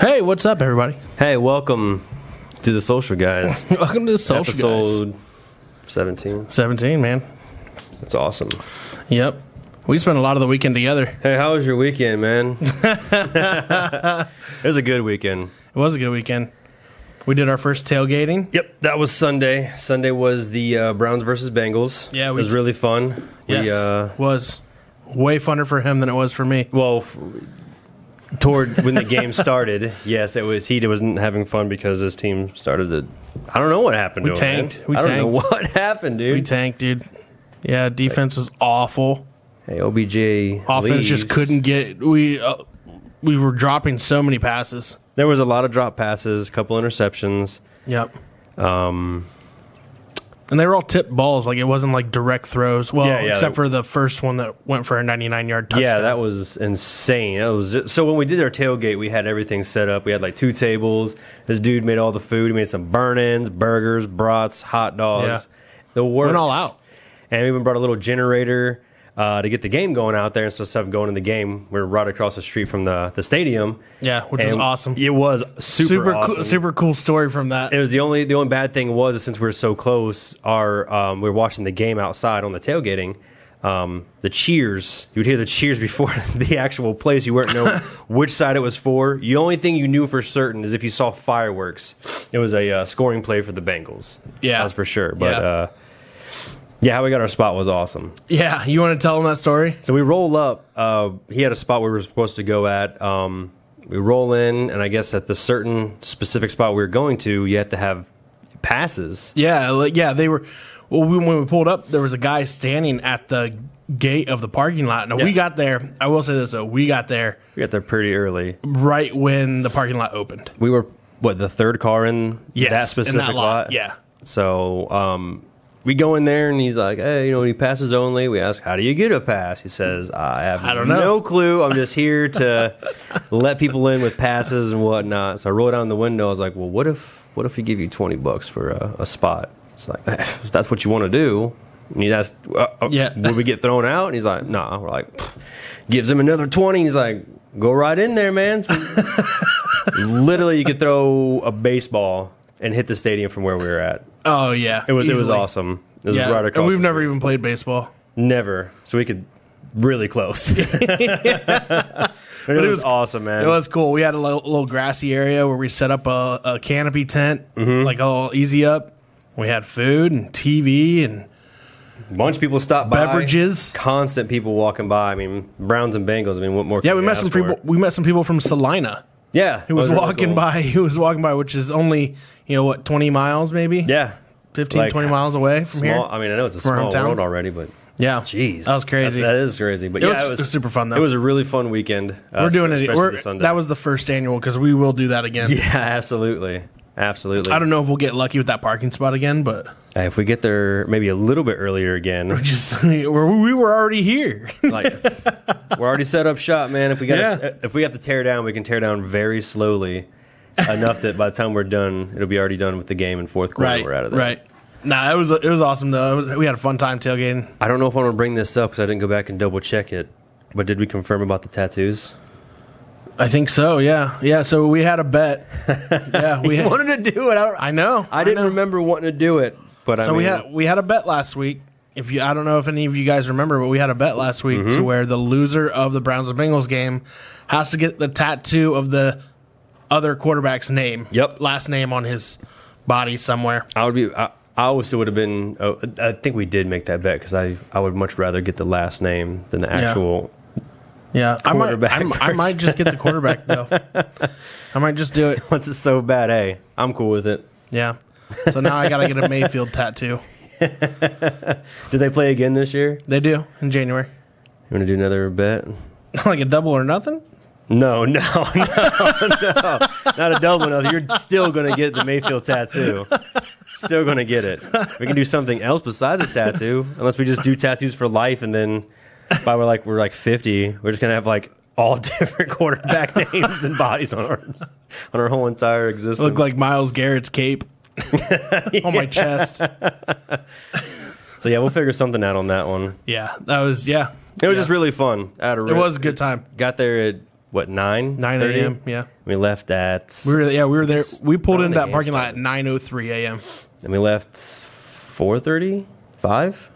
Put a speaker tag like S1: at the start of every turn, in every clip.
S1: Hey, what's up, everybody?
S2: Hey, welcome to the Social Guys.
S1: Welcome to the social Guys.
S2: episode 17.
S1: seventeen, man.
S2: That's awesome.
S1: Yep, we spent a lot of the weekend together.
S2: Hey, how was your weekend, man? it was a good weekend.
S1: It was a good weekend. We did our first tailgating.
S2: Yep, that was Sunday. Sunday was the uh, Browns versus Bengals.
S1: Yeah,
S2: it
S1: we
S2: was
S1: t-
S2: really fun.
S1: Yes,
S2: We, uh,
S1: was way funner for him than it was for me.
S2: well, f- toward when the game started, yes, it was he wasn't having fun because his team started to. I don't know what happened. We to him, man.
S1: tanked. We
S2: I don't know
S1: tanked.
S2: what happened, dude.
S1: We tanked, dude. Yeah, defense was awful.
S2: hey, OBJ.
S1: Offense just
S2: leaves.
S1: couldn't get. We uh, we were dropping so many passes.
S2: There was a lot of drop passes, a couple interceptions.
S1: Yep. Um. And they were all tipped balls. Like it wasn't like direct throws. Well,
S2: Yeah, yeah.
S1: except for the first one that went for a 99 yard touchdown.
S2: Yeah, that was insane. That was just, so when we did our tailgate, we had everything set up. We had like two tables. This dude made all the food. He made some burn-ins, burgers, brats, hot dogs. The works.
S1: all out.
S2: And we even brought a little generator uh, to get the game going out there instead of stuff going in the game. We are right across the street from the, the stadium.
S1: Yeah, which
S2: And
S1: was awesome.
S2: It was super,
S1: super
S2: awesome.
S1: cool, super cool story from that.
S2: It was the only the only bad thing was since we were so close, our um, we were watching the game outside on the tailgating. Um, the cheers you would hear the cheers before the actual plays. You weren't know which side it was for. The only thing you knew for certain is if you saw fireworks, it was a uh, scoring play for the Bengals.
S1: Yeah.
S2: that's for sure. But
S1: Yeah.
S2: yeah. Uh, yeah, how we got our spot was awesome.
S1: yeah, you want to tell them that story?
S2: So we roll up. Uh, he had a spot we were supposed to go at. Um, we roll in, and I guess at the certain specific spot we were going to, you have to have passes.
S1: Yeah, like, yeah, they were. Well, we, when we pulled up, there was a guy standing at the gate of the parking lot. Now we
S2: Yeah.
S1: got there. I will say this though, we got there
S2: We got there pretty early.
S1: right when the parking lot opened.
S2: We were what the third car in
S1: Yes,
S2: that specific
S1: in that lot.
S2: lot.
S1: Yeah,
S2: So um, we go in there, and he's like, "Hey, you know, any passes only?" We ask, "How do you get a pass?" He says, "I have
S1: I don't know.
S2: no clue. I'm just here to let people in with passes and whatnot." So I roll down the window. I was like, "Well, what if what if we give you 20 bucks for a, a spot?" It's like, "If "That's what you want to do." And he asked, uh, uh,
S1: Yeah.
S2: "Would we get thrown out?" And he's like, "Nah." We're like, "Pfft." gives him another 20. He's like, "Go right in there, man." So we- literally, you could throw a baseball and hit the stadium from where we were at.
S1: oh yeah,
S2: It was it was
S1: easily.
S2: awesome. It was
S1: Yeah,
S2: right across.
S1: and we've
S2: the
S1: never
S2: street.
S1: even played baseball.
S2: never so we could really close. but it, was,
S1: was-
S2: awesome, man.
S1: It was cool. We had a little, little grassy area where we set up a, a canopy tent, like all easy up. We had food and TV and
S2: a bunch of people stopped by.
S1: Beverages.
S2: constant people walking by. I mean, Browns and Bengals. I mean, what more?
S1: yeah,
S2: can
S1: we
S2: you
S1: met
S2: ask
S1: some
S2: for?
S1: people. We met some people from Salina.
S2: Yeah,
S1: who was,
S2: really
S1: walking
S2: cool.
S1: by who was walking by which is only you know what 20 miles maybe
S2: Yeah,
S1: 15
S2: like,
S1: 20 miles away from
S2: Small.
S1: here
S2: I mean, I know it's a
S1: From
S2: small
S1: hometown.
S2: world already, but
S1: yeah
S2: jeez,
S1: that was crazy
S2: That- that is crazy. But
S1: It
S2: yeah,
S1: was-
S2: it was
S1: it was super fun, though.
S2: It was a really fun weekend. uh,
S1: we're doing it
S2: especially
S1: we're,
S2: this Sunday.
S1: that was the first annual because we will do that again
S2: yeah, absolutely, absolutely.
S1: i don't know if we'll get lucky with that parking spot again but
S2: Hey, if we get there maybe a little bit earlier again,
S1: just we were we were already here
S2: like we're already set up shop, man. If we got
S1: Yeah.
S2: to if we have to tear down, we can tear down very slowly enough that by the time we're done, it'll be already done with the game in fourth quarter.
S1: right
S2: we're out of there.
S1: right nah it was it was awesome though It was- we had a fun time tailgating
S2: I don't know if I want to bring this up because I didn't go back and double check it. But did we confirm about the tattoos?
S1: i think so yeah yeah so we had a bet yeah we had,
S2: wanted to do it. I, don't,
S1: i know
S2: I didn't remember wanting to do it, but I
S1: So we
S2: mean,
S1: had we had a bet last week. If you, I don't know if any of you guys remember, but we had a bet last week
S2: Mm-hmm.
S1: to where the loser of the Browns and Bengals game has to get the tattoo of the other quarterback's name.
S2: Yep.
S1: last name on his body somewhere.
S2: I would be. I, I also would have been. Oh, I think we did make that bet because I I would much rather get the last name than the actual.
S1: Yeah, I might,
S2: Quarterback
S1: I'm- I
S2: first.
S1: might just get the quarterback though. I might just do it.
S2: Once it's so bad, hey, I'm cool with it.
S1: Yeah. So now I gotta get a Mayfield tattoo.
S2: Do they play again this year?
S1: They do in January,
S2: You want to do another bet?
S1: like a double or nothing.
S2: No, no, no, no. Not a double no. You're still going to get the Mayfield tattoo. Still going to get it. We can do something else besides a tattoo, unless we just do tattoos for life and then by we're like we're like 50, we're just going to have like all different quarterback names and bodies on our on our whole entire existence.
S1: Look like Miles Garrett's cape on my chest.
S2: so yeah, we'll figure something out on that one.
S1: Yeah, that was yeah.
S2: It was just really fun. I had a
S1: It
S2: re-
S1: was a good time.
S2: got there at what nine
S1: 9
S2: 30?
S1: a.m. Yeah,
S2: We left at
S1: we were yeah we were there. We pulled
S2: When
S1: into
S2: the
S1: that
S2: game
S1: parking lot at
S2: started.
S1: 9:03 a.m.
S2: and we left four thirty five.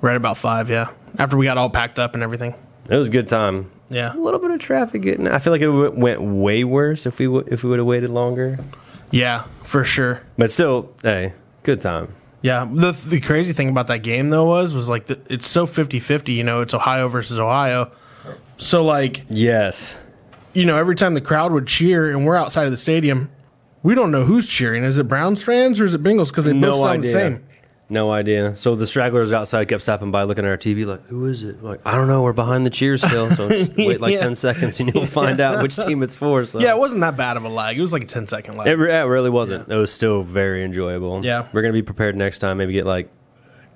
S1: Right about five. Yeah, after we got all packed up and everything.
S2: It was a good time.
S1: Yeah,
S2: A little bit of traffic getting. I feel like it w- went way worse if we w- if we would have waited longer.
S1: yeah, for sure.
S2: But still, hey, good time.
S1: Yeah, the the crazy thing about that game though was was like the, it's so 50-50, you know, it's Ohio versus Ohio. So like,
S2: Yes.
S1: you know, every time the crowd would cheer and we're outside of the stadium, we don't know who's cheering. Is it Browns fans or is it Bengals cuz they both
S2: No
S1: sound
S2: idea.
S1: the same.
S2: No idea. So the stragglers outside kept stopping by, looking at our TV, like, "Who is it?" We're like, I don't know. We're behind the cheers still, so just wait like
S1: Yeah.
S2: ten seconds and you'll find out which team it's for. So
S1: Yeah, it wasn't that bad of a lag. It was like a 10 second lag.
S2: It, re- it really wasn't. It was still very enjoyable.
S1: Yeah.
S2: We're going to be prepared next time. Maybe get like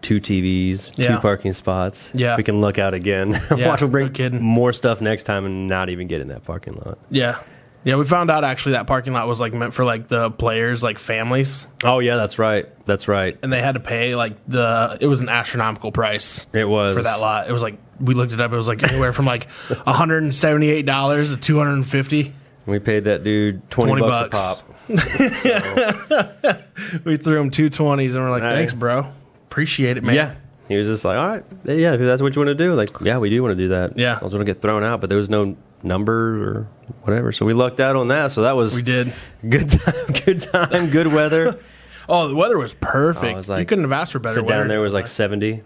S2: two TVs,
S1: Yeah.
S2: two parking spots.
S1: Yeah.
S2: If we can luck out again.
S1: Yeah,
S2: Watch, we'll
S1: no
S2: bring
S1: kidding.
S2: more stuff next time and not even get in that parking lot.
S1: yeah. Yeah, we found out actually that parking lot was like meant for like the players, like families,
S2: Oh, yeah, that's right. That's right.
S1: and they had to pay like the it was an astronomical price.
S2: It was.
S1: for that lot. It was like we looked it up. It was like anywhere from like one hundred and seventy eight dollars to two hundred and fifty.
S2: We paid that dude 20,
S1: 20
S2: bucks,
S1: bucks.
S2: a pop.
S1: We threw him two twenties and we're like,
S2: Hey.
S1: thanks, bro. Appreciate it, man.
S2: Yeah. He was just like, all right, yeah, if that's what you want to do. Like, yeah, we do want to do that.
S1: Yeah.
S2: I was going to get thrown out, but there was no number or whatever. So we lucked out on that. So that was
S1: we did.
S2: good time, good time, good weather.
S1: Oh, the weather was perfect.
S2: Oh, it was
S1: you
S2: like-
S1: couldn't have asked for better
S2: So
S1: weather.
S2: down there was like 70.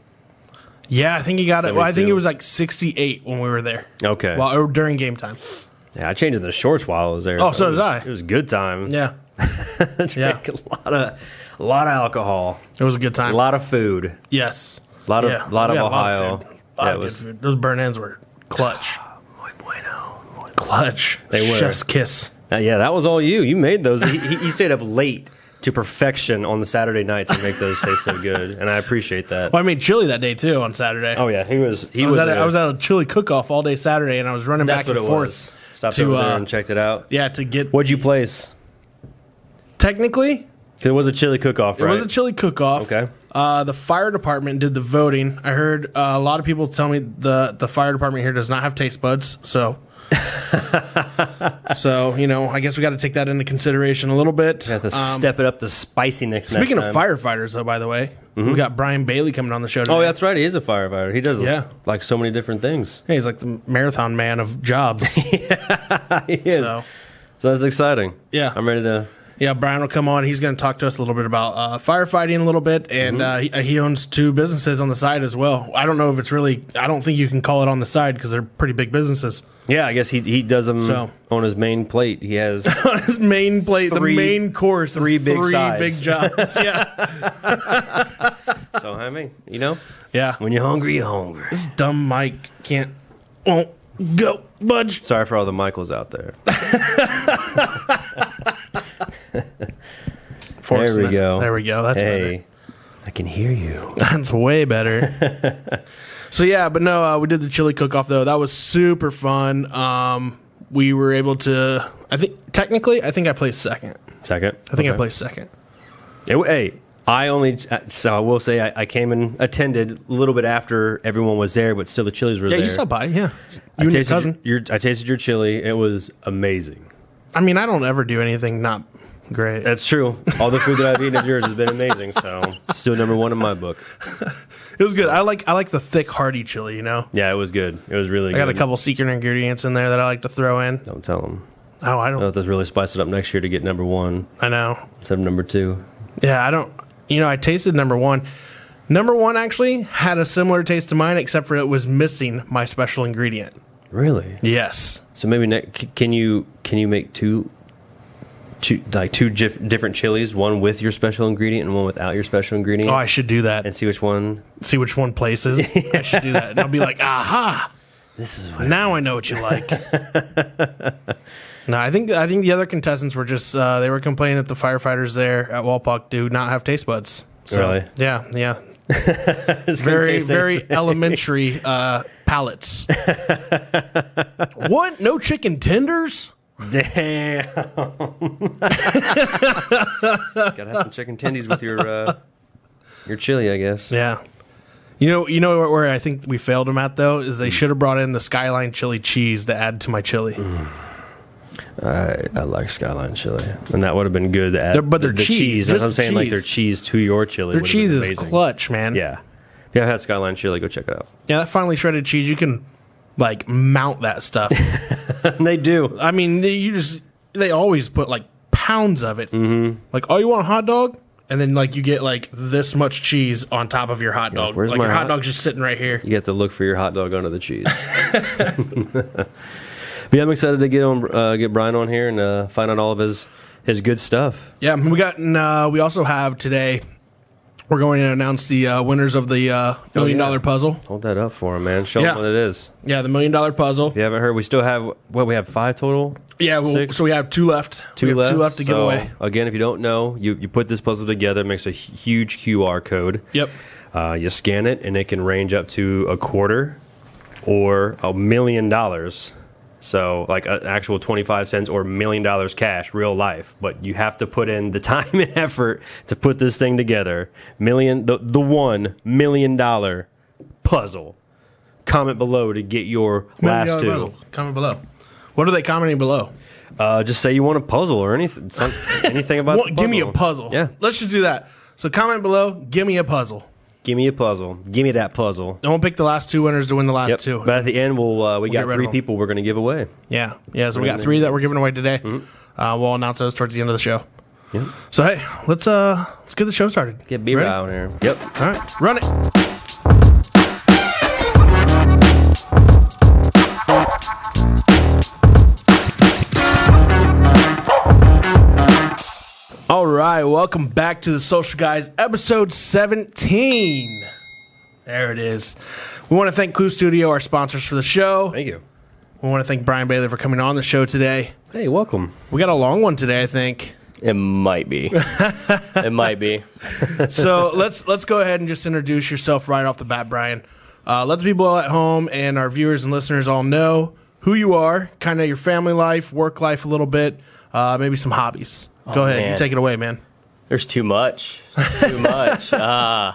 S1: yeah, I think you got it. Well, I think
S2: 72.
S1: it was like sixty eight when we were there.
S2: Okay.
S1: Well, or during game time.
S2: Yeah, I changed into shorts while I was there.
S1: Oh, so
S2: it
S1: did
S2: was-
S1: I.
S2: It was a good time.
S1: Yeah,
S2: Drank
S1: yeah.
S2: a lot of, a lot of alcohol,
S1: it was a good
S2: a
S1: time.
S2: lot of food,
S1: yes,
S2: a lot of,
S1: Yeah.
S2: lot of
S1: We had A
S2: Ohio.
S1: lot of, food. A lot
S2: Yeah,
S1: of
S2: it
S1: good
S2: was
S1: food. Those burn ends were clutch.
S2: muy bueno.
S1: Clutch.
S2: They were.
S1: Chef's kiss.
S2: Uh, yeah, that was all you. You made those. He, he, he stayed up late to perfection on the Saturday night to make those taste so good, and I appreciate that.
S1: Well, I made chili that day too on Saturday.
S2: Oh yeah, he was. He
S1: I was,
S2: was.
S1: at a,
S2: a-
S1: I was at a chili cook-off all day Saturday, and I was running
S2: that's
S1: back
S2: what
S1: and
S2: it
S1: forth.
S2: was. Stopped
S1: to,
S2: over there
S1: uh,
S2: and checked it out.
S1: Yeah, to get
S2: What'd you place?
S1: technically
S2: There was a chili cook-off,
S1: it
S2: right?
S1: was a chili cook-off.
S2: Okay.
S1: Uh, the fire department did the voting. I heard uh, a lot of people tell me the the fire department here does not have taste buds, so so you know I guess we got to take that into consideration a little bit.
S2: Got to
S1: Um,
S2: step it up the spiciness.
S1: speaking
S2: next
S1: of
S2: time. Mm-hmm.
S1: firefighters, though, by the way, we got Brian Bailey coming on the show. Today.
S2: Oh, that's right. He is a firefighter. He does
S1: Yeah.
S2: like so many different things.
S1: Hey, he's like the marathon man of jobs.
S2: He is.
S1: so.
S2: So that's exciting.
S1: Yeah.
S2: I'm ready to.
S1: Yeah, Brian will come on. He's going to talk to us a little bit about uh, firefighting a little bit, and
S2: Mm-hmm.
S1: uh, he, he owns two businesses on the side as well. I don't know if it's really. I don't think you can call it on the side because they're pretty big businesses.
S2: Yeah, I guess he he does them
S1: So-
S2: on his main plate. He has
S1: on his main plate,
S2: Three-
S1: the main course, is
S2: three big
S1: three
S2: sides.
S1: big jobs. yeah,
S2: so I mean, you know,
S1: yeah.
S2: when you're hungry, you're hungry.
S1: This dumb Mike can't won't go budge.
S2: Sorry for all the Michaels out there. There we go.
S1: There we go. That's better.
S2: Hey, I can hear you.
S1: That's way better. so yeah, but no, uh, we did the chili cook off though. That was super fun. Um, we were able to. I think technically, I think I placed second.
S2: Second,
S1: I think I placed second.
S2: hey, I only uh, so I will say I, I came and attended a little bit after everyone was there, but still the chilies were
S1: Yeah,
S2: there.
S1: you stopped by. Yeah, you
S2: I
S1: and your
S2: tasted
S1: cousin.
S2: Your, I tasted your chili. It was amazing.
S1: I mean, I don't ever do anything not great. It
S2: That's true. All the food that I've eaten of yours has been amazing. So still number one in my book.
S1: was good. I like I like the thick hearty chili. You know,
S2: Yeah, it was good. It was really
S1: I
S2: good.
S1: got a couple secret ingredients in there that I like to throw in.
S2: Don't tell them.
S1: Oh, I don't.
S2: Let us really spice it up next year to get number one
S1: I know.
S2: instead of number two.
S1: Yeah, I don't. You know, I tasted number one. Number one actually had a similar taste to mine, except for it was missing my special ingredient.
S2: Really?
S1: Yes.
S2: So maybe next, c- can you can you make two, two like two jif- different chilies, one with your special ingredient and one without your special ingredient,
S1: Oh, I should do that
S2: and
S1: and
S2: see which one?
S1: see which one places. I should do that. And I'll be like, aha,
S2: This is what.
S1: now I know what you like. no, I think I think the other contestants were just uh, they were complaining that the firefighters there at Walpock do not have taste buds. So,
S2: Really?
S1: Yeah, yeah. Very, very elementary uh, palates. what? No chicken tenders?
S2: Damn. Gotta have some chicken tendies with your uh, your chili, I guess.
S1: Yeah. You know, you know where, where I think we failed them at though is they should have brought in the Skyline chili cheese to add to my chili.
S2: I, I like Skyline chili, and that would have been good. To add
S1: Their- but their
S2: the
S1: cheese,
S2: That's what I'm
S1: just
S2: saying. Like their
S1: cheese.
S2: cheese to your chili.
S1: Their
S2: would have
S1: cheese
S2: been
S1: is
S2: amazing.
S1: clutch, man.
S2: Yeah, if you haven't had Skyline chili, go check it out.
S1: yeah, that finely shredded cheese you can like mount that stuff.
S2: they do.
S1: I mean, they- you just they always put like pounds of it. Mm-hmm. Like, oh, you want a hot dog? And then like you get like this much cheese on top of your hot dog.
S2: where's
S1: like
S2: my
S1: your hot
S2: hot-
S1: dog's just sitting right here.
S2: You have to look for your hot dog under the cheese. but yeah, I'm excited to get on, uh, get Brian on here and uh, find out all of his his good stuff.
S1: Yeah, we got. and, Uh, we also have today. We're going to announce the uh, winners of the uh, million
S2: Oh, yeah.
S1: dollar puzzle.
S2: Hold that up for him, man. Show
S1: Yeah.
S2: him what it is.
S1: Yeah, the million dollar puzzle.
S2: If you haven't heard, we still have what we have five total.
S1: Yeah, well,
S2: Six?
S1: so we have two left.
S2: Two
S1: we have
S2: left.
S1: Two left to give
S2: So,
S1: away.
S2: Again, if you don't know, you, you put this puzzle together, it makes a hu- huge QR code.
S1: Yep.
S2: Uh, you scan it, and it can range up to a quarter or a million dollars. So, like an actual 25 cents or million dollars cash, real life. But you have to put in the time and effort to put this thing together. Million, the, the one million dollar puzzle. Comment below to get your last two.
S1: Puzzle. Comment below. What are they commenting below?
S2: Uh, just say you want a puzzle or anything. Some, anything about
S1: What,
S2: the
S1: give me a puzzle.
S2: Yeah,
S1: let's just do that. So comment below. Give me a puzzle.
S2: give me a puzzle. Give me that puzzle.
S1: And we'll pick the last two winners to win the last
S2: Yep.
S1: two.
S2: But at the end, we'll uh, we
S1: get
S2: got
S1: rid
S2: three
S1: of 'em.
S2: people we're going to give away.
S1: Yeah, yeah. So we got three that we're giving away today.
S2: Mm-hmm.
S1: Uh, we'll announce those towards the end of the show. So hey, let's uh let's get the show started.
S2: Get beer
S1: Ready?
S2: out here. Yep.
S1: All right, run it. All right, welcome back to the Social Guys, episode 17. There it is. We want to thank Clue Studio, our sponsors for the show.
S2: Thank you.
S1: We want to thank Brian Bailey for coming on the show today.
S2: Hey, welcome.
S1: We got a long one today, I think.
S3: It might be. it might be.
S1: So let's let's go ahead and just introduce yourself right off the bat, Brian. Uh, let the people at home and our viewers and listeners all know who you are, kind of your family life, work life a little bit, uh, maybe some hobbies. go ahead, you
S3: Oh, man.
S1: take it away, man.
S3: There's too much. Too much. Uh,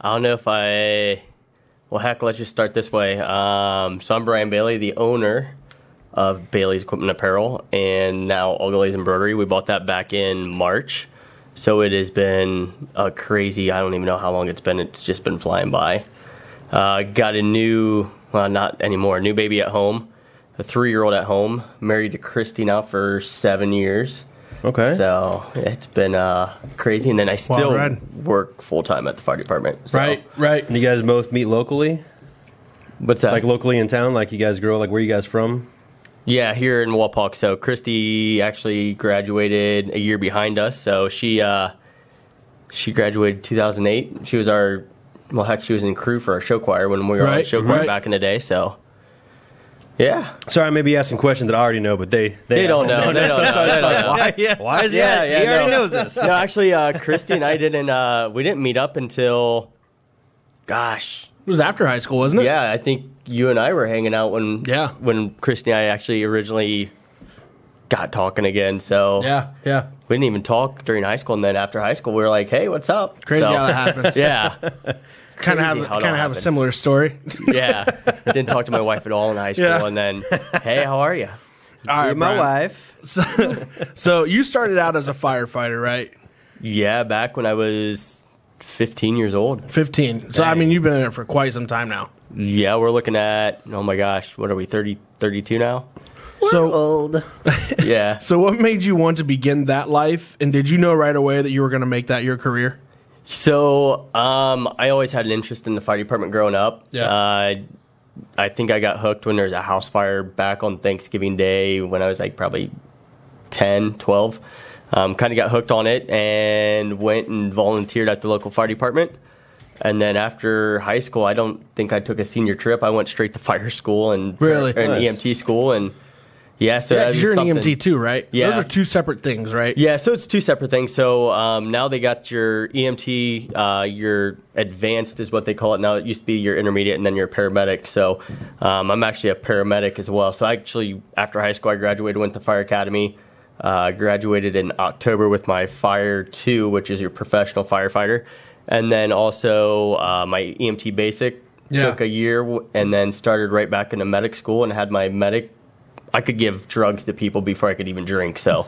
S3: I don't know if I. Well, heck, let's just start this way. Um, so I'm Brian Bailey, the owner of Bailey's Equipment Apparel and now Ogilvy's Embroidery. We bought that back in March. So it has been a crazy, I don't even know how long it's been. It's just been flying by. Uh, got a new, well, not anymore, a new baby at home, a three year old at home, married to Christy now for seven years.
S2: Okay.
S3: So it's been uh, crazy, and then I still
S1: ride.
S3: work full time at the fire department. So.
S1: right.
S2: you guys both meet locally,
S3: What's that?
S2: like locally in town. Like you guys grow. Like where you guys from?
S3: yeah, here in Walpock. So Christy actually graduated a year behind us. So she uh, she graduated 2008. She was our well, heck, she was in crew for our show choir when we were on
S1: Right,
S3: show choir
S1: right.
S3: back in the day. So yeah,
S2: Sorry, I may be asking questions that I already know, but they they,
S3: They don't know. They don't know. They don't know.
S2: Why? Why is
S3: yeah,
S2: that?
S3: yeah.
S2: he already
S3: no.
S2: knows this.
S3: No, actually, uh, Christy and I didn't. Uh, we didn't meet up until, gosh,
S1: It was after high school, wasn't it?
S3: Yeah, I think you and I were hanging out when
S1: Yeah.
S3: when Christy and I actually originally got talking again. So
S1: yeah, yeah.
S3: we didn't even talk during high school, and then after high school, we were like, "Hey, what's up?"
S1: Crazy
S3: So-
S1: how that happens.
S3: yeah,
S1: kind
S3: crazy
S1: of have
S3: how it all
S1: kind of have a
S3: happens.
S1: similar story.
S3: yeah. Didn't talk to my wife at all in high school,
S1: Yeah.
S3: and then, "Hey, how are you?"
S1: All right,
S2: my
S1: Brian.
S2: wife.
S1: So you started out as a firefighter, right?
S3: Yeah, back when I was 15 years old.
S1: Fifteen. So I mean, you've been in it for quite some time now.
S3: Yeah, we're looking at oh my gosh, what are we 30, 32 now?
S1: So
S2: old.
S3: Yeah.
S1: So, what made you want to begin that life? And did you know right away that you were going to make that your career?
S3: So, um, I always had an interest in the fire department growing up.
S1: Yeah.
S3: Uh, I think I got hooked when there was a house fire back on Thanksgiving Day when I was like probably 10, 12. Um, kind of got hooked on it and went and volunteered at the local fire department. And then after high school, I don't think I took a senior trip. I went straight to fire school and
S1: Really?
S3: or an
S2: Nice.
S3: EMT school. And yeah, so that
S1: Yeah,
S3: was
S1: 'cause you're
S3: something-
S1: an E EMT too, right?
S3: Yeah.
S1: Those are two separate things, right?
S3: yeah, so it's two separate things. So um, now they got your EMT, uh, your advanced is what they call it now. It used to be your intermediate and then your paramedic. So um, I'm actually a paramedic as well. So I actually, after high school, I graduated, went to fire academy. Uh, graduated in October with my Fire 2, which is your professional firefighter. and then also uh, my EMT basic
S1: Yeah.
S3: took a year, w- and then started right back into medic school and had my medic. I could give drugs to people before I could even drink. So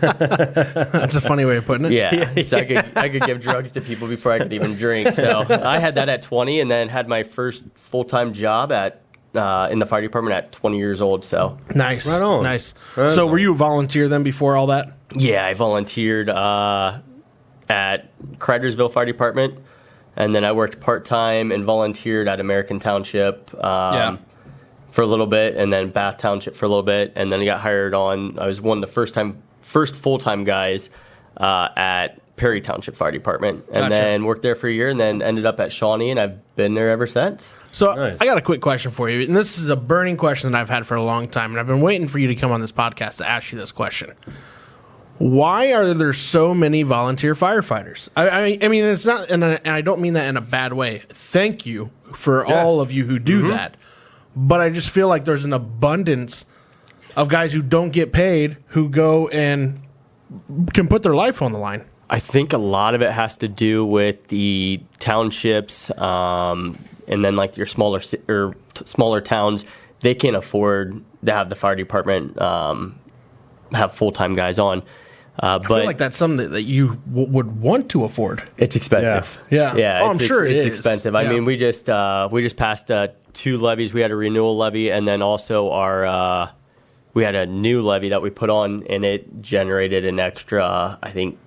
S1: That's a funny way of putting it.
S3: yeah, so I could I could give drugs to people before I could even drink. So I had that at 20, and then had my first full time job at uh, in the fire department at 20 years old. So
S1: Nice.
S2: Right on.
S1: Nice.
S2: Right
S1: so
S2: on.
S1: were you a volunteer then before all that?
S3: Yeah, I volunteered uh, at Crittersville Fire Department, and then I worked part time and volunteered at American Township um,
S1: Yeah.
S3: for a little bit, and then Bath Township for a little bit, and then I got hired on. I was one of the first time, first full time guys uh, at Perry Township Fire Department, and
S1: Gotcha.
S3: then worked there for a year, and then ended up at Shawnee, and I've been there ever since.
S1: So
S2: Nice.
S1: I got a quick question for you, and this is a burning question that I've had for a long time, and I've been waiting for you to come on this podcast to ask you this question. Why are there so many volunteer firefighters? I, I, I mean, it's not, and I, and I don't mean that in a bad way. Thank you for all of you who do that, but I just feel like there's an abundance of guys who don't get paid who go and can put their life on the line.
S3: I think a lot of it has to do with the townships, um, and then like your smaller ci- or t- smaller towns. They can't afford to have the fire department um, have full time guys on, uh,
S1: I feel
S3: but
S1: like that's something that, that you w- would want to afford.
S3: it's expensive.
S1: Yeah. Yeah.
S3: yeah.
S1: Oh, I'm
S3: it's,
S1: sure it
S3: it's
S1: is.
S3: expensive. I
S1: Yeah.
S3: mean, we just uh, we just passed uh, two levies. We had a renewal levy, and then also our uh, we had a new levy that we put on, and it generated an extra, I think,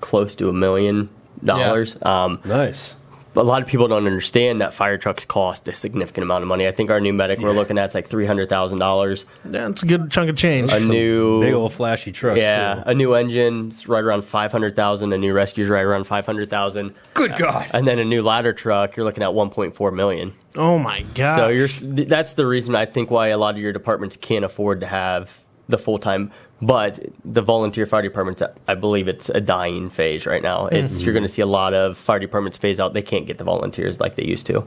S3: close to a million dollars. Um,
S2: Nice.
S3: a lot of people don't understand that fire trucks cost a significant amount of money. I think our new medic we're looking at is like three hundred thousand dollars.
S1: That's a good chunk of change.
S3: A new
S2: Big old flashy trucks.
S3: yeah,
S2: too.
S3: a new engine's right around five hundred thousand. A new rescue's right around five hundred thousand,
S2: Good God.
S3: and then a new ladder truck you're looking at one point four million.
S1: Oh my god!
S3: So you're th- that's the reason I think why a lot of your departments can't afford to have the full time. But the volunteer fire departments, I believe it's a dying phase right now. It's you're going to see a lot of fire departments phase out. They can't get the volunteers like they used to.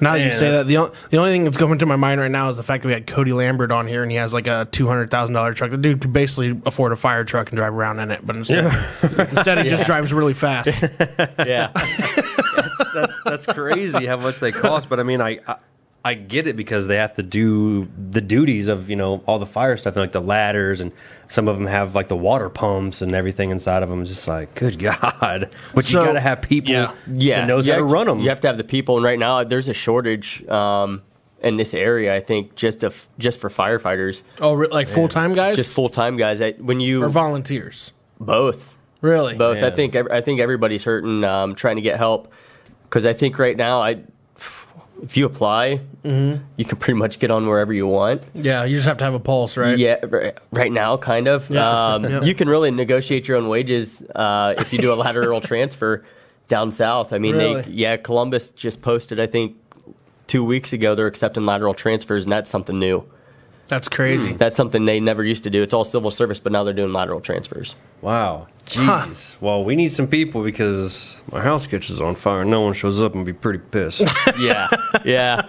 S1: now that you
S2: Man,
S1: say
S2: that's-
S1: that the only, the only thing that's coming to my mind right now is the fact that we had Cody Lambert on here and he has like a two hundred thousand dollar truck. The dude could basically afford a fire truck and drive around in it, but instead, instead he just drives really fast.
S3: Yeah.
S2: that's that's crazy how much they cost. But I mean, I, I I get it because they have to do the duties of you know all the fire stuff, like the ladders, and some of them have like the water pumps and everything inside of them. It's Just like good God, but
S1: So-
S2: you got to have people
S1: yeah.
S3: yeah,
S2: that knows
S3: you
S2: how to
S3: act-
S2: run them.
S3: You have to have the people, and right now there's a shortage um, in this area. I think just of just for firefighters,
S1: oh, re- like full time guys
S3: just full time guys. I, when you
S1: or volunteers?
S3: both,
S1: Really?
S3: both. I
S2: Yeah.
S3: think ev- I think everybody's hurting, um, trying to get help because I think right now I, if you apply,
S1: Mm-hmm.
S3: you can pretty much get on wherever you want.
S1: Yeah, you just have to have a pulse, right?
S3: Yeah, r- right now, kind of.
S1: Yeah.
S3: Um,
S1: Yeah.
S3: You can really negotiate your own wages uh, if you do a lateral transfer down south. I mean,
S1: Really?
S3: they, yeah, Columbus just posted, I think, two weeks ago, they're accepting lateral transfers, and that's something new.
S1: That's crazy.
S3: That's something they never used to do. It's all civil service, but now they're doing lateral transfers.
S2: Wow, jeez. Well, we need some people because my house kitchen's on fire. and No one shows up and be pretty pissed.
S3: Yeah, yeah.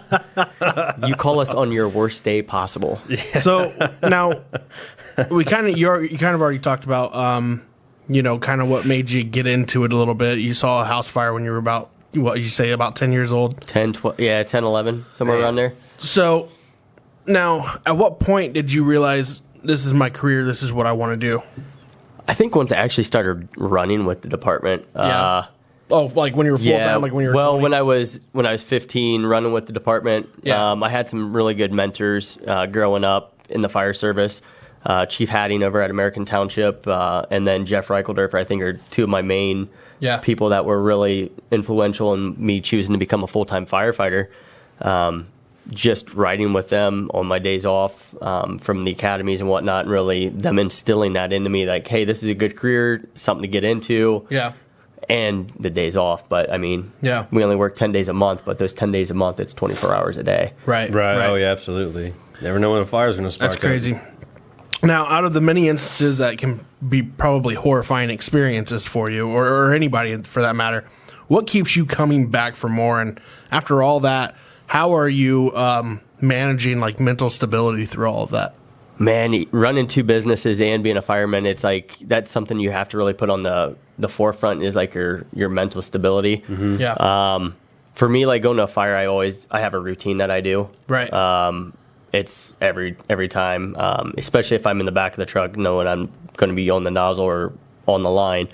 S3: You call us on your worst day possible.
S1: so now we kind of you are you kind of already talked about um you know kind of what made you get into it a little bit you saw a house fire when you were about what you say about 10 years old
S3: 10, 12, yeah, 10, 11, somewhere around there.
S1: so now at what point did you realize this is my career this is what i want to do
S3: I think once I actually started running with the department, uh,
S1: oh like when you were full time like when you were
S3: well
S1: 20?
S3: when I was when I was 15 running with the department
S1: Yeah.
S3: um, I had some really good mentors uh, growing up in the fire service uh, Chief Hadding over at American Township uh, and then Jeff Reikeldorfer I think are two of my main
S1: Yeah.
S3: people that were really influential in me choosing to become a full-time firefighter um, just riding with them on my days off um, from the academies and whatnot and really them instilling that into me like hey this is a good career something to get into
S1: yeah
S3: and the days off. But I mean,
S1: Yeah.
S3: we only work ten days a month, but those ten days a month, it's twenty four hours a day.
S1: right
S2: right. Oh yeah, absolutely. Never know when a fire's going to spark.
S1: That's
S2: up.
S1: crazy. Now, out of the many instances that can be probably horrifying experiences for you, or, or anybody for that matter, what keeps you coming back for more? And after all that, how are you um, managing like mental stability through all of that?
S3: man, running two businesses and being a fireman, it's like that's something you have to really put on the the forefront is like your your mental stability.
S1: Yeah.
S3: Um, for me, like going to a fire, I always I have a routine that I do.
S1: right.
S3: Um, it's every every time, um, especially if I'm in the back of the truck, knowing I'm going to be on the nozzle or on the line.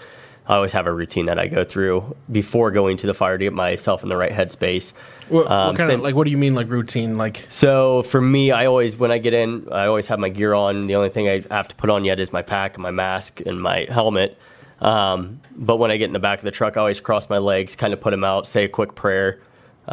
S3: I always have a routine that I go through before going to the fire to get myself in the right headspace.
S1: what, what
S3: um,
S1: kind
S3: same-
S1: of like? What do you mean like routine? Like
S3: So for me, I always when I get in, I always have my gear on. The only thing I have to put on yet is my pack and my mask and my helmet. Um, but when I get in the back of the truck, I always cross my legs, kind of put them out, say a quick prayer,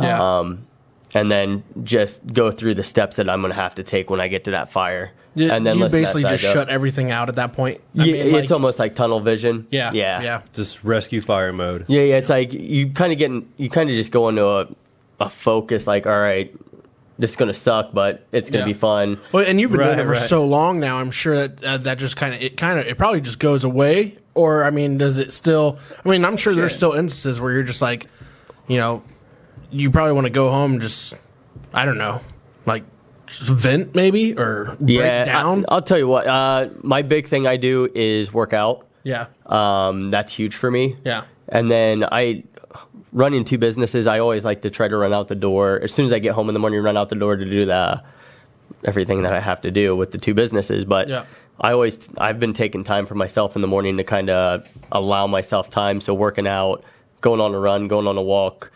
S1: Yeah.
S3: um, and then just go through the steps that I'm going to have to take when I get to that fire.
S1: you,
S3: and then
S1: you
S3: listen to that
S1: basically just
S3: side
S1: shut
S3: note.
S1: everything out at that point. I
S3: Yeah,
S1: mean, like-
S3: it's almost like tunnel vision.
S1: yeah,
S3: yeah,
S1: yeah.
S2: Just rescue fire mode.
S3: yeah, yeah, it's like you kind of getting, you kind of just go into a, a focus. Like, all right, this is gonna suck, but it's gonna
S1: Yeah.
S3: be fun.
S1: Well, and you've been doing
S2: Right,
S1: it for
S2: right.
S1: so long now. I'm sure that uh, that just kind of it kind of it probably just goes away. Or I mean, does it still? I mean, I'm sure there's still instances where you're just like, you know, you probably want to go home and just I don't know, like just vent maybe or break down.
S3: I, will tell you what. Uh, my big thing I do is work out.
S1: yeah,
S3: Um, that's huge for me.
S1: yeah,
S3: And then I run in two businesses. I always like to try to run out the door as soon as I get home in the morning. Run out the door to do the everything that I have to do with the two businesses. But
S1: Yeah.
S3: I always I've been taking time for myself in the morning to kind of allow myself time. So working out, going on a run, going on a walk,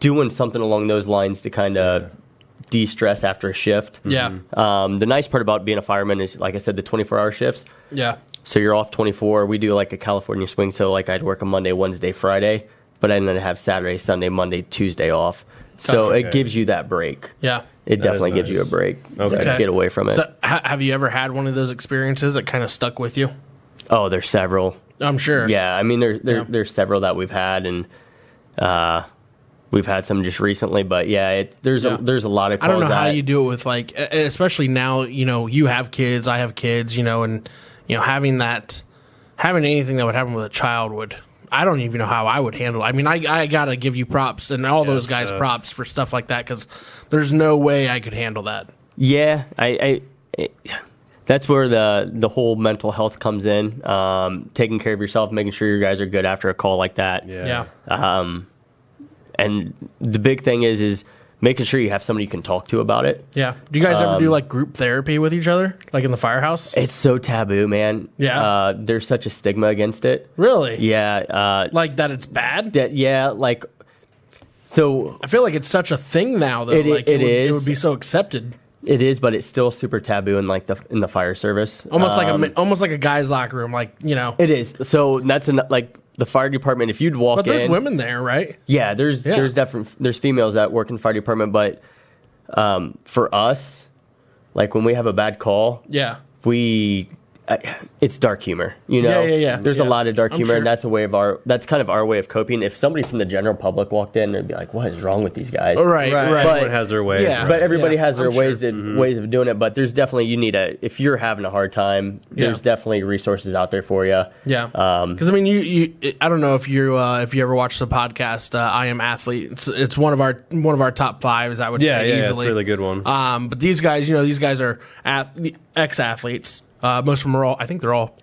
S3: doing something along those lines to kind of de stress after a shift.
S1: yeah,
S3: Um, the nice part about being a fireman is, like I said, the 24 hour shifts.
S1: yeah,
S3: So you're off 24. We do like a California swing. So, like, I'd work a Monday, Wednesday, Friday, but then I'd have Saturday, Sunday, Monday, Tuesday off. So
S2: Gotcha.
S3: it gives you that break.
S1: yeah.
S3: It definitely gives
S2: nice.
S3: you a break.
S2: Okay.
S3: to Get away from it.
S1: So, ha- have you ever had one of those experiences that kind of stuck with you?
S3: oh, there's several.
S1: I'm sure.
S3: Yeah. I mean, there, there,
S1: Yeah.
S3: there's several that we've had, and uh, we've had some just recently, but yeah, it, there's,
S1: Yeah.
S3: A, there's a lot of
S1: I
S3: calls
S1: don't know how
S3: that-
S1: you do it with like, e- especially now. You know, you have kids, I have kids. You know, and you know having that, having anything that would happen with a child would. I don't even know how I would handle. It. I mean, I I gotta give you props and all those
S2: it's
S1: guys
S2: tough.
S1: props for stuff like that because there's no way I could handle that.
S3: Yeah, I, I it, that's where the the whole mental health comes in. Um, taking care of yourself, making sure your guys are good after a call like that.
S1: Yeah,
S3: Um, and the big thing is is making sure you have somebody you can talk to about it.
S1: yeah. Do you guys ever
S3: Um,
S1: do like group therapy with each other, like in the firehouse?
S3: It's so taboo, man.
S1: Yeah.
S3: uh, there's such a stigma against it.
S1: Really?
S3: Yeah, uh,
S1: Like that? It's bad.
S3: that. Yeah, like so
S1: I feel like it's such a thing now, though.
S3: It i-
S1: like
S3: it
S1: would, It
S3: is.
S1: would be so accepted,
S3: it is, but it's still super taboo in like the in the fire service.
S1: almost like a
S3: Um,
S1: mi- almost like a guys' locker room. Like you know,
S3: It is. So that's an, like the fire department. If you'd walk
S1: but there's
S3: in,
S1: women there, right?
S3: Yeah, there's
S1: Yeah.
S3: there's different there's females that work in fire department, but um, for us, like when we have a bad call,
S1: Yeah.
S3: we I, it's dark humor. You know,
S1: Yeah, yeah, yeah.
S3: There's
S1: Yeah.
S3: a lot of dark
S1: I'm
S3: humor,
S1: sure.
S3: and that's a way of our that's kind of our way of coping. If somebody from the general public walked in, it'd be like, "What is wrong with these guys?"
S1: Oh, Right,
S2: Right.
S1: right.
S2: Everyone has their ways.
S1: Yeah.
S2: right?
S3: But everybody
S1: Yeah,
S3: has their
S1: I'm Mm-hmm.
S3: ways and ways of doing it. But there's definitely you need a if you're having a hard time, there's
S1: Yeah.
S3: definitely resources out there for you.
S1: Yeah,
S3: Um,
S1: because I mean, you, you, I don't know if you, uh, if you ever watched the podcast, uh, I am athlete. It's, it's one of our, one of our top fives. I would
S2: yeah,
S1: say
S2: yeah, it's a
S1: easily.
S2: really good one.
S1: Um, but these guys, you know, these guys are at the ex athletes. Uh, most of them are all, I think they're all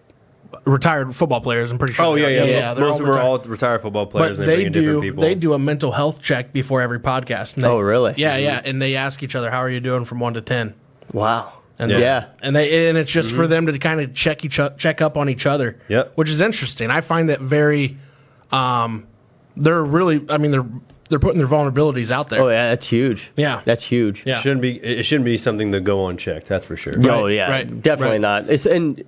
S1: retired football players. I'm pretty sure.
S2: oh
S1: they
S2: yeah,
S1: are.
S2: yeah.
S1: they're
S2: Most of them are
S1: retired.
S2: all retired football players.
S1: But
S2: and
S1: they
S2: they, bring in different
S1: do,
S2: people.
S1: they do a mental health check before every podcast. and they-
S3: Oh, really?
S1: Yeah, yeah.
S2: Mm-hmm.
S1: And they ask each other, "How are you doing?" From one to ten.
S3: wow.
S1: And
S2: Yeah. Mm-hmm.
S1: those-
S3: Yeah.
S1: and they and it's just for them to kind of check each o- check up on each other.
S2: Yep.
S1: which is interesting. I find that very, um, they're really. I mean, they're they're putting their vulnerabilities out there.
S3: Oh yeah, that's huge.
S1: Yeah.
S3: that's huge.
S1: Yeah.
S2: Shouldn't be. It shouldn't be something to go unchecked. That's for sure.
S3: oh
S1: Right,
S3: yeah,
S1: right,
S3: definitely
S1: right.
S3: not. It's and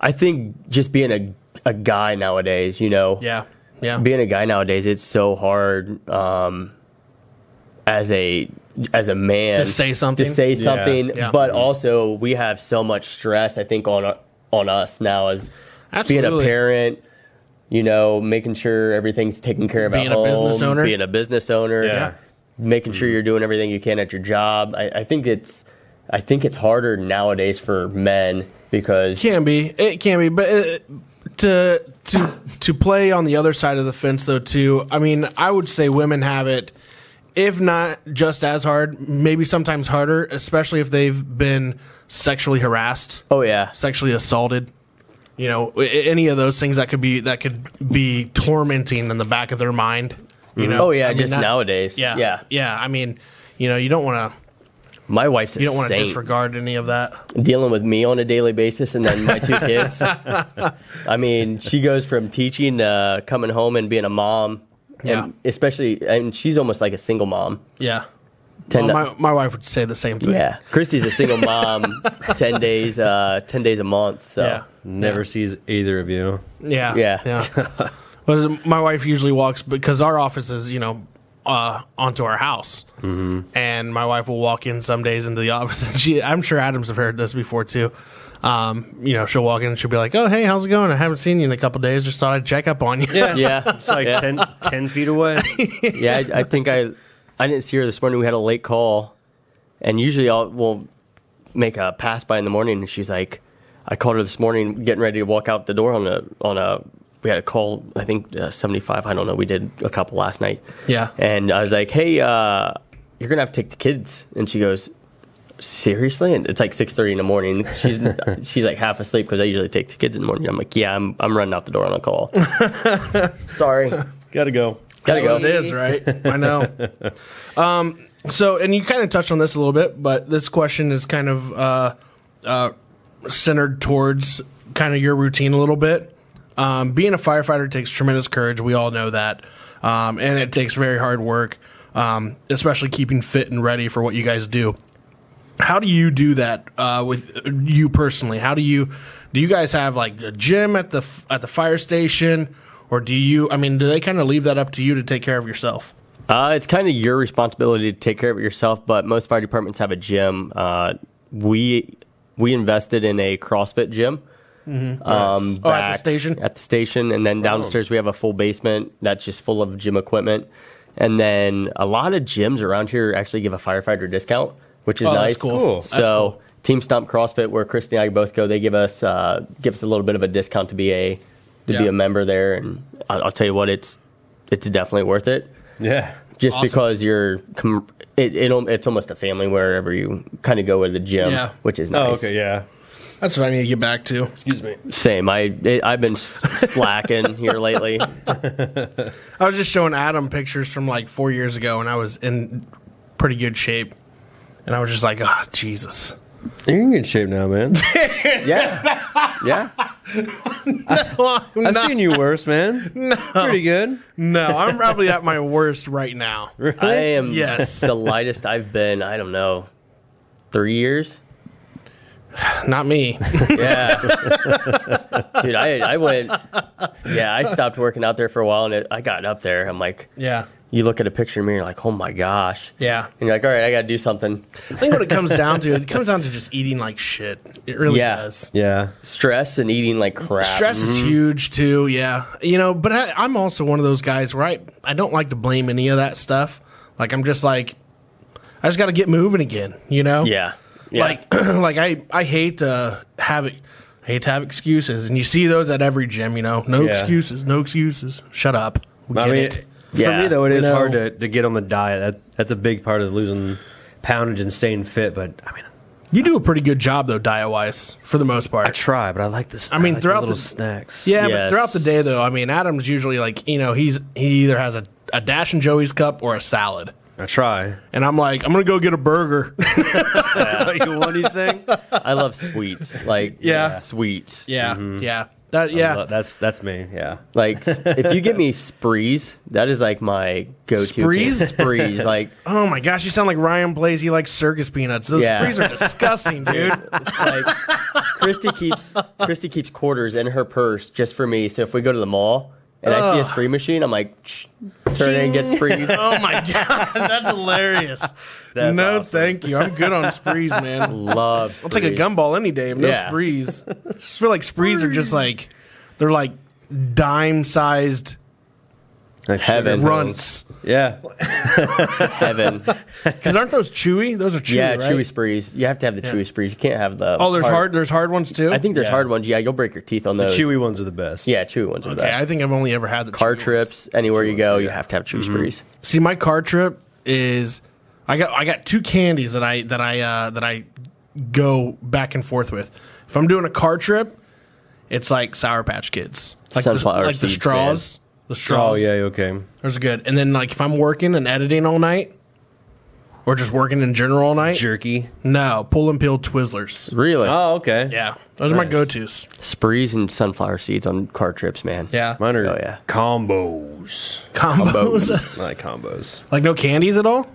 S3: I think just being a a guy nowadays, you know,
S1: yeah, yeah,
S3: being a guy nowadays, it's so hard um, as a as a man
S1: To say something.
S3: to say something.
S1: Yeah. Mm-hmm.
S3: But also, we have so much stress. I think on on us now as being
S1: Absolutely.
S3: a parent. You know, making sure everything's taken care of
S1: Being
S3: at
S1: a
S3: home.
S1: business owner.
S3: Being a business owner
S2: Yeah.
S3: making
S1: Mm-hmm.
S3: sure you're doing everything you can at your job. I, I think it's I think it's harder nowadays for men because
S1: can be it can be, but uh, to to to play on the other side of the fence though too. I mean, I would say women have it if not just as hard, maybe sometimes harder, especially if they've been sexually harassed,
S3: Oh yeah.
S1: sexually assaulted. You know, a- any of those things that could be that could be tormenting in the back of their mind. You know,
S3: Oh yeah.
S1: I mean,
S3: just
S1: that-
S3: nowadays.
S1: Yeah,
S3: Yeah.
S1: yeah. I mean, you know, you don't want to
S3: My wife's a
S1: you don't want to
S3: saint.
S1: disregard any of that.
S3: dealing with me on a daily basis and then my two kids. I mean, she goes from teaching to coming home and being a mom.
S1: Yeah.
S3: And especially, and she's almost like a single mom.
S1: Yeah.
S3: Ten
S1: Well, my my wife would say the same thing.
S3: yeah. Christy's a single mom, 10 days, uh, 10 days a month. So,
S1: Yeah.
S2: Never sees either of you.
S1: Yeah.
S3: Yeah.
S1: Yeah. But as- my wife usually walks because our office is, you know, uh, onto our house. Mm-hmm. And my wife will walk in some days into the office. And she, I'm sure Adams have heard this before too. Um, you know, she'll walk in and she'll be like, "Oh, hey, how's it going? I haven't seen you in a couple days. Just thought I'd check up on you."
S2: Yeah.
S3: yeah.
S2: It's like
S3: yeah.
S2: ten, ten 10, feet away.
S3: yeah, I, I think I I didn't see her this morning. We had a late call, and usually I'll we'll make a pass by in the morning. And she's like, I called her this morning, getting ready to walk out the door on a on a. We had a call, I think uh, seventy five. I don't know. We did a couple last night.
S1: Yeah.
S3: and I was like, Hey, uh, you're gonna have to take the kids. And she goes, Seriously? And it's like six thirty in the morning. She's she's like half asleep because I usually take the kids in the morning. I'm like, Yeah, I'm I'm running out the door on a call. Sorry,
S2: Gotta go.
S3: gotta go.
S1: It is right. I know. Um, so, and you kind of touched on this a little bit, but this question is kind of uh, uh, centered towards kind of your routine a little bit. Um, being a firefighter takes tremendous courage. We all know that, um, and it takes very hard work, um, especially keeping fit and ready for what you guys do. How do you do that uh, with you personally? How do you do? You guys have like a gym at the f- at the fire station, or do you? I mean, do they kind of leave that up to you to take care of yourself?
S3: Uh, it's kind of your responsibility to take care of it yourself, but most fire departments have a gym. Uh, we we invested in a CrossFit gym. Um,
S1: Oh, at the
S3: back
S1: station? Oh.
S3: At the station, and then downstairs we have a full basement that's just full of gym equipment. And then a lot of gyms around here actually give a firefighter discount, which is
S1: Oh,
S3: nice.
S1: that's cool. Cool.
S2: That's
S3: So Team Stump CrossFit, where Christy and I both go, they give us uh, give us a little bit of a discount to be a to be
S1: Yeah.
S3: a member there, and I'll, I'll tell you what, it's it's definitely worth it
S2: Yeah.
S3: just
S1: Awesome.
S3: because you're com- it, it al- it's almost a family wherever you kind of go with the gym
S1: Yeah.
S3: which is nice
S2: Oh, okay. Yeah.
S1: That's what I need to get back to.
S2: Excuse me.
S3: same i it, i've been s- slacking here lately
S1: I was just showing Adam pictures from like four years ago, and I was in pretty good shape, and I was just like, "Ah, Jesus."
S2: You're in good shape now, man.
S3: yeah yeah
S2: I've seen you worse, man. No. Pretty good.
S1: No, I'm probably at my worst right now.
S3: i am
S1: Yes.
S3: the lightest i've been i don't know three years
S1: Not me.
S3: yeah dude i i went yeah i stopped working out there for a while and it, i got up there i'm like
S1: Yeah.
S3: you look at a picture of me and you're like oh my gosh
S1: Yeah.
S3: and you're like all right i gotta do something
S1: I think what it comes down to, it comes down to just eating like shit. It really
S3: Yeah.
S1: does.
S2: Yeah.
S3: stress and eating like crap Mm-hmm.
S1: Stress is huge too. Yeah, you know, but I, I'm also one of those guys where I, I don't like to blame any of that stuff. Like I'm just like, I just got to get moving again. You know?
S3: Mm-hmm. yeah yeah
S1: Like like I I hate to have it. I hate to have excuses, and you see those at every gym. You know, no
S2: Yeah.
S1: excuses, no excuses. Shut up. We
S2: I
S1: get
S2: mean,
S1: it.
S2: for
S3: Yeah.
S2: me though, it
S1: You
S2: is
S1: know.
S2: hard to, to get on the diet. That that's a big part of losing poundage and staying fit. But I mean,
S1: You do a pretty good job though, diet wise, for the most part.
S2: I try, but I like this.
S1: I mean,
S2: like
S1: throughout
S2: the little
S1: the-
S2: snacks.
S1: Yeah, but
S3: Yes.
S1: throughout the day though, I mean, Adam's usually like you know he's he either has a, a dash and Joey's cup or a salad,
S2: I try.
S1: and I'm like I'm gonna go get a burger.
S2: like one thing.
S3: I love sweets. Like
S1: Yeah.
S3: sweets.
S1: yeah,
S3: Mm-hmm.
S1: yeah, that yeah.
S2: that's that's me. Yeah.
S3: Like s- if you give me sprees, that is like my go-to.
S1: Sprees?
S3: candy. Sprees. Like
S1: oh my gosh, you sound like Ryan Blaze. He likes circus peanuts. Those
S3: Yeah.
S1: sprees are disgusting, dude.
S3: it's like Christy keeps Christy keeps quarters in her purse just for me. So if we go to the mall and I see a
S1: Ugh.
S3: spree machine, I'm like, "Shh, turn in and get sprees.
S1: oh my gosh, that's hilarious.
S2: That's
S1: no,
S2: awesome.
S1: thank you. I'm good on sprees, man.
S3: Love. Sprees.
S1: I'll take a gumball any day, but no
S3: Yeah.
S1: sprees. I just feel like sprees are just like they're like dime sized
S2: Like
S3: Heaven.
S2: sugar
S1: runts.
S2: pills. Yeah.
S3: Heaven.
S1: Because aren't those chewy? Those are chewy,
S3: yeah,
S1: right?
S3: chewy sprees. You have to have the chewy sprees. You can't have the.
S1: Oh, there's hard. There's hard ones too.
S3: I think there's
S2: Yeah.
S3: hard ones. Yeah, you'll break your teeth on those.
S2: Chewy ones are the best.
S3: Yeah, chewy ones are the
S1: Okay,
S3: best.
S1: I think I've only ever had the chewy
S3: Car
S1: ones.
S3: Mm-hmm. trips, anywhere you go, you have to have chewy sprees.
S1: See, my car trip is I got I got two candies that I that I uh, that I go back and forth with. If I'm doing a car trip, it's like Sour Patch Kids, like
S3: Sunflower
S1: the, like the
S3: seeds,
S1: straws, the straws.
S2: Oh yeah, okay.
S1: those are good. And then like if I'm working and editing all night, or just working in general all night,
S2: Jerky.
S1: no pull and peel Twizzlers.
S3: Really?
S2: Oh okay.
S1: Yeah, those are my go tos.
S3: Uh, Sprees and sunflower seeds on car trips, man.
S1: Yeah,
S2: Mine are
S3: Oh, yeah.
S2: combos.
S1: combos.
S2: I like combos.
S1: like no candies at all.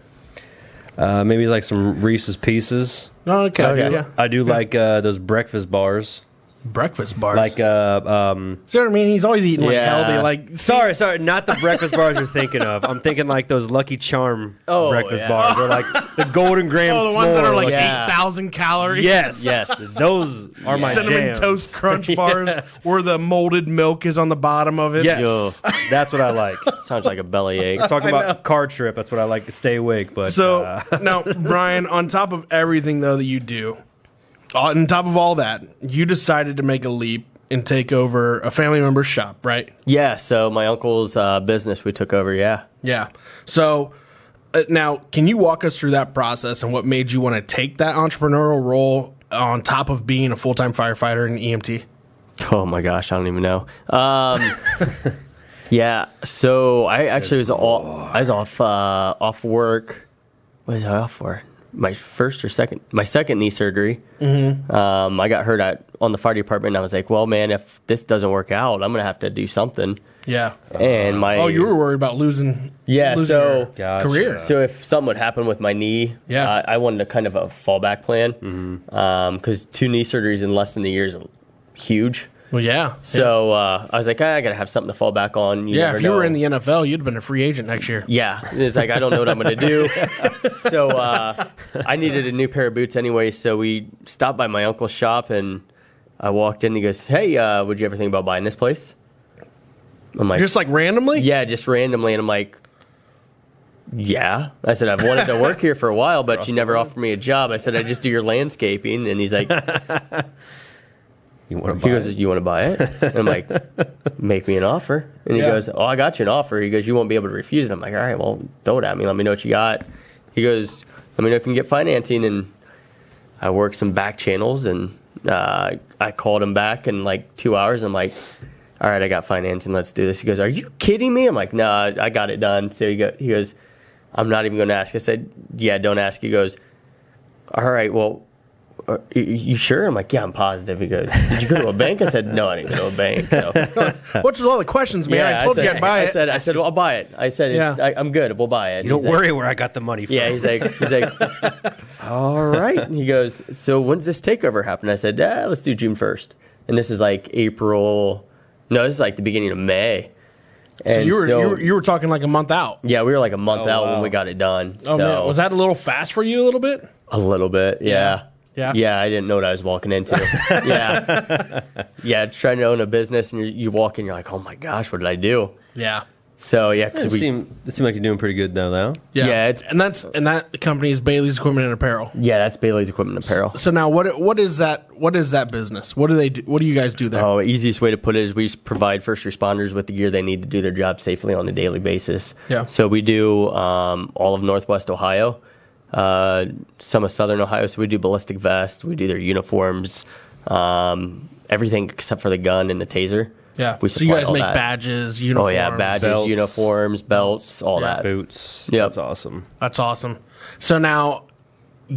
S2: Uh, maybe like some Reese's Pieces.
S1: No, okay,
S3: Okay.
S1: yeah.
S2: I do like uh, those breakfast bars.
S1: Breakfast bars.
S2: Like, uh, um, uh,
S1: you know what I mean? He's always eating like
S3: Yeah.
S1: healthy. Oh, Like
S2: sorry, sorry, not the breakfast bars you're thinking of. I'm thinking like those Lucky Charm
S3: Oh,
S2: breakfast
S3: yeah.
S2: bars. They're like the Golden Graham
S1: Oh, the ones that
S2: s'more
S1: are like
S2: Lucky-
S3: Yeah.
S1: eight thousand calories.
S2: yes, yes, those are my
S1: cinnamon
S2: jams.
S1: toast crunch bars where the molded milk is on the bottom of it.
S3: Yo.
S2: Yes, that's what I like.
S3: Sounds like a bellyache.
S2: Talking about car trip, that's what I like. Stay awake, but
S1: So
S2: uh,
S1: now, Brian, on top of everything though that you do, uh, on top of all that, you decided to make a leap and take over a family member's shop, right?
S3: yeah, so my uncle's uh, business we took over, yeah.
S1: Yeah. So uh, now, can you walk us through that process and what made you want to take that entrepreneurial role on top of being a full time firefighter E and EMT?
S3: Oh my gosh, I don't even know. Um, yeah, so I actually was all I was off uh, off work. What was I off for? My first or second? My second knee surgery. Mm-hmm. Um, I got hurt at, on the fire department. and I was like, well, man, if this doesn't work out, I'm gonna have to do something.
S1: Yeah.
S3: And my
S1: Oh, you were worried about losing.
S3: Yeah,
S1: losing
S3: so-
S1: your
S2: Gotcha.
S1: career.
S3: So if something would happen with my knee,
S1: Yeah. Mm-hmm.
S3: I- I wanted a kind of a fallback plan because two knee surgeries in less than a year is huge.
S1: well, yeah.
S3: So uh, I was like, "Ah, I gotta have something to fall back on.
S1: yeah,
S3: never
S1: if you were
S3: know.
S1: in the NFL, you'd have been a free agent next year.
S3: yeah, And it's like I don't know what I'm gonna do. so uh, I needed a new pair of boots anyway. So we stopped by my uncle's shop and I walked in. He goes, "Hey, uh, would you ever think about buying this place?" I'm like,
S1: Just like randomly?
S3: yeah, just randomly. And I'm like, yeah. I said, I've wanted to work here for a while, but you never offered me a job. I said, I just do your landscaping. And he's like, he
S2: you want to buy?
S3: goes,
S2: it?
S3: You want to buy it? And I'm like, make me an offer. And he
S1: Yeah.
S3: goes, Oh, I got you an offer. He goes, You won't be able to refuse it. I'm like, All right, well, throw it at me. Let me know what you got. He goes, Let me know if you can get financing. And I worked some back channels and uh, I called him back in like two hours. I'm like, all right, I got financing. Let's do this. He goes, are you kidding me? I'm like, no, I got it done. So he, go, he goes, I'm not even going to ask. I said, yeah, don't ask. He goes, all right, well, are, you- you sure? I'm like, yeah, I'm positive. He goes, did you go to a bank? I said, no, I didn't go to a bank. So,
S1: What's with all the questions, man? I told
S3: said,
S1: you I'd buy
S3: I
S1: it.
S3: said, I said, well, I'll buy it. I said, it's,
S1: Yeah.
S3: I, I'm good. We'll buy it.
S2: You don't
S3: He's like-
S2: worry where I got the money from.
S3: yeah, he's like, he's like, all right. He goes, so when's this takeover happen? I said, ah, let's do June first. And this is like April. No, this is like the beginning of May. And
S1: So you, were, you were you were talking like a month out.
S3: yeah, we were like a month
S2: Oh,
S3: out when
S2: wow.
S3: we got it done.
S1: Oh
S3: so
S1: man, was that a little fast for you? A little bit?
S3: a little bit? Yeah.
S1: Yeah.
S3: Yeah, I didn't know what I was walking into. yeah. Yeah, trying to own a business and you, you walk in, you're like, oh my gosh, what did I do?
S1: Yeah.
S3: So yeah, 'cause
S2: It
S3: we,
S2: seemed, it seemed like you're doing pretty good now, though.
S1: Yeah.
S3: Yeah, it's-
S1: and that's and that company is Bailey's Equipment and Apparel.
S3: yeah, that's Bailey's Equipment Apparel.
S1: So now what what is that what is that business? What do they do, what do you guys do there?
S3: Oh, easiest way to put it is we just provide first responders with the gear they need to do their job safely on a daily basis.
S1: Yeah.
S3: So we do um, all of Northwest Ohio, uh, some of Southern Ohio. So we do ballistic vests, we do their uniforms, um, everything except for the gun and the taser.
S1: yeah.
S3: We
S1: so you
S3: supply
S1: guys
S3: all
S1: make
S3: that.
S1: badges,
S3: Oh
S1: uniforms.
S3: yeah, badges,
S2: belts.
S3: uniforms, belts, all
S1: Yeah.
S3: that.
S2: Boots.
S3: Yep.
S2: That's awesome.
S1: That's awesome. So now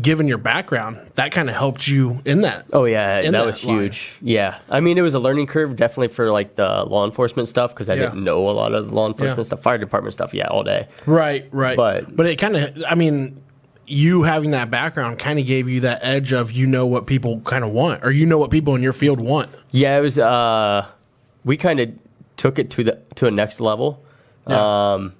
S1: given your background, that kind of helped you in that.
S3: Oh yeah,
S1: in
S3: that,
S1: that
S3: was
S1: line.
S3: huge. Yeah, I mean it was a learning curve definitely for like the law enforcement stuff because I
S1: Yeah.
S3: didn't know a lot of the law enforcement stuff, fire department stuff. Yeah, all day.
S1: Right, right.
S3: But-
S1: but it kind of I mean you having that background kind of gave you that edge of you know what people kind of want or you know what people in your field want.
S3: Yeah, it was. Uh, we kind of took it to the to a next level,
S1: Yeah.
S3: um,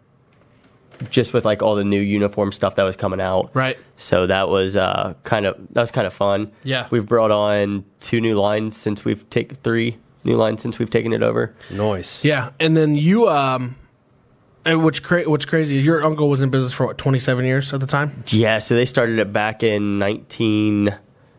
S3: just with like all the new uniform stuff that was coming out.
S1: Right.
S3: So that was uh, kind of that was kind of fun.
S1: Yeah.
S3: We've brought on two new lines since we've taken three new lines since we've taken it over.
S2: Nice.
S1: Yeah, and then you um, and which cra- what's crazy is your uncle was in business for what twenty seven years at the time.
S3: Yeah. So they started it back in 19,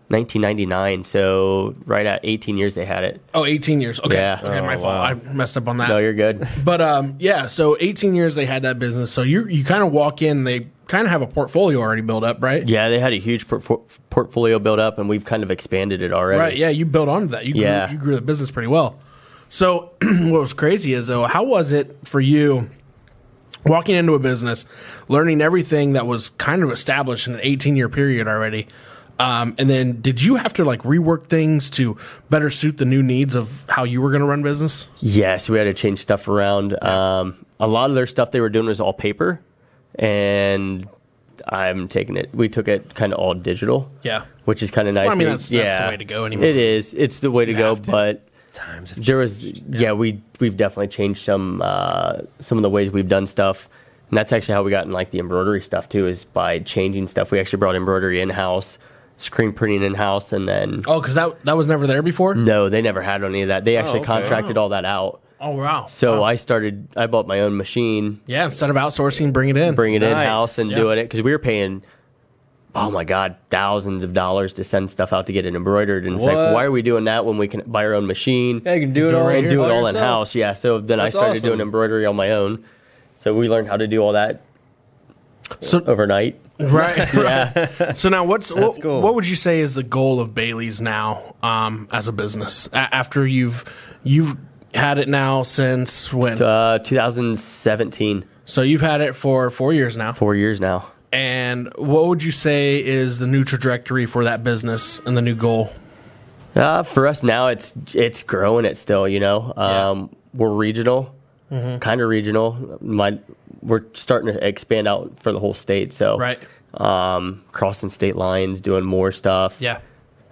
S3: 1999. So right at eighteen years they had it.
S1: Oh, 18 years. Okay,
S3: Yeah.
S1: okay, my
S2: Oh,
S1: fault.
S2: wow.
S1: I messed up on that.
S3: No, you're good.
S1: but um, yeah, so eighteen years they had that business. So you you kind of walk in, they kind of have a portfolio already built up, right?
S3: Yeah, they had a huge por- portfolio built up, and we've kind of expanded it already.
S1: Right. Yeah, you built onto that. You grew,
S3: Yeah.
S1: you grew the business pretty well. So what was crazy is though, how was it for you walking into a business, learning everything that was kind of established in an 18 year period already? Um, and then did you have to like rework things to better suit the new needs of how you were going to run business?
S3: Yes, we had to change stuff around. Um, a lot of their stuff they were doing was all paper, and I'm taking it. We took it kind of all digital.
S1: Yeah.
S3: which is kind of nice.
S1: I mean,
S3: We-
S1: that's- that's the way to go anymore.
S3: It is. It's the way to go.
S1: have to.
S3: But
S2: Times have
S3: there was, yeah. we we've definitely changed some uh, some of the ways we've done stuff, and that's actually how we got in like the embroidery stuff too, is by changing stuff. We actually brought embroidery in house, screen printing in house, and then
S1: Oh, cause that, that was never there before.
S3: no, they never had any of that. They actually
S2: Oh, okay.
S3: contracted all that out.
S1: Oh, wow.
S3: So I started. I bought my own machine,
S1: yeah. Instead of outsourcing, bring it in.
S3: bring it in
S2: Nice.
S3: house, and
S1: Yeah.
S3: doing it because we were paying. Oh my god, thousands of dollars to send stuff out to get it embroidered, and it's
S2: What?
S3: like, why are we doing that when we can buy our own machine?
S2: Yeah, you can do it
S1: Do it
S2: all
S1: right
S2: and
S1: here.
S2: do
S3: do
S2: it
S3: it all in
S2: Oh, yourself.
S3: house, yeah. So then
S2: That's
S3: I started
S2: awesome.
S3: doing embroidery on my own. So we learned how to do all that
S1: So,
S3: overnight.
S1: right.
S3: Yeah,
S1: So now, what's what,
S2: cool.
S1: what would you say is the goal of Bailey's now um, as a business a- after you've you've had it now since when?
S3: uh, 2017,
S1: So you've had it for four years now,
S3: four years now.
S1: and what would you say is the new trajectory for that business and the new goal?
S3: Uh, for us now, it's it's growing it still. You know, um, we're regional, kind of regional. My, we're starting to expand out for the whole state. So
S1: Right.
S3: um, crossing state lines, doing more stuff.
S1: Yeah,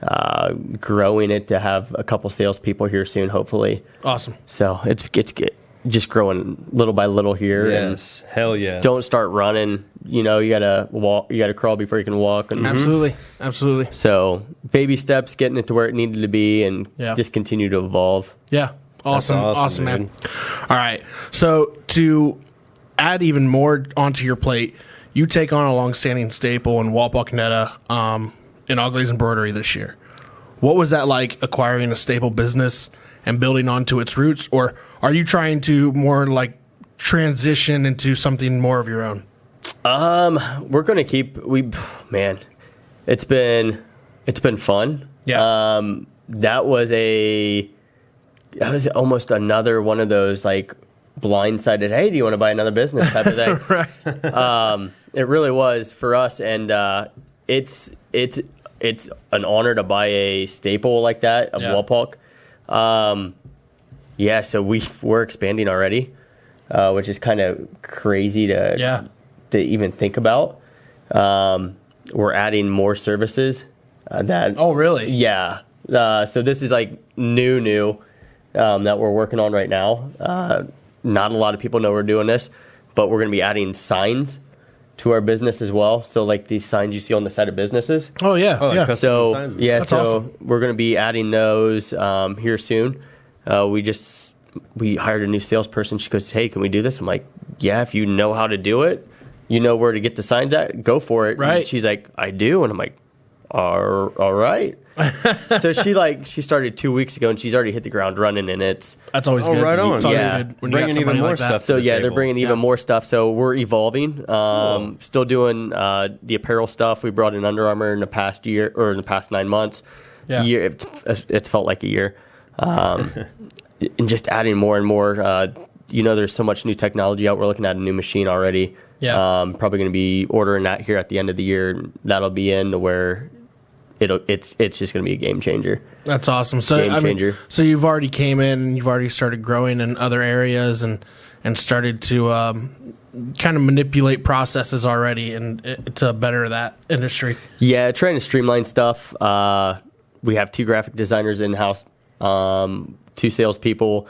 S3: uh, growing it to have a couple salespeople here soon, hopefully.
S1: awesome.
S3: So it's it's get, just growing little by little here. And
S2: Yes, hell yes.
S3: don't start running. You know, you gotta walk. You gotta crawl before you can walk. And
S1: Absolutely, absolutely.
S3: so baby steps, getting it to where it needed to be, and
S1: Yeah.
S3: just continue to evolve.
S1: Yeah. Awesome.
S2: awesome,
S1: awesome, man. All right. So to add even more onto your plate, you take on a longstanding staple in Walpock Netta um, in Ogley's embroidery this year. What was that like acquiring a staple business and building onto its roots? Or are you trying to more like transition into something more of your own?
S3: We're gonna keep we man. It's been it's been fun.
S2: Uh,
S1: Yeah.
S3: Um, that was a that was almost another one of those like blindsided. Hey, do you want to buy another business type of thing? Um, It really was for us, and uh, it's it's it's an honor to buy a staple like that of
S1: Yeah.
S3: Walpock. Um, yeah, so we we're expanding already, uh, which is kind of crazy to
S1: Yeah.
S3: to even think about. Um, we're adding more services uh, that
S1: Oh, really?
S3: yeah. Uh, so this is like new, new um, that we're working on right now. Uh, not a lot of people know we're doing this, but we're going to be adding signs to our business as well. So like these signs you see on the side of businesses.
S1: Oh, yeah.
S2: Oh, like
S1: yeah.
S2: custom-
S3: So
S2: signs.
S3: yeah,
S1: That's
S3: so
S1: awesome.
S3: we're going to be adding those um, here soon. Uh, we just we hired a new salesperson. She goes, "Hey, can we do this?" I'm like, "Yeah, if you know how to do it, you know where to get the signs at. Go for it." And
S1: Right.
S3: she's like, "I do," and I'm like, "All, all right." so she like she started two weeks ago, and she's already hit the ground running, and it's
S1: That's always
S2: Oh,
S1: good.
S2: right on.
S1: It's always
S3: Yeah.
S1: good when you got
S2: Bringing even
S1: somebody
S2: more
S1: like that.
S2: stuff.
S3: so
S2: the
S3: yeah, they're
S2: table.
S3: bringing even
S1: Yeah.
S3: more stuff. So we're evolving. Um,
S2: Cool.
S3: Still doing uh, the apparel stuff. We brought in Under Armour in the past year or in the past nine months.
S1: Yeah.
S3: Year, it's, it's felt like a year, um, and just adding more and more. Uh, you know, there's so much new technology out. We're looking at a new machine already.
S1: Yeah.
S3: um, probably going to be ordering that here at the end of the year. That'll be in to where it'll it's it's just going to be a game changer.
S1: That's awesome. So
S3: Game
S1: I mean,
S3: changer.
S1: so you've already came in and you've already started growing in other areas and and started to um, kind of manipulate processes already and it, to better that industry.
S3: Yeah, trying to streamline stuff. Uh, we have two graphic designers in house, um, two salespeople.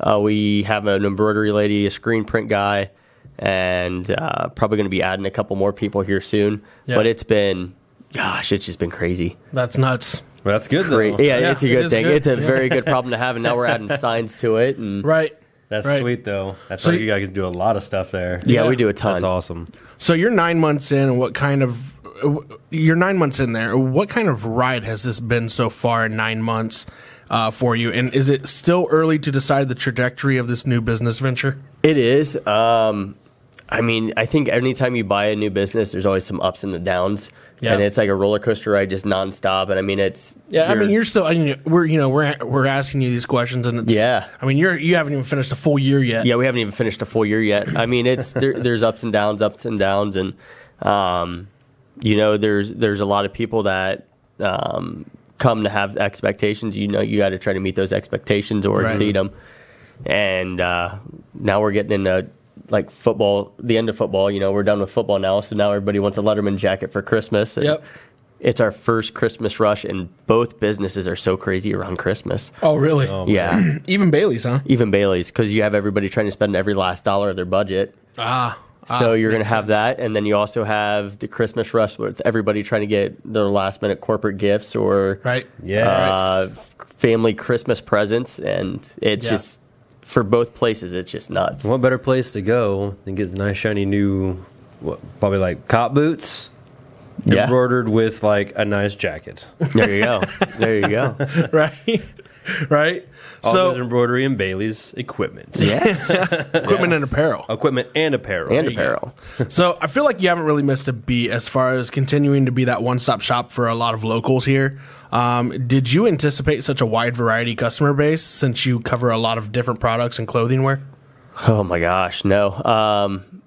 S3: Uh, we have an embroidery lady, a screen print guy, and uh, probably going to be adding a couple more people here soon.
S1: Yeah.
S3: But it's been, gosh, it's just been crazy.
S1: That's nuts,
S2: Well, that's good though.
S3: Great. Yeah,
S1: Yeah,
S3: it's a
S1: it
S3: good
S1: is
S3: thing.
S1: good.
S3: It's a very good problem to have, and now we're adding signs to it. And
S1: right?
S2: That's
S1: Right.
S2: sweet though. That's
S1: So
S2: like
S1: you-
S2: you guys can do a lot of stuff there.
S3: yeah,
S1: Yeah.
S3: we do a ton. Uh,
S2: That's awesome.
S1: So you're nine months in, and what kind of uh, you're nine months in there? What kind of ride has this been so far in nine months uh, for you? And is it still early to decide the trajectory of this new business venture?
S3: It is. Um, I mean, I think anytime you buy a new business, there's always some ups and the downs,
S1: Yeah.
S3: and it's like a roller coaster ride, just nonstop. And I mean, it's
S1: Yeah, I mean, you're still. I mean, we're you know we're we're asking you these questions, and it's,
S3: Yeah.
S1: I mean, you're you haven't even finished a full year yet.
S3: yeah, we haven't even finished a full year yet. I mean, it's there, there's ups and downs, ups and downs, and um, you know, there's there's a lot of people that um, come to have expectations. You know, you got to try to meet those expectations or
S1: Right.
S3: exceed them. And uh, now we're getting into like football, the end of football. You know, we're done with football now, so now everybody wants a Letterman jacket for Christmas. and
S1: Yep.
S3: It's our first Christmas rush, and both businesses are so crazy around Christmas.
S1: Oh, really?
S3: Yeah
S1: Even Bailey's, huh?
S3: even Bailey's, because you have everybody trying to spend every last dollar of their budget.
S1: Ah.
S3: so
S1: ah,
S3: you're going to
S1: makes
S3: have
S1: sense.
S3: that, and then you also have the Christmas rush with everybody trying to get their last minute corporate gifts or
S1: right.
S2: Yes.
S3: uh, f- family Christmas presents, and it's
S1: Yeah.
S3: just for both places, it's just nuts.
S2: What better place to go than get the nice shiny new, what, probably like cop boots,
S3: Yeah.
S2: embroidered with like a nice jacket.
S3: There you go. There you go.
S1: right, right.
S2: All
S1: so
S2: those embroidery and Bailey's equipment,
S3: Yes.
S1: equipment and apparel.
S2: equipment and apparel.
S3: and
S2: There you go.
S3: apparel.
S1: So I feel like you haven't really missed a beat as far as continuing to be that one-stop shop for a lot of locals here. Um, did you anticipate such a wide variety customer base since you cover a lot of different products and clothing wear?
S3: Oh my gosh, no. Um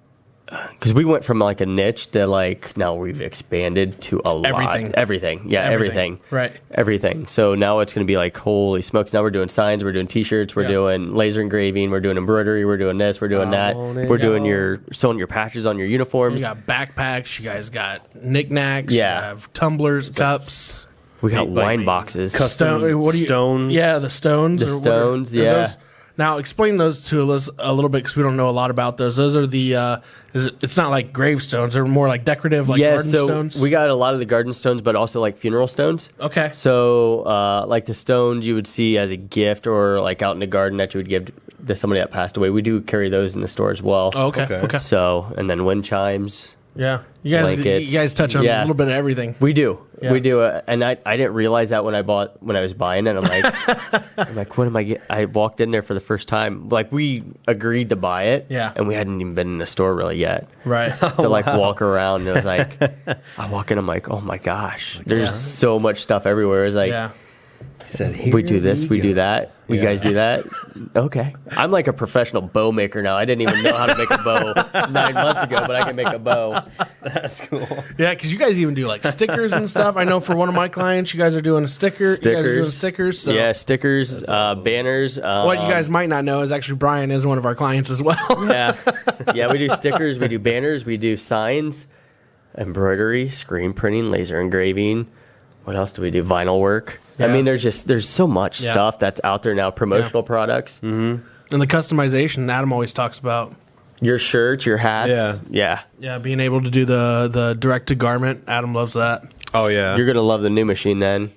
S3: 'cause because we went from like a niche to like now we've expanded to a
S1: Everything.
S3: lot. Everything. Yeah,
S1: Everything.
S3: everything.
S1: Right.
S3: Everything. So now it's going to be like holy smokes. Now we're doing signs, we're doing t-shirts, we're
S1: Yeah.
S3: doing laser engraving, we're doing embroidery, we're doing this, we're doing that.
S2: Own it
S3: We're doing
S2: all.
S3: your sewing your patches on your uniforms.
S1: You got backpacks. You guys got knickknacks.
S3: Yeah.
S1: You have tumblers, cups.
S3: we got
S2: Like
S3: wine boxes.
S2: custom-
S1: Stone, what do you,
S2: stones.
S1: Yeah, the stones.
S3: The
S1: or what are-
S3: stones,
S1: are
S3: yeah.
S1: those- now explain those to us a little bit because we don't know a lot about those. Those are the. Uh, is it, it's not like gravestones; they're more like decorative, like
S3: yeah,
S1: garden
S3: so
S1: stones.
S3: we got a lot of the garden stones, but also like funeral stones.
S1: okay.
S3: So, uh, like the stones you would see as a gift or like out in the garden that you would give to somebody that passed away. We do carry those in the store as well.
S1: Oh, okay. Okay.
S2: okay.
S3: So, and then wind chimes.
S1: Yeah, you guys.
S3: Blankets.
S1: You guys touch on a
S3: Yeah.
S1: little bit of everything.
S3: We do.
S1: Yeah.
S3: We do. Uh, and I, I didn't realize that when I bought, when I was buying it. I'm like, I'm like, what am I get? I walked in there for the first time. Like, we agreed to buy it.
S1: Yeah. Oh,
S3: And we hadn't even been in the store really yet.
S1: Right.
S3: to like walk around. And it was like, I walk in, I'm like, oh my gosh, there's
S1: Yeah.
S3: so much stuff everywhere. It's like,
S1: yeah.
S2: Said, "Here
S3: we do this,
S2: you
S3: we
S2: go."
S3: do that. We
S2: Yeah.
S3: guys do that. Okay. I'm like a professional bow maker now. I didn't even know how to make a bow nine months ago, but I can make a bow.
S2: That's cool.
S1: Yeah, because you guys even do like stickers and stuff. I know for one of my clients, you guys are doing a sticker. You guys are doing
S3: Stickers,
S1: stickers. So.
S3: yeah, stickers, uh, banners. Um,
S1: What you guys might not know is actually Brian is one of our clients as well.
S3: um, yeah, yeah, we do stickers, we do banners, we do signs, embroidery, screen printing, laser engraving. What else do we do? Vinyl work. I
S1: Yeah.
S3: mean, there's just there's so much
S1: Yeah.
S3: stuff that's out there now. Promotional products,
S2: Mm-hmm.
S1: and the customization Adam always talks about.
S3: your shirts, your hats.
S2: Yeah.
S3: yeah.
S1: Yeah, being able to do the the direct to garment. Adam loves that.
S2: Oh yeah.
S3: You're gonna love the new machine then.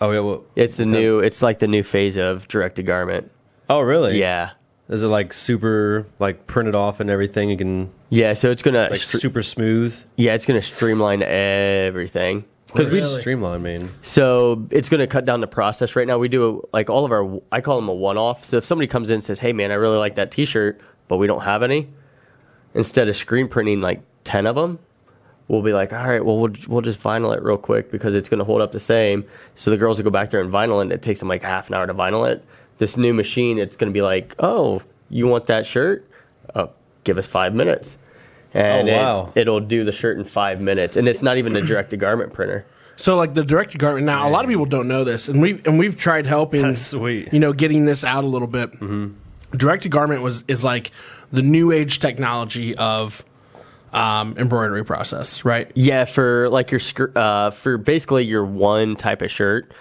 S2: oh yeah. Well,
S3: It's the new. It's like the new phase of direct to garment.
S2: oh really?
S3: Yeah,
S2: Is it like super like printed off and everything? You can
S3: yeah. So it's gonna.
S2: like
S3: str-
S2: super smooth.
S3: yeah, it's gonna streamline everything. Because we.
S1: Really?
S2: streamline, man.
S3: So it's gonna cut down the process. Right now, we do like all of our. I call them a one-off. So if somebody comes in and says, "Hey, man, I really like that T-shirt, but we don't have any," instead of screen printing like ten of them. We'll be like, all right, well, we'll we'll just vinyl it real quick because it's gonna hold up the same. So the girls will go back there and vinyl it. and It takes them like half an hour to vinyl it. This new machine, it's gonna be like, oh, you want that shirt? Oh, give us five minutes, and
S2: Oh,
S3: it-
S2: wow.
S3: it'll do the shirt in five minutes. And it's not even a direct to garment printer.
S1: So like the direct to garment. Now a lot of people don't know this, and we've and we've tried helping.
S2: That's sweet. Mm-hmm.
S1: You know, getting this out a little bit. Direct to garment was is like the new age technology of um, embroidery process, right?
S3: Yeah, for like your scr- uh, for basically your one type of shirt.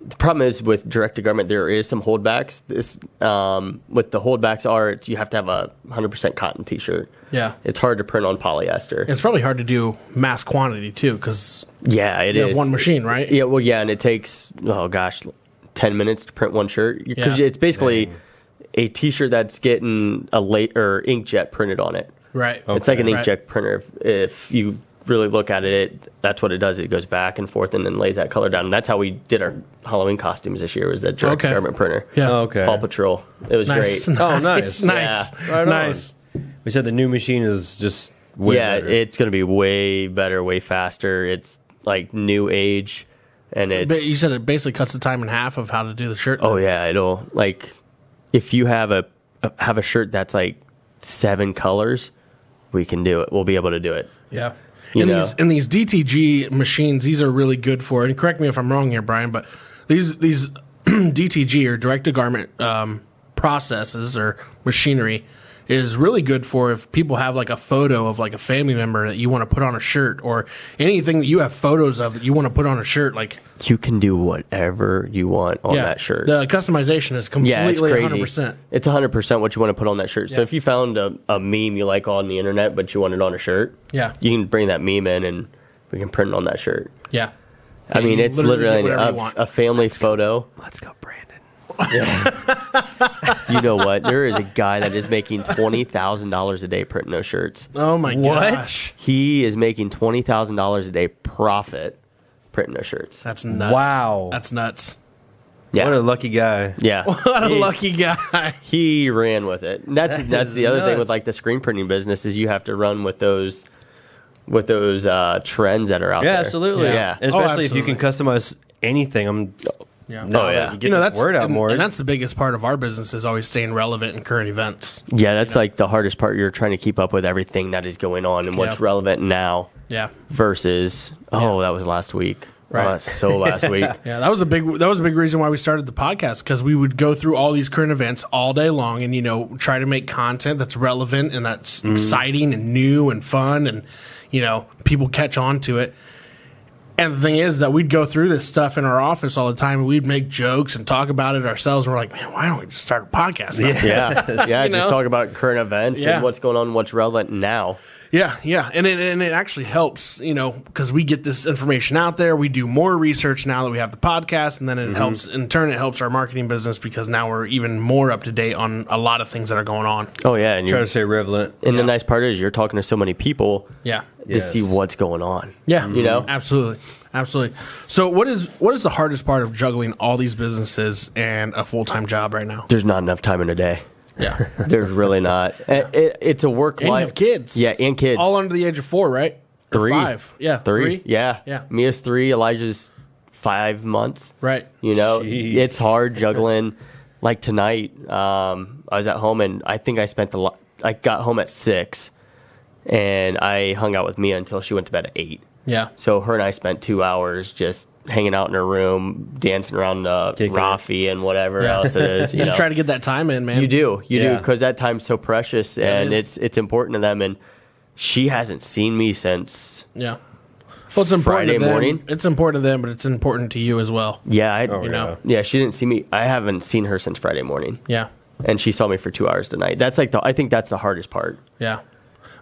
S3: The problem is with direct to garment, there is some holdbacks. This um, with the holdbacks are it's, you have to have a hundred percent cotton T-shirt.
S1: Yeah.
S3: it's hard to print on polyester.
S1: It's probably hard to do mass quantity too, because
S3: yeah, it is
S1: you have one machine, right?
S3: Yeah, well, yeah, and it takes oh gosh, ten minutes to print one shirt because
S1: Yeah.
S3: it's basically a T-shirt that's getting a late or inkjet printed on it.
S1: Right.
S3: It's like an
S1: Okay.
S3: inkjet printer. If, if you really look at it, it, that's what it does. It goes back and forth and then lays that color down. And that's how we did our Halloween costumes this year. Was that direct
S1: Okay.
S3: garment printer?
S1: Yeah.
S2: Oh, okay.
S3: Paw Patrol. It was
S1: Nice.
S3: great.
S2: Oh,
S1: Nice.
S2: nice.
S1: Nice.
S3: Yeah.
S2: Right on.
S1: nice.
S2: We said the new machine is just way
S3: yeah,
S2: better.
S3: it's gonna be way better, way faster. It's like new age, and it's
S1: But you said it basically cuts the time in half of how to do the shirt.
S3: Oh yeah, it'll like if you have a have a shirt that's like seven colors, we can do it. We'll be able to do it.
S1: Yeah.
S3: You
S1: And
S3: know.
S1: these and these DTG machines, these are really good for. And correct me if I'm wrong here, Brian, but these these DTG or direct to garment um, processes or machinery is really good for if people have like a photo of like a family member that you want to put on a shirt or anything that you have photos of that you want to put on a shirt. Like
S3: You can do whatever you want on
S1: yeah,
S3: that shirt.
S1: the customization is
S3: yeah, it's
S1: completely
S3: crazy.
S1: 100%.
S3: It's 100% what you want to put on that shirt.
S1: Yeah.
S3: So if you found a, a meme you like on the internet, but you want it on a shirt,
S1: Yeah.
S3: you can bring that meme in and we can print it on that shirt.
S1: Yeah.
S3: I
S1: Yeah,
S3: mean,
S1: you
S3: it's
S1: literally
S3: literally,
S1: get whatever you
S3: a,
S1: want.
S3: a family photo.
S2: Let's go, Brandon.
S3: You know what? There is a guy that is making $20,000 a day printing those shirts.
S1: Oh my
S2: What?
S1: gosh.
S3: He is making twenty thousand dollars a day profit printing their shirts.
S1: That's nuts.
S2: Wow.
S1: That's nuts.
S3: Yeah,
S2: What a lucky guy.
S3: yeah.
S1: What a
S3: he,
S1: lucky guy.
S3: He ran with it. And that's
S2: That
S3: that's
S2: is
S3: the other thing
S2: nuts.
S3: with like the screen printing business is you have to run with those with those uh, trends that are out
S2: Yeah,
S3: there.
S2: absolutely.
S3: Yeah.
S2: And
S1: Oh,
S2: especially if you can customize anything. I'm.
S1: Yeah.
S2: now
S3: Oh,
S2: that
S3: yeah.
S2: we get
S3: You
S2: this word out
S1: and,
S2: more.
S1: and that's the biggest part of our business is always staying relevant in current events.
S3: Yeah, that's like the hardest part. You're trying to keep up with everything that is going on and what's
S1: Yeah.
S3: relevant now
S1: Yeah,
S3: versus oh, that was last week.
S1: Right.
S3: Oh, that's so last week.
S1: yeah, that was a big that was a big reason why we started the podcast because we would go through all these current events all day long and you know try to make content that's relevant and that's exciting and new and fun and you know people catch on to it. And the thing is that we'd go through this stuff in our office all the time and we'd make jokes and talk about it ourselves. And we're like, man, why don't we just start a podcast? Yeah.
S3: Yeah. Yeah.
S1: know?
S3: Just talk about current events
S1: Yeah.
S3: and what's going on, what's relevant now.
S1: Yeah, yeah, and it, and it actually helps, you know, because we get this information out there. We do more research now that we have the podcast, and then
S3: Mm-hmm.
S1: it helps in turn. It helps our marketing business because now we're even more up to date on a lot of things that are going on.
S3: Oh yeah. And you're
S2: trying to stay relevant.
S3: And the nice part is you're talking to so many people
S1: Yeah,
S3: to see
S2: Yes.
S3: what's going on.
S1: yeah, Mm-hmm.
S3: You know?
S1: absolutely, absolutely. So, what is what is the hardest part of juggling all these businesses and a full time job right now?
S3: There's not enough time in a day.
S1: Yeah,
S3: There's really not. A- it- it's a work
S1: and you
S3: life.
S1: have kids.
S3: Yeah, and kids.
S1: all under the age of four, right? Or
S3: Three.
S1: five. Yeah,
S3: three. Yeah.
S1: Yeah.
S3: Mia's three. Elijah's five months.
S1: right.
S3: You know,
S2: Jeez.
S3: it's hard juggling. like tonight, um, I was at home and I think I spent the lo- I got home at six, and I hung out with Mia until she went to bed at eight.
S1: Yeah,
S3: So her and I spent two hours just hanging out in her room, dancing around uh,
S2: Kicking it.
S3: Rafi and whatever else it is. You, know?
S1: try to get that time in, man.
S3: you do, you do,
S2: Yeah.
S3: because that time's so precious and
S1: is.
S3: it's it's important to them. And she hasn't seen me since.
S1: Yeah. Well, it's important
S3: Friday
S1: to them.
S3: morning?
S1: It's important to them, but it's important to you as well.
S3: Yeah, I,
S2: Oh,
S3: you
S2: yeah.
S3: know, yeah, she didn't see me. I haven't seen her since Friday morning,
S1: Yeah,
S3: and she saw me for two hours tonight. That's like the, I think that's the hardest part.
S1: yeah.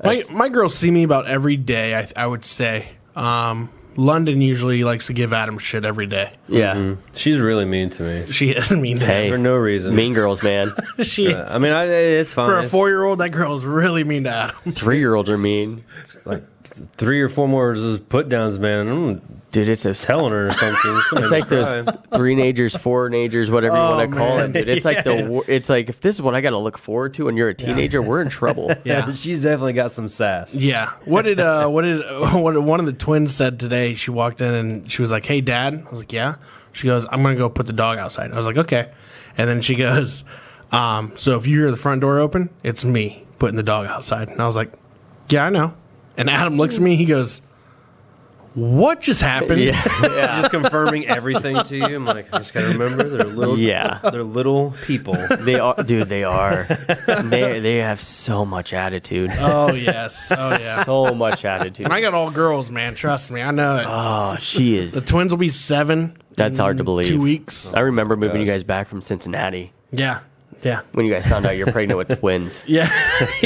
S1: My my girls see me about every day. I I would say. Um, London usually likes to give Adam shit every day.
S3: Yeah,
S2: She's really mean to me
S1: She is mean. To
S3: Hey.
S1: him.
S2: for no reason.
S3: mean girls, man.
S1: she is.
S2: I mean, I, it's fine.
S1: for a
S2: It's
S1: four year old, that girl is really mean to Adam.
S3: Three year olds are mean,
S2: like three or four more put downs, man. I'm
S3: dude. It's a hell.
S2: telling her or something.
S3: It's like those three nagers, four nagers, whatever you
S1: Oh,
S3: want to call
S1: man.
S3: them. Dude. It's like the wor- it's like if this is what I got to look forward to when you're a teenager, we're in trouble.
S1: Yeah.
S2: she's definitely got some sass.
S1: Yeah. What did uh what did what did one of the twins said today? She walked in and she was like, "Hey, Dad." I was like, "Yeah." She goes, "I'm gonna go put the dog outside." I was like, "Okay." And then she goes, um, "So if you hear the front door open, it's me putting the dog outside." And I was like, "Yeah, I know." And Adam looks at me. He goes, "What just happened?"
S3: Yeah,
S2: Just confirming everything to you. I'm like, I just gotta remember they're little.
S3: Yeah.
S2: they're little people.
S3: they are, dude. They are. They they have so much attitude.
S1: Oh yes. Oh yeah.
S3: So much attitude.
S1: I got all girls, man. Trust me, I know it.
S3: Oh, she
S1: the
S3: is.
S1: twins will be seven.
S3: That's hard to
S1: in
S3: believe. Uh,
S1: Two weeks.
S3: I remember moving you
S2: gosh.
S3: guys back from Cincinnati
S1: Yeah. Yeah.
S3: when you guys found out you're pregnant with twins.
S1: Yeah.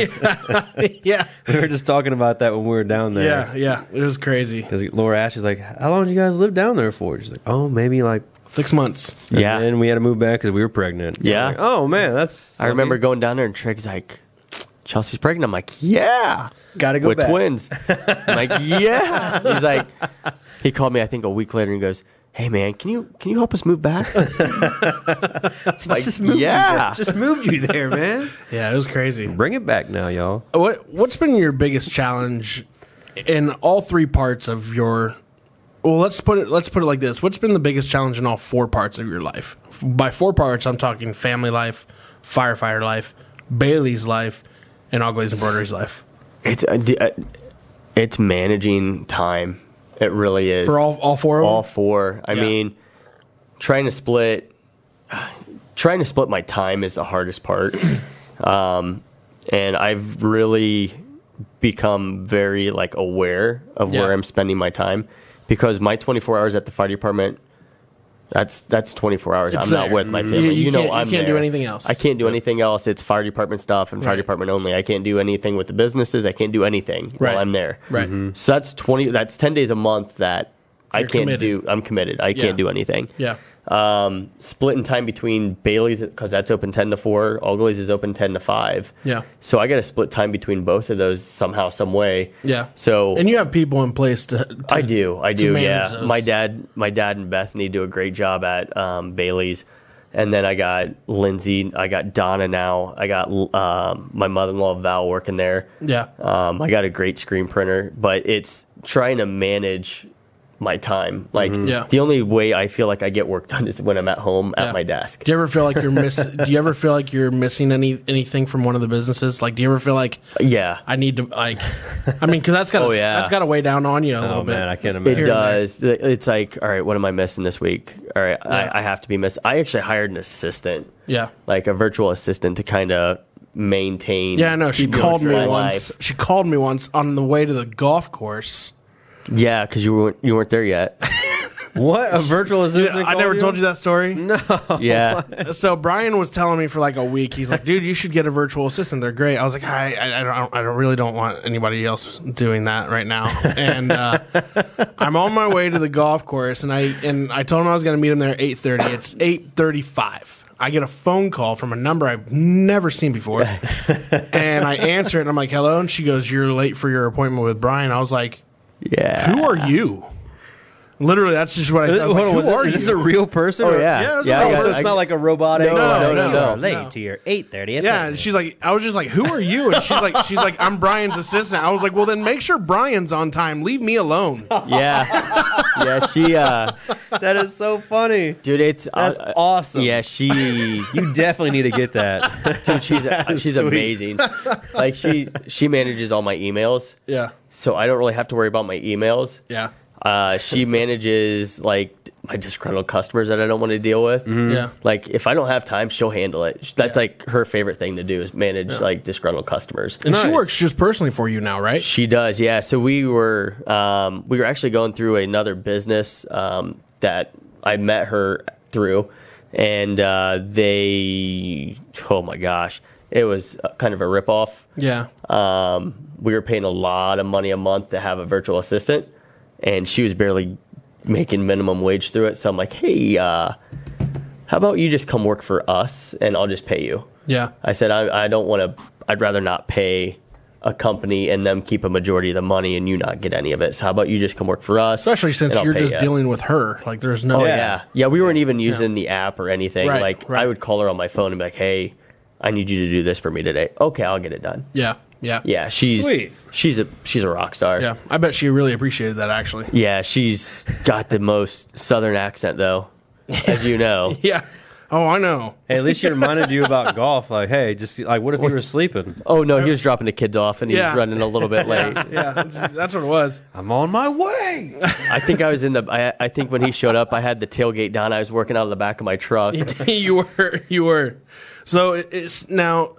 S1: yeah.
S2: We were just talking about that when we were down there.
S1: Yeah, yeah, it was crazy.
S2: Because Laura Ash is like, how long did you guys live down there for? She's like, oh, maybe like.
S1: Six months.
S2: And
S3: Yeah.
S2: then we had to move back because we were pregnant.
S3: Yeah.
S2: I'm like, oh man, that's.
S3: I remember going down there and Trig's like, Chelsea's pregnant. I'm like, yeah.
S2: Gotta go
S3: with
S2: back.
S3: twins. I'm like, yeah. He's like, he called me, I think a week later and he goes, "Hey man, can you can you help us move back?"
S2: I just moved you
S3: yeah.
S2: there. Just moved you there, man.
S1: Yeah, it was crazy.
S2: Bring it back now, y'all.
S1: What what's been your biggest challenge in all three parts of your well let's put it let's put it like this. What's been the biggest challenge in all four parts of your life? By four parts I'm talking family life, firefighter life, Bailey's life, and all glaze embroidery's life.
S3: it's uh, d- uh, it's managing time. It really is
S1: For all all four of them?
S3: all four. I
S1: Yeah.
S3: mean, trying to split, trying to split my time is the hardest part. um, and I've really become very like aware of
S1: Yeah.
S3: where I'm spending my time because my 24 hours at the fire department. That's that's 24 hours.
S1: It's
S3: I'm not
S1: there.
S3: with my
S1: Mhm.
S3: family.
S1: You- you
S3: know
S1: can't- you
S3: I'm
S1: can't do
S3: there.
S1: anything else.
S3: I can't do anything else. It's fire department stuff and fire
S1: Right.
S3: department only. I can't do anything with the businesses. I can't do anything
S1: Right.
S3: while I'm there. Mm-hmm.
S1: Right.
S3: So that's twenty. That's ten days a month that I
S1: You're
S3: can't
S1: committed.
S3: do. I'm committed. I
S1: Yeah.
S3: can't do anything.
S1: Yeah.
S3: Um, splitting time between Bailey's because that's open ten to four. Ogley's is open ten to five.
S1: Yeah.
S3: So I got to split time between both of those somehow, some way.
S1: Yeah.
S3: So
S1: and you have people in place to, to
S3: I do. I do.
S1: manage
S3: Yeah.
S1: those.
S3: My dad, my dad and Bethany do a great job at um, Bailey's, and then I got Lindsay. I got Donna now. I got um, my mother-in-law Val working there.
S1: Yeah.
S3: Um, I got a great screen printer, but it's trying to manage my time. Like
S1: Mm-hmm. Yeah.
S3: the only way I feel like I get work done is when I'm at home at
S1: Yeah.
S3: my desk.
S1: Do you ever feel like you're miss do you ever feel like you're missing any anything from one of the businesses? Like do you ever feel like
S3: Yeah.
S1: I need to like I mean cuz that's got to
S3: Oh, yeah.
S1: that's got to weigh down on you a
S2: Oh
S1: little bit.
S2: man, I can't
S3: It
S2: imagine.
S3: does. It's like, all right, what am I missing this week? All right, I, I have to be missing. I actually hired an assistant.
S1: yeah.
S3: like a virtual assistant to kind of maintain.
S1: Yeah, I know. She
S3: keep
S1: called me
S3: my
S1: once. She called me once on the way to the golf course.
S3: life. Yeah, because you weren't you weren't there yet.
S2: What a virtual assistant!
S1: I never told you that story. No.
S3: Yeah,
S1: So Brian was telling me for like a week. He's like, "Dude, you should get a virtual assistant. They're great." I was like, "I, I, I don't, I don't really don't want anybody else doing that right now." And uh, I'm on my way to the golf course, and I and I told him I was going to meet him there at 8:30. It's 8:35. I get a phone call from a number I've never seen before, and I answer it. and I'm like, "Hello," and she goes, "You're late for your appointment with Brian." I was like.
S3: yeah.
S1: Who are you? Literally, that's just what I said. I was
S2: Hold
S1: like,
S2: on,
S1: who
S2: was it-
S1: are
S2: is
S1: you?
S2: this a real person?
S3: Oh,
S2: or-
S3: yeah.
S1: Yeah, it was
S3: yeah,
S1: a
S3: I
S2: Oh,
S1: real
S3: got-
S2: so it's
S3: I-
S2: not like a robotic.
S3: No,
S1: no, no, no.
S2: Late
S1: no.
S2: to your eight thirty.
S1: yeah, and she's like, I was just like, who are you? And she's like, she's like, I'm Brian's assistant. I was like, well, then make sure Brian's on time. Leave me alone.
S3: yeah, yeah. She, uh,
S2: that is so funny.
S3: dude, it's
S2: That's
S3: uh,
S2: awesome.
S3: Yeah, she,
S2: You definitely need to get that.
S3: dude, she's uh, she's
S2: Sweet.
S3: amazing. Like she she manages all my emails,
S1: Yeah,
S3: so I don't really have to worry about my emails.
S1: yeah,
S3: Uh, she manages like my disgruntled customers that I don't want to deal with.
S1: yeah.
S3: Like if I don't have time, she'll handle it.
S1: Mm-hmm.
S3: That's
S1: Yeah.
S3: like her favorite thing to do is manage like disgruntled customers.
S1: And she
S2: Nice.
S1: works just personally for you now, right?
S3: She does, yeah. So we were um, we were actually going through another business um, that I met her through, and uh, they oh my gosh, it was uh, kind of a ripoff.
S1: Yeah,
S3: Um, we were paying a lot of money a month to have a virtual assistant, and she was barely making minimum wage through it. So I'm like, hey, uh, how about you just come work for us, and I'll just pay you.
S1: yeah,
S3: I said, I, I don't want to, I'd rather not pay a company and them keep a majority of the money and you not get any of it. So how about you just come work for us?
S1: especially since
S3: and I'll
S1: you're
S3: pay
S1: just
S3: ya."
S1: dealing with her. Like, there's no.
S3: Oh, yeah. yeah. we weren't even using the app or anything.
S1: Right,
S3: like,
S1: right.
S3: I would call her on my phone and be like, hey, I need you to do this for me today. Okay, I'll get it done.
S1: yeah, yeah,
S3: Yeah, she's
S2: Sweet.
S3: she's a she's a rock star.
S1: yeah. I bet she really appreciated that, actually.
S3: Yeah, she's got the most southern accent though, as you know.
S1: Yeah. Oh, I know.
S2: Hey, at least she reminded you about golf. Like, hey, just like, what if you were sleeping?
S3: Oh no, he was dropping the kids off and he
S1: Yeah.
S3: was running a little bit late.
S1: Yeah, that's that's what it was.
S2: I'm on my way.
S3: I think I was in the. I, I think when he showed up, I had the tailgate down. I was working out of the back of my truck.
S1: you were you were so it- it's now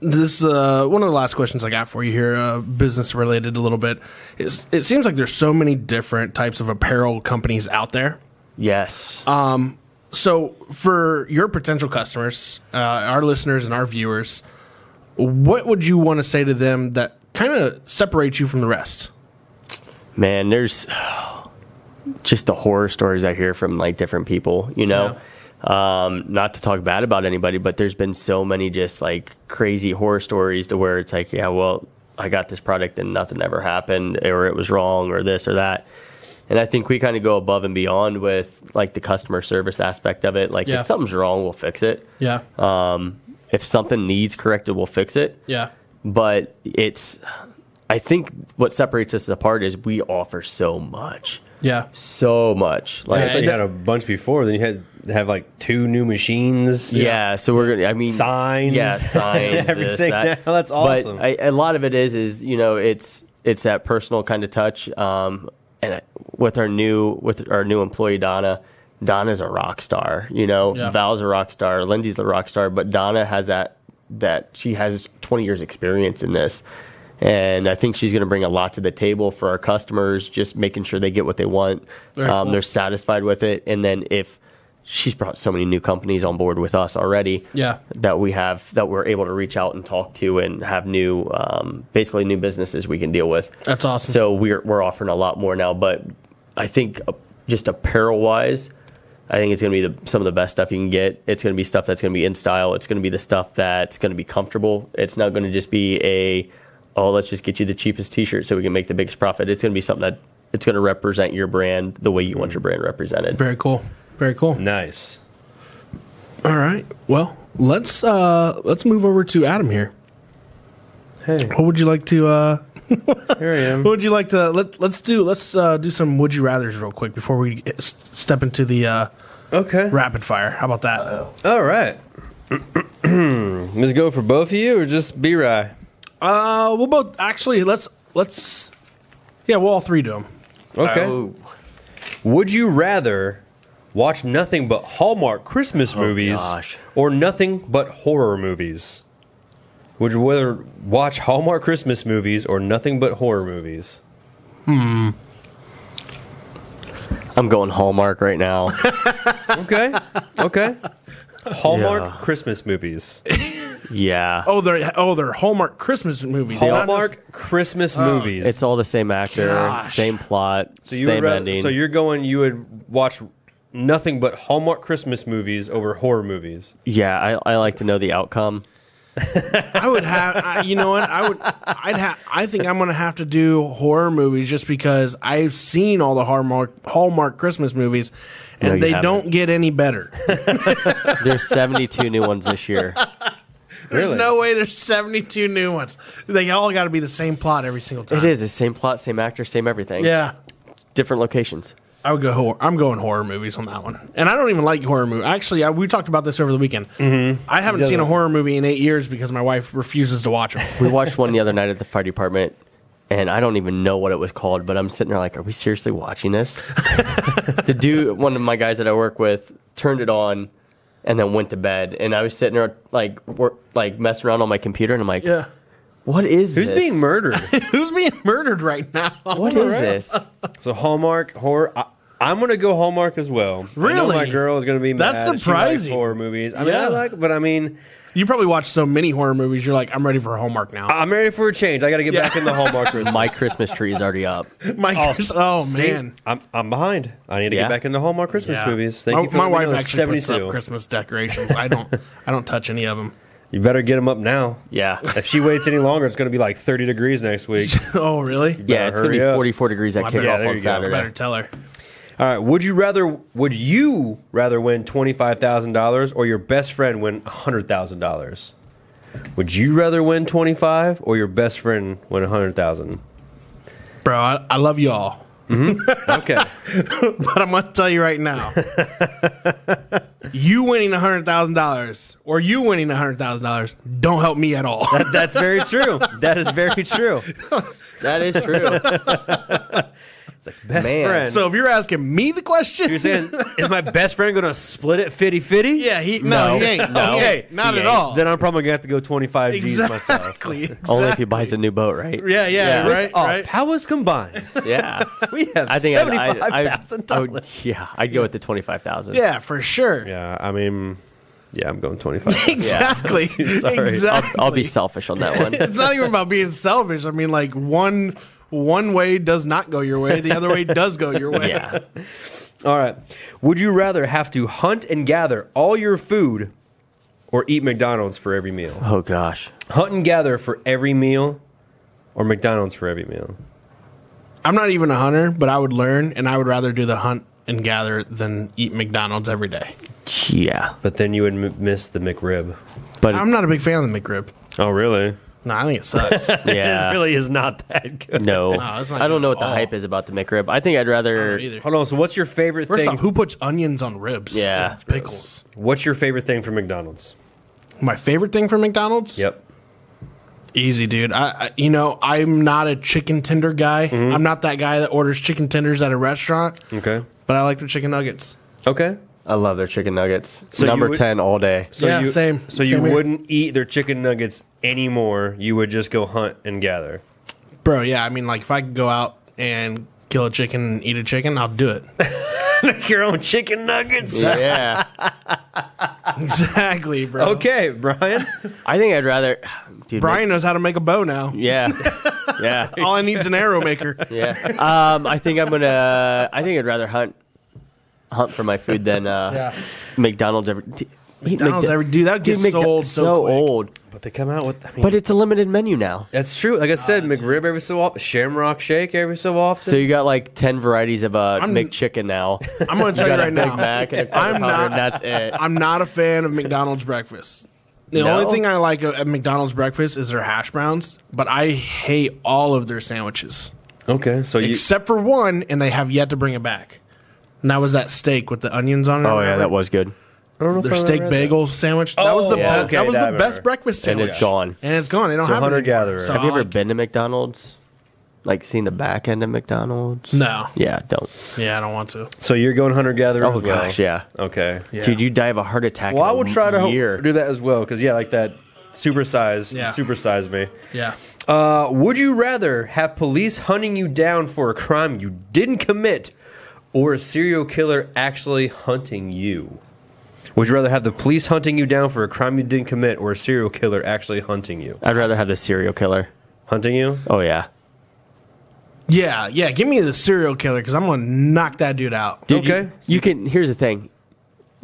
S1: this uh one of the last questions i got for you here uh business related a little bit is it seems like there's so many different types of apparel companies out there
S3: Yes.
S1: so for your potential customers uh our listeners and our viewers what would you want to say to them that kind of separates you from the rest
S3: Man, there's just the horror stories I hear from like different people. You know, um, not to talk bad about anybody, but there's been so many just like crazy horror stories to where it's like, yeah, well, I got this product and nothing ever happened, or it was wrong, or this or that. And I think we kind of go above and beyond with like the customer service aspect of it. Like
S1: Yeah.
S3: if something's wrong, we'll fix it.
S1: Yeah.
S3: Um, if something needs corrected, we'll fix it.
S1: yeah.
S3: But it's, I think what separates us apart is we offer so much,
S1: Yeah.
S3: so much.
S2: I
S3: Like
S2: thought you had a bunch before. Then you had have like two new machines.
S3: Yeah. so we're gonna. I mean,
S2: Signs.
S3: yeah, signs,
S2: Everything.
S3: This, that.
S2: Now that's awesome.
S3: But I, a lot of it is, is you know, it's it's that personal kind of touch. Um, and I, with our new with our new employee Donna, Donna's a rock star. You know,
S1: Yeah.
S3: Val's a rock star, Lindsay's a rock star, but Donna has that that she has 20 years experience in this. And I think she's going to bring a lot to the table for our customers, just making sure they get what they want.
S1: Very
S3: um,
S1: cool.
S3: They're satisfied with it. And then if she's brought so many new companies on board with us already,
S1: Yeah.
S3: that we have that we're able to reach out and talk to and have new, um, basically new businesses we can deal with.
S1: That's awesome.
S3: So we're we're offering a lot more now, but I think uh, just apparel wise, I think it's going to be the, some of the best stuff you can get. It's going to be stuff that's going to be in style. It's going to be the stuff that's going to be comfortable. It's not going to just be a oh let's just get you the cheapest T-shirt so we can make the biggest profit. It's going to be something that it's going to represent your brand the way you want
S1: Mm.
S3: your brand represented.
S1: Very cool. Very cool.
S2: nice.
S1: All right. Well, let's uh let's move over to Adam here.
S2: Hey,
S1: What would you like to uh
S2: here I am.
S1: what would you like to let let's do let's uh do some would you rather's real quick before we get, s- step into the uh
S2: Okay.
S1: rapid fire. How about that?
S2: All right. Let's go for both of you, or just B Rye.
S1: Uh we'll both actually let's let's yeah, we'll all three do them.
S2: Okay.
S3: Oh,
S2: Would you rather watch nothing but Hallmark Christmas movies
S3: Oh, gosh.
S2: or nothing but horror movies? Would you rather watch Hallmark Christmas movies or nothing but horror movies?
S3: I'm going Hallmark right now.
S2: Okay. okay. Hallmark
S3: Yeah.
S2: Christmas movies.
S3: yeah.
S1: Oh, they're oh, they're Hallmark Christmas movies. not
S2: Hallmark Christmas movies.
S3: Oh. It's all the same actor,
S1: Gosh.
S3: same plot,
S2: so you
S3: same
S2: would rather,
S3: ending.
S2: So you're going you would watch nothing but Hallmark Christmas movies over horror movies.
S3: yeah, I, I like to know the outcome.
S1: I would have. I, you know what? I would. I'd have. I think I'm gonna have to do horror movies just because I've seen all the Hallmark Hallmark Christmas movies, and
S3: No, you
S1: they
S3: haven't.
S1: don't get any better.
S3: There's 72 new ones this year.
S1: There's
S2: Really?
S1: no way. There's 72 new ones. They all got to be the same plot every single time.
S3: It is the same plot, same actor, same everything.
S1: Yeah.
S3: different locations.
S1: I would go. Horror. I'm going horror movies on that one, and I don't even like horror movies. Actually, I, we talked about this over the weekend.
S2: Mm-hmm.
S1: I haven't seen a horror movie in eight years because my wife refuses to watch them.
S3: We watched one the other night at the fire department, and I don't even know what it was called, but I'm sitting there like, are we seriously watching this? the dude, one of my guys that I work with, turned it on and then went to bed, and I was sitting there like work, like messing around on my computer, and I'm like,
S1: yeah.
S3: what is
S2: Who's
S3: this?
S2: being murdered?
S1: Who's being murdered right now?
S3: What is this?
S2: So Hallmark horror. I, I'm gonna go Hallmark as well. I know
S1: Really?
S2: my girl is gonna be mad.
S1: That's
S2: She likes
S1: surprising.
S2: horror movies. I mean,
S1: Yeah.
S2: I like, but I mean,
S1: You probably watch so many horror movies. You're like, I'm ready for Hallmark now.
S2: I'm ready for a change. I got to get back in the Hallmark Christmas.
S3: My Christmas tree is already up.
S1: My Chris- oh
S2: See,
S1: man,
S2: I'm, I'm behind. I need to
S3: Yeah.
S2: get back into Hallmark Christmas
S1: Yeah.
S2: movies. Thank
S1: my,
S2: you for
S1: my
S2: letting me
S1: wife
S2: know.
S1: actually puts up Christmas decorations. I don't, I don't touch any of them.
S2: You better get them up now.
S3: Yeah.
S2: If she waits any longer, it's gonna be like 30 degrees next week.
S1: Oh really?
S3: Yeah, it's gonna
S2: hurry
S3: be
S2: up.
S3: 44 degrees at
S1: Well, I
S3: kickoff
S1: better-
S2: Yeah, there
S3: on
S2: you go.
S3: Saturday.
S1: Better tell her.
S2: All right. Would you rather? Would you rather win twenty five thousand dollars or your best friend win hundred thousand dollars? Would you rather win twenty five or your best friend win a hundred thousand?
S1: Bro, I, I love y'all,
S2: Okay.
S1: but I'm gonna tell you right now. you winning hundred thousand dollars or you winning hundred thousand dollars don't help me at all.
S2: That's very true. That is very true.
S3: That is true.
S2: Best
S3: Man.
S2: friend. So
S1: so if you're asking me the question,
S2: you're saying, is my best friend going to split it 50 50?
S1: yeah, he no, he ain't. he ain't. not at all.
S2: Then I'm probably going to have to go 25 G's myself.
S1: exactly.
S3: Only if he buys a new boat, right?
S1: Yeah, yeah,
S3: Yeah.
S1: right,
S2: All
S1: right.
S2: Oh, powers combined.
S3: Yeah.
S2: We have
S3: I think I, I, I, I
S2: $75,000.
S3: would, yeah, I'd go with the 25,000.
S1: Yeah, for sure.
S2: Yeah, I mean, yeah, I'm going 25.
S1: Exactly.
S2: Sorry. I'll-
S1: Exactly.
S3: I'll, I'll be selfish on that one.
S1: it's not even about being selfish. I mean, like one one way does not go your way, the other way does go your way.
S3: Yeah.
S2: All right. Would you rather have to hunt and gather all your food or eat McDonald's for every meal?
S3: Oh gosh.
S2: Hunt and gather for every meal or McDonald's for every meal?
S1: I'm not even a hunter, but I would learn, and I would rather do the hunt and gather than eat McDonald's every day.
S3: Yeah,
S2: But then you would m- miss the McRib.
S3: but
S1: I'm not a big fan of the McRib.
S2: Oh, really?
S1: No, I think it sucks.
S3: yeah,
S2: It really is not that good.
S3: no.
S1: No, it's not
S3: I don't know
S1: good
S3: what
S1: at
S3: the
S1: all.
S3: hype is about the McRib. I think I'd rather.
S1: either.
S2: Hold on. So, what's your favorite
S1: First
S2: thing?
S1: off, who puts onions on ribs?
S3: Yeah.
S1: It's pickles.
S2: what's your favorite thing from McDonald's?
S1: My favorite thing from McDonald's.
S2: Yep.
S1: Easy, dude. I, I you know I'm not a chicken tender guy.
S2: Mm-hmm.
S1: I'm not that guy that orders chicken tenders at a restaurant.
S2: Okay.
S1: But I like the chicken nuggets.
S2: Okay.
S3: I love their chicken nuggets.
S2: So
S3: Number
S2: you would-
S3: ten all day.
S2: So
S1: Yeah,
S2: you,
S1: same.
S2: So
S1: Same
S2: you
S1: here.
S2: wouldn't eat their chicken nuggets anymore. You would just go hunt and gather.
S1: Bro, yeah. I mean, like if I could go out and kill a chicken and eat a chicken, I'll do it.
S2: Make your own chicken nuggets.
S3: Yeah,
S1: exactly, bro.
S2: Okay, Brian.
S3: I think I'd rather. Dude,
S1: Brian knows how to make a bow now.
S3: Yeah, yeah,
S1: All I need's an arrow maker.
S3: yeah. Um, I think I'm gonna. I think I'd rather hunt, hunt for my food than uh, McDonald's every. T- eat
S1: McDonald's
S3: McDo-
S1: every dude that gets
S3: Dude, McDo-
S1: sold so, quick.
S3: old,
S2: But they come out with. I mean,
S3: but it's a limited menu now.
S2: that's true. Like I said, McRib every so often, Shamrock Shake every so often.
S3: So you got like ten varieties of uh,
S1: I'm-
S3: McChicken now. You
S1: I'm gonna tell you
S3: got a
S1: right
S3: Big
S1: now.
S3: Mac and a quarter
S1: I'm
S3: pounder, and
S1: not-
S3: that's it.
S1: I'm not a fan of McDonald's breakfast. The
S3: No?
S1: only thing I like at McDonald's breakfast is their hash browns, but I hate all of their sandwiches
S2: okay, so you.
S1: except for one, and they have yet to bring it back. And that was that steak with the onions on it.
S3: Oh yeah,
S1: remember?
S3: that was good.
S2: I don't know if
S1: their
S2: I remember
S1: steak
S2: that.
S1: bagel sandwich. that was the
S2: Oh, yeah.
S1: best,
S2: okay,
S1: that was
S2: that I
S1: the best
S2: remember.
S1: breakfast
S3: And
S1: sandwich,
S3: it's gone.
S1: And it's gone. They don't
S2: So
S1: have it anymore.
S2: hunter-gatherer.
S1: So
S2: Have
S3: Have you
S1: I
S3: ever
S1: like-
S3: been to McDonald's? Like seen the back end of McDonald's?
S1: No.
S3: Yeah, don't.
S1: Yeah, I don't want to.
S2: So you're going hunter gatherer.
S3: Oh gosh, yeah.
S2: Okay.
S3: Dude, you die of a heart attack.
S2: Well,
S3: in
S2: I
S3: a
S2: will try to ho-
S3: year.
S2: do that as well because yeah, like that supersize,
S1: Yeah.
S2: supersize me.
S1: Yeah.
S2: Uh, would you rather have police hunting you down for a crime you didn't commit, or a serial killer actually hunting you? Would you rather have the police hunting you down for a crime you didn't commit, or a serial killer actually hunting you?
S3: I'd rather have the serial killer.
S2: Hunting you?
S3: Oh yeah,
S1: Yeah, yeah. Give me the serial killer because I'm gonna knock that dude out.
S3: dude. you-
S2: Okay.
S3: You, can. Here's the thing.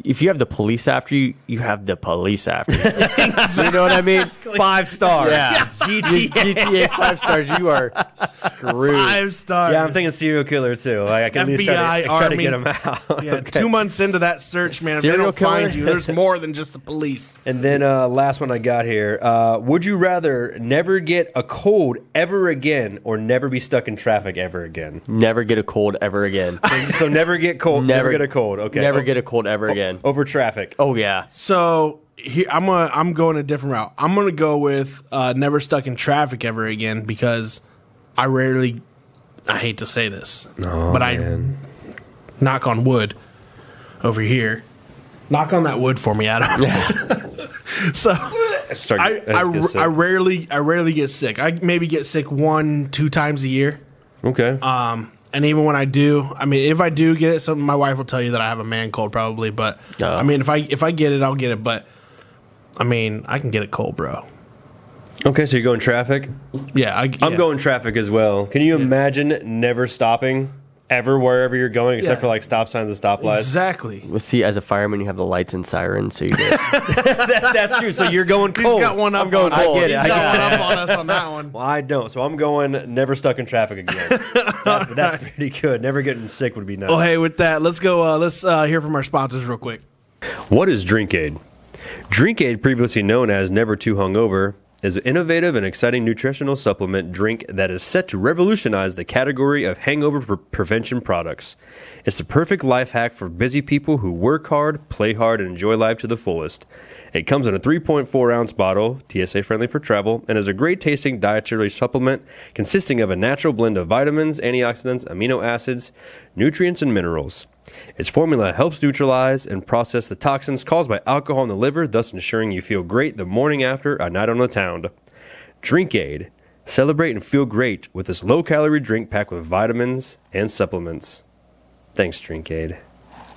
S3: If you have the police after you, you have the police after you. You know what I mean?
S2: Five stars.
S3: Yeah. GTA. GTA five stars. You are screwed.
S1: Five stars.
S2: Yeah, I'm thinking serial killer too. Like, I can at least try to,
S1: FBI,
S2: try to
S1: Army.
S2: get him out.
S1: Yeah,
S2: Okay.
S1: two months into that search, man, if they
S3: Serial
S1: don't
S3: killer?
S1: find you, there's more than just the police.
S2: And then uh, last one I got here. Uh, would you rather never get a cold ever again, or never be stuck in traffic ever again?
S3: Never get a cold ever again.
S2: So never get cold. never,
S3: Never-
S2: get a cold. Okay.
S3: Never
S2: O-
S3: get a cold ever again.
S2: over traffic.
S3: Oh yeah.
S1: So here, I'm gonna, I'm going a different route. I'm gonna go with uh, never stuck in traffic ever again because I rarely. I hate to say this, but
S3: Oh,
S1: I knock on wood over here. Knock on that wood for me, Adam. so
S2: I start,
S1: I,
S2: I
S1: I,
S2: just get sick.
S1: I rarely I rarely get sick. I maybe get sick one two times a year.
S2: okay.
S1: Um, and even when I do, I mean, if I do get it, some my wife will tell you that I have a man cold probably. But
S3: Oh.
S1: I mean, if I if I get it, I'll get it. But I mean, I can get it cold, bro.
S2: okay. So you're going traffic.
S1: Yeah, I,
S2: I'm going traffic as well. Can you imagine never stopping ever wherever you're going except
S1: Yeah.
S2: for like stop signs and stoplights?
S1: exactly.
S3: Well, see, as a fireman, you have the lights and sirens, so you get
S2: That's true. So you're going
S1: He's
S2: cold.
S1: got one up. on
S2: I
S1: us.
S2: get it.
S1: He's
S2: I
S1: got
S2: get it.
S1: one up on us on that one.
S2: Well, I don't. So I'm going never stuck in traffic again. that's, that's pretty good. Never getting sick would be nice.
S1: Well, hey, with that, let's go. Uh, let's uh, hear from our sponsors real quick.
S2: What is DrinkAid? DrinkAid, previously known as Never Too Hungover, is an innovative and exciting nutritional supplement drink that is set to revolutionize the category of hangover pre- prevention products. It's the perfect life hack for busy people who work hard, play hard, and enjoy life to the fullest. It comes in a 3.4 ounce bottle, TSA friendly for travel, and is a great tasting dietary supplement consisting of a natural blend of vitamins, antioxidants, amino acids, nutrients, and minerals. Its formula helps neutralize and process the toxins caused by alcohol in the liver, thus ensuring you feel great the morning after a night on the town. Drink Aid. Celebrate and feel great with this low calorie drink packed with vitamins and supplements. Thanks, Drink Aid.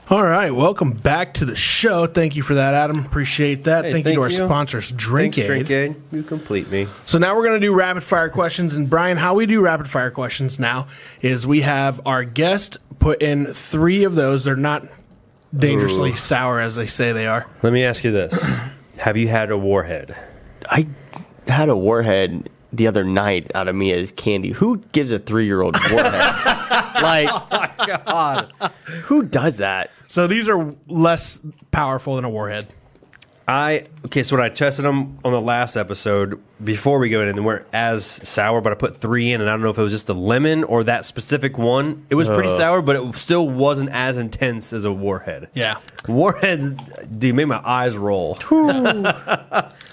S1: All right, welcome back to the show. Thank you for that, Adam. Appreciate that.
S2: Hey,
S1: thank,
S2: thank
S1: you to our
S2: you.
S1: sponsors, Drink Aid.
S2: Aid. You complete me.
S1: So now we're going to do rapid fire questions. And Brian, how we do rapid fire questions now is we have our guest put in three of those. They're not dangerously sour as they say they are.
S2: Let me ask you this Have you had a warhead?
S3: I had a warhead the other night out of me is candy. Who gives a three year old warheads? like,
S2: God.
S3: who does that?
S1: So these are less powerful than a warhead.
S2: I okay. So when I tested them on the last episode before we go in, and they weren't as sour, but I put three in, and I don't know if it was just the lemon or that specific one. It was pretty
S3: Ugh.
S2: sour, but it still wasn't as intense as a warhead.
S1: Yeah.
S2: Warheads, dude, made my eyes roll.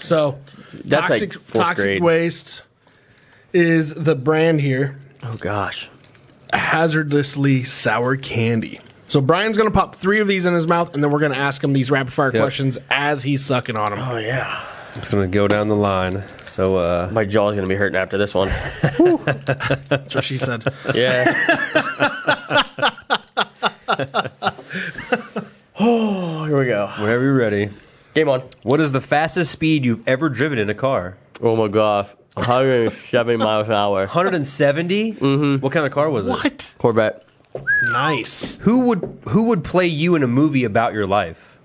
S1: So
S3: That's like
S1: toxic
S3: fourth
S1: toxic
S3: grade.
S1: waste is the brand here.
S3: Oh, gosh.
S1: Hazardously sour candy. So Brian's gonna pop three of these in his mouth, and then we're gonna ask him these rapid fire
S2: Yep.
S1: questions as he's sucking on them.
S3: Oh, yeah.
S2: I'm just gonna go down the line. So uh,
S3: My jaw's going to be hurting after this one.
S1: That's what she said.
S3: Yeah. oh, here we go.
S2: whenever you're ready,
S3: Game on.
S2: what is the fastest speed you've ever driven in a car?
S3: Oh, my gosh. 170 miles an hour.
S2: 170. Mm-hmm. What kind of car was it?
S1: what?
S3: Corvette.
S1: Nice.
S2: Who would who would play you in a movie about your life?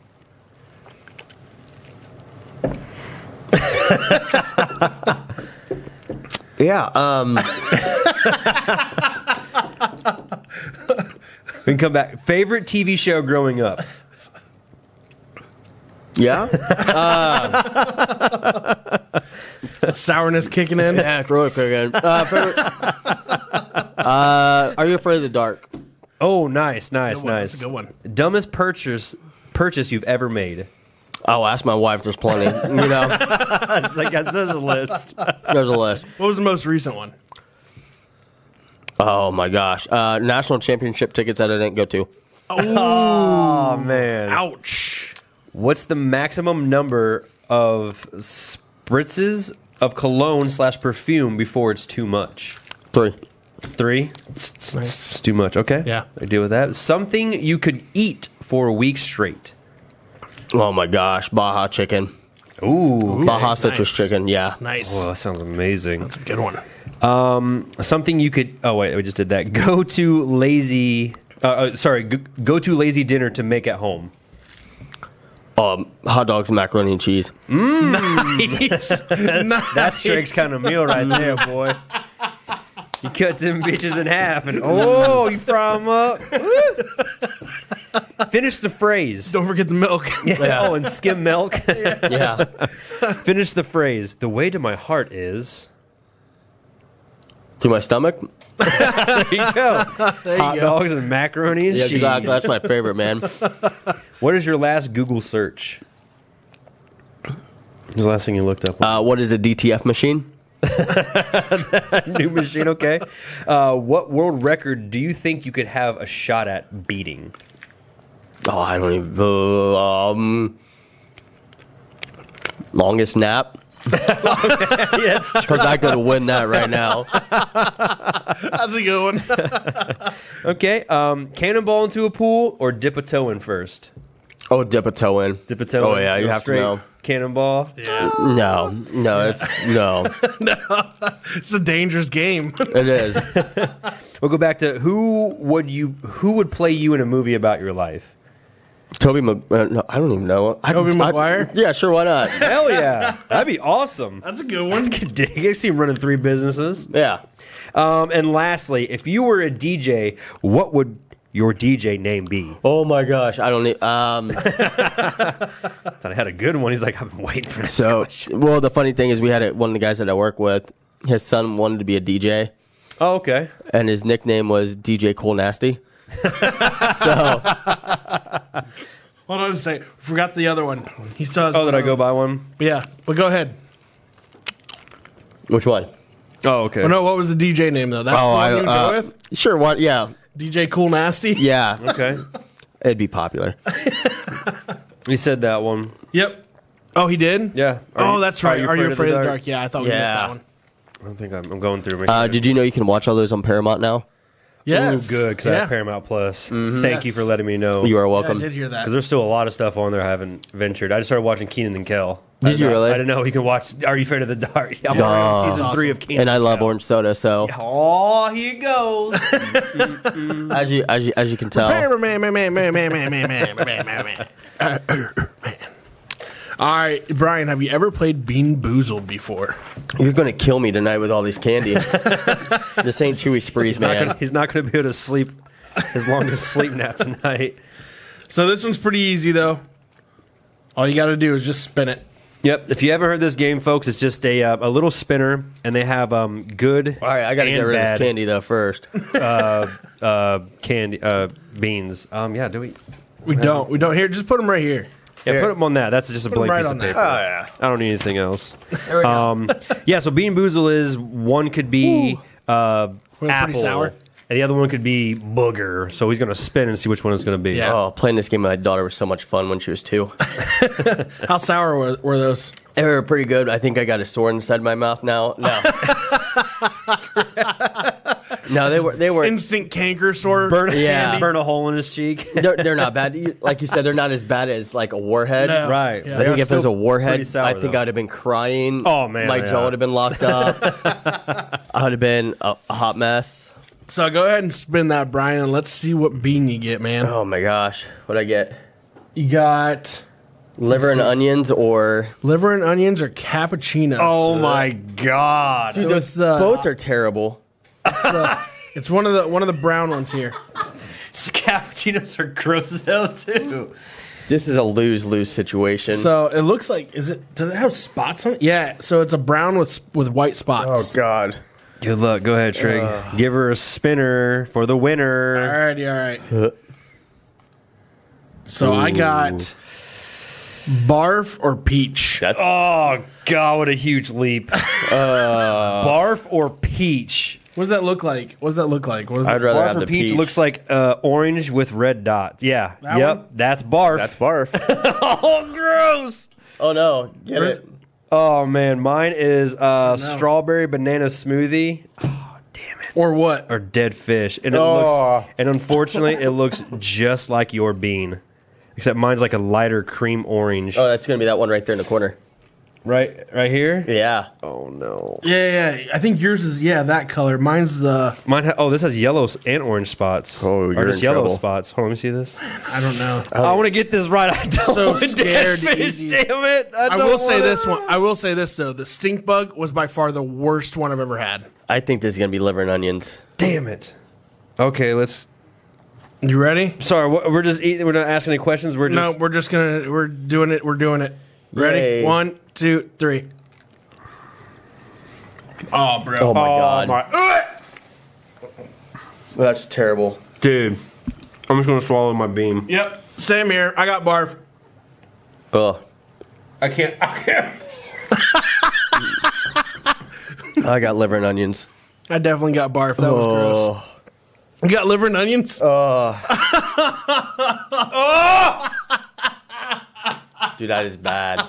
S3: Yeah. Um,
S2: We can come back. Favorite TV show growing up?
S3: yeah.
S1: Sourness kicking in.
S3: yeah. Throw it again. Uh, favorite- uh, are you afraid of the dark?
S2: Oh, nice, nice,
S1: Good one.
S2: nice.
S1: That's a good one.
S2: Dumbest purchase purchase you've ever made?
S3: Oh, ask my wife. There's plenty. You know,
S2: It's like there's a list.
S3: there's a list.
S1: What was the most recent one?
S3: Oh my gosh. Uh, national championship tickets that I didn't go to.
S2: Oh man.
S1: Ouch.
S2: What's the maximum number of spritzes of cologne slash perfume before it's too much?
S3: Three.
S2: Three. It's, it's- it's too much. Okay.
S1: Yeah.
S2: I deal with that. Something you could eat for a week straight.
S3: Oh my gosh. Baja chicken.
S2: Ooh.
S3: Baja citrus
S1: nice.
S3: chicken. Yeah.
S1: Nice.
S2: Well, that sounds amazing.
S1: That's a good one.
S2: Something you could. Oh wait, we just did that. Go to lazy. Uh, uh, sorry. Go, go to lazy dinner to make at home.
S3: Um, hot dogs, macaroni and cheese.
S2: That's Drake's kind of meal right there, boy. You cut them bitches in half, and oh, you fry them up. Woo. Finish the phrase.
S1: Don't forget the milk.
S3: Yeah.
S2: Oh, and skim milk.
S3: Yeah.
S2: Finish the phrase. The way to my heart is.
S3: to my stomach.
S2: There you go. Hot
S1: go.
S2: dogs and macaroni and
S3: Yeah,
S2: cheese.
S3: exactly. That's my favorite, man.
S2: What is your last Google search? What was the last thing you looked up?
S3: Uh, what is a DTF machine?
S2: New machine, okay. Uh, what world record do you think you could have a shot at beating?
S3: Oh, I don't even. uh, um, longest nap.
S2: yes.
S3: Because I could win that right now.
S1: That's a good one.
S2: Okay. Um, cannonball into a pool or dip a toe in first?
S3: Oh, dip a toe in.
S2: Dip a toe
S3: Oh,
S2: in.
S3: yeah, you
S2: go
S3: have to know.
S2: Cannonball.
S1: yeah.
S3: No, no, it's no.
S1: It's a dangerous game.
S3: It is.
S2: We'll go back to who would you who would play you in a movie about your life?
S3: Toby Mag- uh, no, I don't even know. I,
S1: Tobey
S3: I-
S1: Maguire?
S3: yeah, sure. Why not?
S2: Hell yeah. That'd be awesome.
S1: That's a good one.
S2: Dig, I see him running three businesses.
S3: Yeah.
S2: Um, and lastly, if you were a DJ, what would your DJ name be?
S3: Oh my gosh, I don't need. Um.
S2: I thought I had a good one. He's like, I've been waiting for this
S3: So,
S2: question.
S3: well, the funny thing is, we had a, one of the guys that I work with. His son wanted to be a DJ,
S2: Oh, okay.
S3: and his nickname was DJ Cool Nasty. so
S1: Hold on a second. Forgot the other one. He saw. his-
S2: Oh, did I go buy one?
S1: Yeah, but go ahead.
S3: which one?
S2: Oh, okay.
S1: Oh, no, what was the DJ name though? That's the one you would
S3: uh,
S1: go with.
S3: sure. What? Yeah,
S1: DJ Cool Nasty.
S3: yeah.
S2: Okay.
S3: It'd be popular.
S2: He said that one.
S1: Yep. Oh, he did.
S2: Yeah.
S1: oh, that's right. Are you afraid, of the dark? Yeah, I thought we missed
S3: Yeah.
S1: that one.
S2: I don't think I'm, I'm going through. Make
S3: Uh,
S2: sure.
S3: did you know you can watch all those on Paramount now?
S1: Yes.
S2: Ooh, good because I have Paramount Plus. Thank Mm-hmm. you
S1: Yes.
S2: for letting me know.
S3: You are
S1: Yeah, I
S3: welcome.
S1: did hear that.
S2: because there's still a lot of stuff on there I haven't ventured. I just started watching Keenan and Kel. I
S3: Did
S2: didn't
S3: you
S2: know-
S3: really?
S2: I didn't know you can watch. Are you afraid of the dark? I'm
S1: Yeah.
S2: already on
S1: Oh.
S2: season three of
S1: Awesome.
S2: Keenan.
S3: and I love
S2: Kel.
S3: orange soda, so
S2: Oh, here goes.
S3: as you as you as you can tell,
S1: All All right, Brian, have you ever played Bean Boozled before?
S3: You're gonna kill me tonight with all these candy. this ain't Chewy Sprees,
S2: Not
S3: man.
S2: gonna- he's not going to be able to sleep his longest sleep nap tonight.
S1: So this one's pretty easy though. All you got to do is just spin it.
S2: Yep. If you ever heard this game, folks, it's just a uh, a little spinner, and they have um good.
S3: All right, I gotta
S2: and
S3: get rid of
S2: bad,
S3: this candy though first.
S2: Uh, candy uh, beans. Um, yeah. Do we?
S1: We don't. We don't here. Just put them right here.
S2: Yeah,
S3: Here.
S2: put them on that. That's just a
S1: them
S2: blank
S1: right
S2: piece
S1: on
S2: of
S1: that.
S2: paper.
S3: Oh, yeah.
S2: I don't need anything else. Um, yeah. So bean boozle is one could be uh
S1: Well, pretty
S2: apple,
S1: sour.
S2: and the other one could be booger. So he's gonna spin and see which one it's gonna be.
S1: Yeah.
S3: Oh, playing this game with my daughter was so much fun when she was two.
S1: How sour were, were those?
S3: They were pretty good. I think I got a sore inside my mouth now. No. no, they were they weren't
S1: Instant canker sore.
S2: Burn,
S3: Yeah.
S2: burn a hole in his cheek.
S3: they're, they're not bad. You- Like you said, they're not as bad as like a warhead.
S1: No.
S2: Right.
S1: Yeah.
S3: I think
S2: They are
S3: if it was a
S2: still
S3: warhead,
S2: pretty sour,
S3: I think
S2: though.
S3: I'd have been crying.
S2: Oh, man,
S3: my
S2: yeah.
S3: jaw would have been locked up. I would have been a, a hot mess.
S1: So go ahead and spin that, Brian, and let's see what bean you get, man.
S3: Oh my gosh, what'd I get?
S1: You got
S3: Liver and onions, or
S1: liver and onions or cappuccinos.
S2: Oh my god.
S1: So it's the-
S3: both are terrible.
S1: it's, the- it's one of the one of the brown ones here.
S2: Cappuccinos are gross as hell too.
S3: This is a lose lose situation.
S1: So it looks like is it? Does it have spots on it? Yeah. So it's a brown with with white spots.
S3: Oh, God.
S2: Good luck. Go ahead, Trig. Give her a spinner for the winner.
S1: Alrighty, all right. So I got barf or peach.
S3: That's
S2: Oh god, what a huge leap. Uh. Barf or peach?
S1: What does that look like? What does that look like? What is
S3: I'd
S1: it?
S3: rather
S2: Barf
S3: have
S2: or
S3: the
S2: peach,
S3: peach.
S2: looks like uh, orange with red dots. Yeah.
S1: That
S2: yep.
S1: one?
S2: That's barf.
S3: barf.
S2: oh gross.
S3: oh no, get
S1: Where's-
S3: it.
S2: Oh man, mine is uh,
S1: Oh, no.
S2: strawberry banana smoothie
S1: Or what?
S2: or dead fish, and it
S3: Oh.
S2: looks and unfortunately it looks just like your bean, except mine's like a lighter cream orange.
S3: Oh, that's gonna be that one right there in the corner.
S2: right, right here.
S3: Yeah.
S2: Oh no.
S1: Yeah, yeah, yeah. I think yours is yeah that color. Mine's the
S2: Mine. Ha- oh, this has yellow s- and orange spots.
S3: Oh,
S2: or
S3: you're
S2: just
S3: in
S2: yellow
S3: trouble.
S2: spots. Hold on, let me see this.
S1: I don't know.
S2: I want to get this right. I don't
S1: So
S2: want dead
S1: scared,
S2: fish,
S1: Easy.
S2: Damn it! I,
S1: I
S2: don't
S1: will say
S2: wanna-
S1: this one. I will say this though. The stink bug was by far the worst one I've ever had.
S3: I think this is gonna be liver and onions.
S2: Damn it. Okay, let's.
S1: You ready?
S2: Sorry, wh- we're just eating. We're not asking any questions. We're
S1: No,
S2: just.
S1: we're just gonna we're doing it. We're doing it. Ready?
S3: Yay.
S1: One, two, three. Oh, bro.
S3: Oh my god,
S2: my-
S3: that's terrible.
S2: dude! I'm just gonna swallow my beam.
S1: Yep. Same here. I got barf.
S3: Oh,
S2: I can't. I can't.
S3: I got liver and onions.
S1: I definitely got barf. That was gross.
S3: Oh, Uh,
S1: You got liver and onions?
S3: dude, that is bad.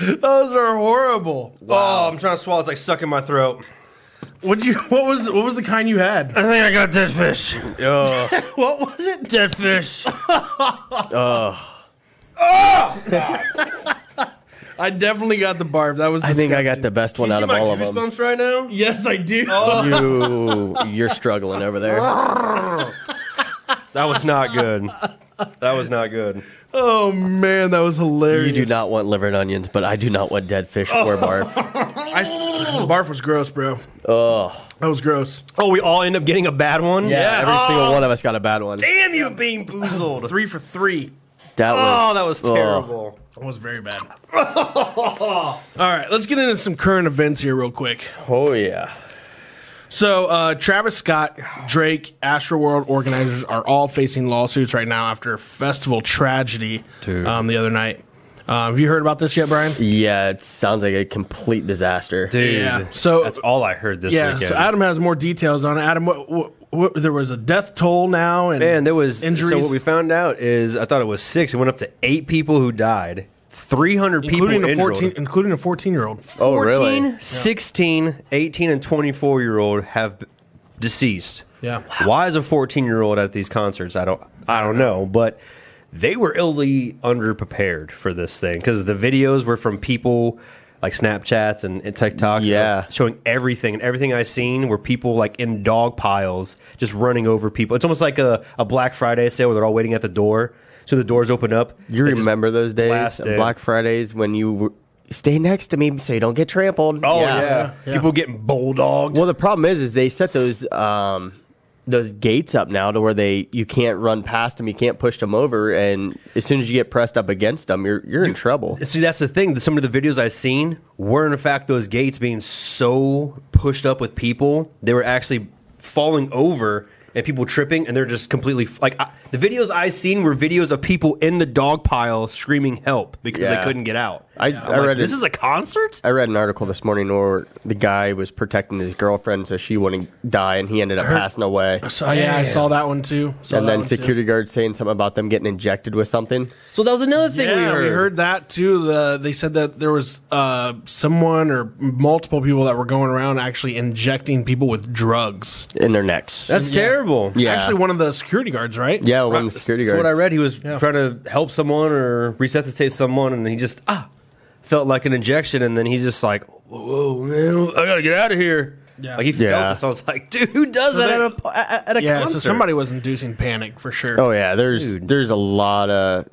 S1: Those are horrible.
S2: Oh, I'm trying to swallow. It's like stuck in my throat.
S1: What you? What was? What was the kind you had?
S2: I think I got dead fish.
S1: What was it?
S2: Dead fish.
S1: I definitely got the barf. That was.
S3: I think I got
S1: disgusting.
S3: the best one out of all of them.
S2: right now.
S1: Yes, I do.
S3: Oh. You, you're struggling over there.
S2: That was not good. That was not good.
S1: Oh man, that was
S3: You
S1: hilarious.
S3: do not want liver and onions, but I do not want dead fish
S2: Oh.
S3: or barf.
S1: I, the barf was gross, bro.
S3: Oh,
S1: That was gross.
S2: Oh, we all end up getting a bad one.
S3: yeah. Every single one of us got a bad one.
S2: Damn you, bean boozled.
S1: Three for three.
S3: That
S2: Oh,
S3: was.
S2: that was terrible.
S1: That was very bad. All right, let's get into some current events here, real quick.
S3: Oh yeah.
S1: So, uh, Travis Scott, Drake, Astroworld organizers are all facing lawsuits right now after a festival tragedy
S2: Dude.
S1: um, the other night. Uh, have you heard about this yet, Brian?
S3: Yeah, it sounds like a complete disaster.
S2: Dude,
S1: Yeah. So-
S2: that's all I heard this
S1: Yeah.
S2: weekend.
S1: So Adam has more details on it. Adam. What, what, what, there was a death toll now, and
S2: Man, there was
S1: injuries,
S2: So what we found out is I thought it was six. It went up to eight people who died. Three hundred people
S1: including a
S2: injured.
S1: fourteen, including a fourteen-year-old.
S3: Oh really?
S2: 14, 16, 18, and 24 year old have b- deceased.
S1: Yeah.
S2: Why is a 14 year old at these concerts? I don't I don't know, but they were illy underprepared for this thing because the videos were from people like Snapchats and, and TikToks
S3: Yeah.
S2: of showing everything and everything I seen were people like in dog piles just running over people. It's almost like a, a Black Friday sale where they're all waiting at the door. So the doors open up.
S3: You
S2: They just-
S3: remember those days,
S2: blast it.
S3: Black Fridays, when you were, stay next to me so you don't get trampled.
S2: Oh yeah. people getting bulldogged.
S3: Well, the problem is, is they set those um, those gates up now to where they you can't run past them, you can't push them over, and as soon as you get pressed up against them, you're you're in trouble.
S2: See, that's the thing. that Some of the videos I've seen were, in fact, those gates being so pushed up with people, they were actually falling over and people tripping, and they're just completely like I, the videos I seen were videos of people in the dog pile screaming help because they
S3: Yeah.
S2: couldn't get out.
S3: I,
S2: I'm
S3: I
S2: like,
S3: read
S2: this
S3: it-
S2: is a concert.
S3: I read an article this morning where the guy was protecting his girlfriend so she wouldn't die, and he ended up passing away.
S1: So yeah, I
S2: Damn.
S1: saw that one too. Saw
S3: And
S1: that
S3: then
S1: one, too.
S3: security guards saying something about them getting injected with something.
S2: So that was another thing
S1: Yeah,
S2: we heard.
S1: that too. The they said that there was uh, someone or multiple people that were going around actually injecting people with drugs.
S3: in their necks.
S2: That's terrible.
S3: Yeah.
S1: Actually, one of the security guards, right?
S3: yeah, one of the security
S2: That's
S3: guards.
S2: what I read. He was
S1: Yeah.
S2: trying to help someone or resuscitate someone, and he just ah felt like an injection, and then he's just like, "Whoa, whoa man, I gotta get out of here."
S1: Yeah.
S2: Like he
S3: Yeah.
S2: felt it. So I was like, "Dude, who does that
S1: they-
S2: at a at at a
S1: Yeah,
S2: concert?"
S1: so somebody was inducing panic for sure.
S3: Oh yeah, there's there's a lot of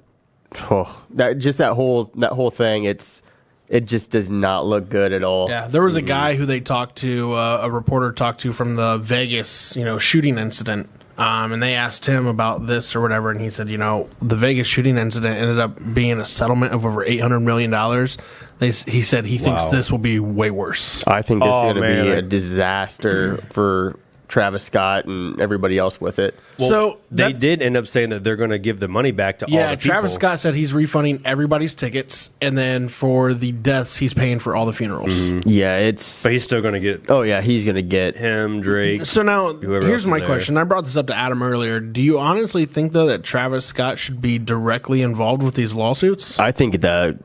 S3: oh, that just that whole that whole thing. It's it just does not look good at all.
S1: Yeah, there was
S2: Mm-hmm.
S1: a guy who they talked to, uh, a reporter talked to from the Vegas, you know, shooting incident. Um, and they asked him about this or whatever, and he said, you know, the Vegas shooting incident ended up being a settlement of over eight hundred million dollars. They s- he said he thinks
S2: Wow.
S1: this will be way worse.
S3: I think this
S2: Oh,
S3: is going to
S2: man,
S3: be
S2: I-
S3: a disaster for Travis Scott and everybody else with it.
S1: so
S2: they
S1: that-
S2: did end up saying that they're going to give the money back to all
S1: Yeah,
S2: the people.
S1: Travis Scott said he's refunding everybody's tickets, and then for the deaths, he's paying for all the funerals.
S2: Mm-hmm.
S3: Yeah, it's
S2: but he's still going to get
S3: oh yeah, he's going to get
S2: him Drake.
S1: So now,
S2: Whoever else
S1: here's
S2: is
S1: my
S2: there.
S1: question. I brought this up to Adam earlier. Do you honestly think though that Travis Scott should be directly involved with these lawsuits?
S3: I think the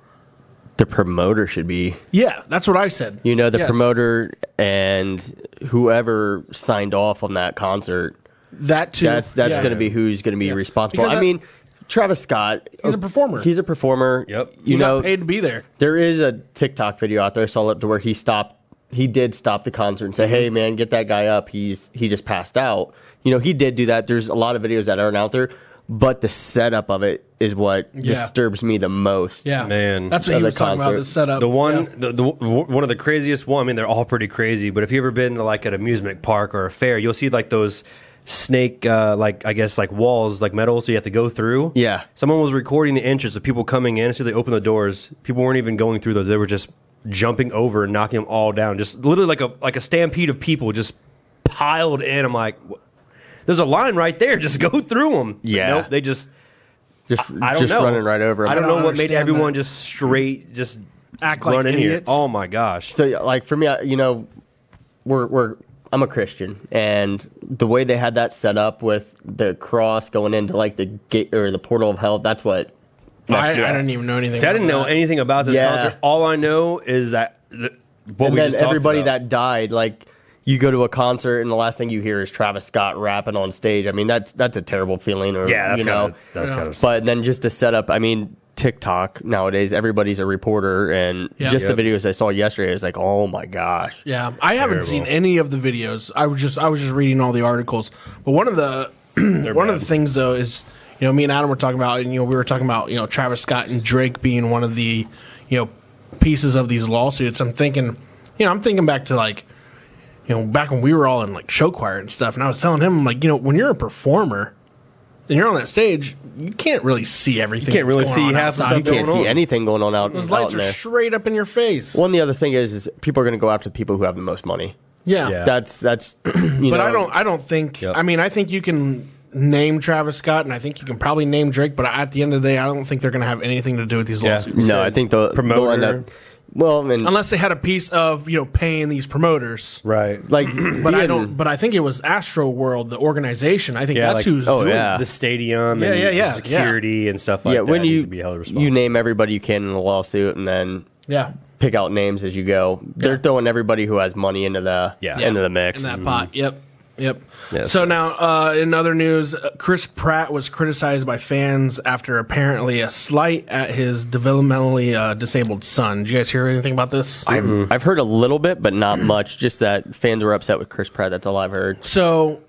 S3: the promoter should be
S1: yeah, that's what I said.
S3: you know the
S1: Yes.
S3: promoter and whoever signed off on that concert.
S1: That too.
S3: That's that's
S1: Yeah.
S3: going to be who's going to be responsible.
S1: Because
S3: I
S1: I-
S3: mean, Travis Scott.
S1: He's a performer.
S3: He's a performer.
S2: Yep.
S1: You
S3: You know,
S1: got paid to be there.
S3: there is a TikTok video out there I saw it to where he stopped. He did stop the concert
S2: Mm-hmm.
S3: and say, "Hey, man, get that guy up. He's he just passed out." You know, he did do that. There's a lot of videos that aren't out there, but the setup of it is what disturbs me the most.
S1: Yeah,
S2: Man.
S1: that's what
S3: At
S1: he
S3: the
S1: was talking about.
S3: concert.
S1: The setup.
S2: The one,
S1: Yeah.
S2: the, the one of the craziest one. I mean, they're all pretty crazy. But if you have ever been to like an amusement park or a fair, you'll see like those snake, uh, like I guess like walls, like metal, so you have to go through.
S3: Yeah.
S2: Someone was recording the entrance of people coming in, so they opened the doors. People weren't even going through those; they were just jumping over and knocking them all down. Just literally like a like a stampede of people just piled in. I'm like, "Wha- there's a line right there. Just go through them.
S3: Yeah.
S2: Nope. They just.
S3: Just
S2: I don't
S3: just
S2: know.
S3: running right over. 'em.
S2: I don't,
S1: I don't
S2: know what made
S1: understand
S2: everyone
S1: that.
S2: just straight just
S1: Act like
S2: run in here.
S1: idiots.
S2: Oh my gosh!
S3: so like for me I- you know we're we're i'm a christian and the way they had that set up with the cross going into like the gate or the portal of hell that's what
S1: I, I
S3: yeah.
S1: didn't even know anything.
S2: See, I
S1: about
S2: didn't know
S1: that.
S2: anything about this
S3: Yeah.
S2: concert. All I know is that th- what
S3: and
S2: we
S3: then
S2: just talked
S3: everybody
S2: about.
S3: that died like you go to a concert and the last thing you hear is travis scott rapping on stage i mean that's that's a terrible feeling or
S2: yeah, that's
S3: you know
S2: gotta- that's
S1: Yeah.
S2: gotta suck.
S3: but then just the setup i mean tiktok nowadays everybody's a reporter and
S1: Yeah.
S3: just
S2: Yep.
S3: the videos i saw yesterday I was like oh my gosh
S1: Yeah, I haven't
S2: Terrible.
S1: seen any of the videos. I was just I was just reading all the articles. But one of the one of
S2: bad.
S1: the things though is you know me and Adam were talking about and you know we were talking about you know Travis Scott and Drake being one of the you know pieces of these lawsuits. I'm thinking you know I'm thinking back to like you know back when we were all in like show choir and stuff, and I was telling him like you know when you're a performer. And you're on that stage. You can't really see everything.
S2: can't
S1: that's
S2: really
S1: going
S2: see
S1: on
S2: half the
S1: outside.
S2: stuff
S3: you can't
S2: Going
S3: see
S2: on.
S3: anything going on out,
S1: Those
S3: out
S1: lights
S3: in
S1: are
S3: there.
S1: straight up in your face.
S3: Well, and the other thing is, is people are going to go after the people who have the most money.
S2: Yeah.
S3: That's that's. You know,
S1: But I don't. I don't think.
S2: Yep.
S1: I mean, I think you can name Travis Scott, and I think you can probably name Drake. But at the end of the day, I don't think they're going to have anything to do with these
S2: Yeah.
S1: lawsuits,
S3: No, I think the
S2: Promoter.
S3: well, and
S1: unless they had a piece of you know paying these promoters.
S2: right.
S3: like,
S1: But I don't. But I think it was Astro World, the organization. I think
S2: Yeah,
S1: that's
S2: like-
S1: who's
S3: oh,
S1: doing.
S3: yeah.
S1: it.
S2: the stadium
S1: Yeah,
S2: and
S1: yeah, yeah,
S2: security and stuff like
S3: yeah,
S2: that
S3: when
S2: needs
S3: you
S2: to be held responsible.
S3: you name everybody you can in the lawsuit, and then
S1: Yeah.
S3: pick out names as you go. They're throwing everybody who has money into the
S2: Yeah.
S3: into the mix.
S1: in that pot. Yep. Yep.
S2: Yeah,
S1: so
S2: so
S1: now, uh, in other news, uh, Chris Pratt was criticized by fans after apparently a slight at his developmentally uh, disabled son. Did you guys hear anything about this?
S2: Mm-hmm.
S3: I've, I've heard a little bit, but not much. Just that fans were upset with Chris Pratt. That's all I've heard.
S1: So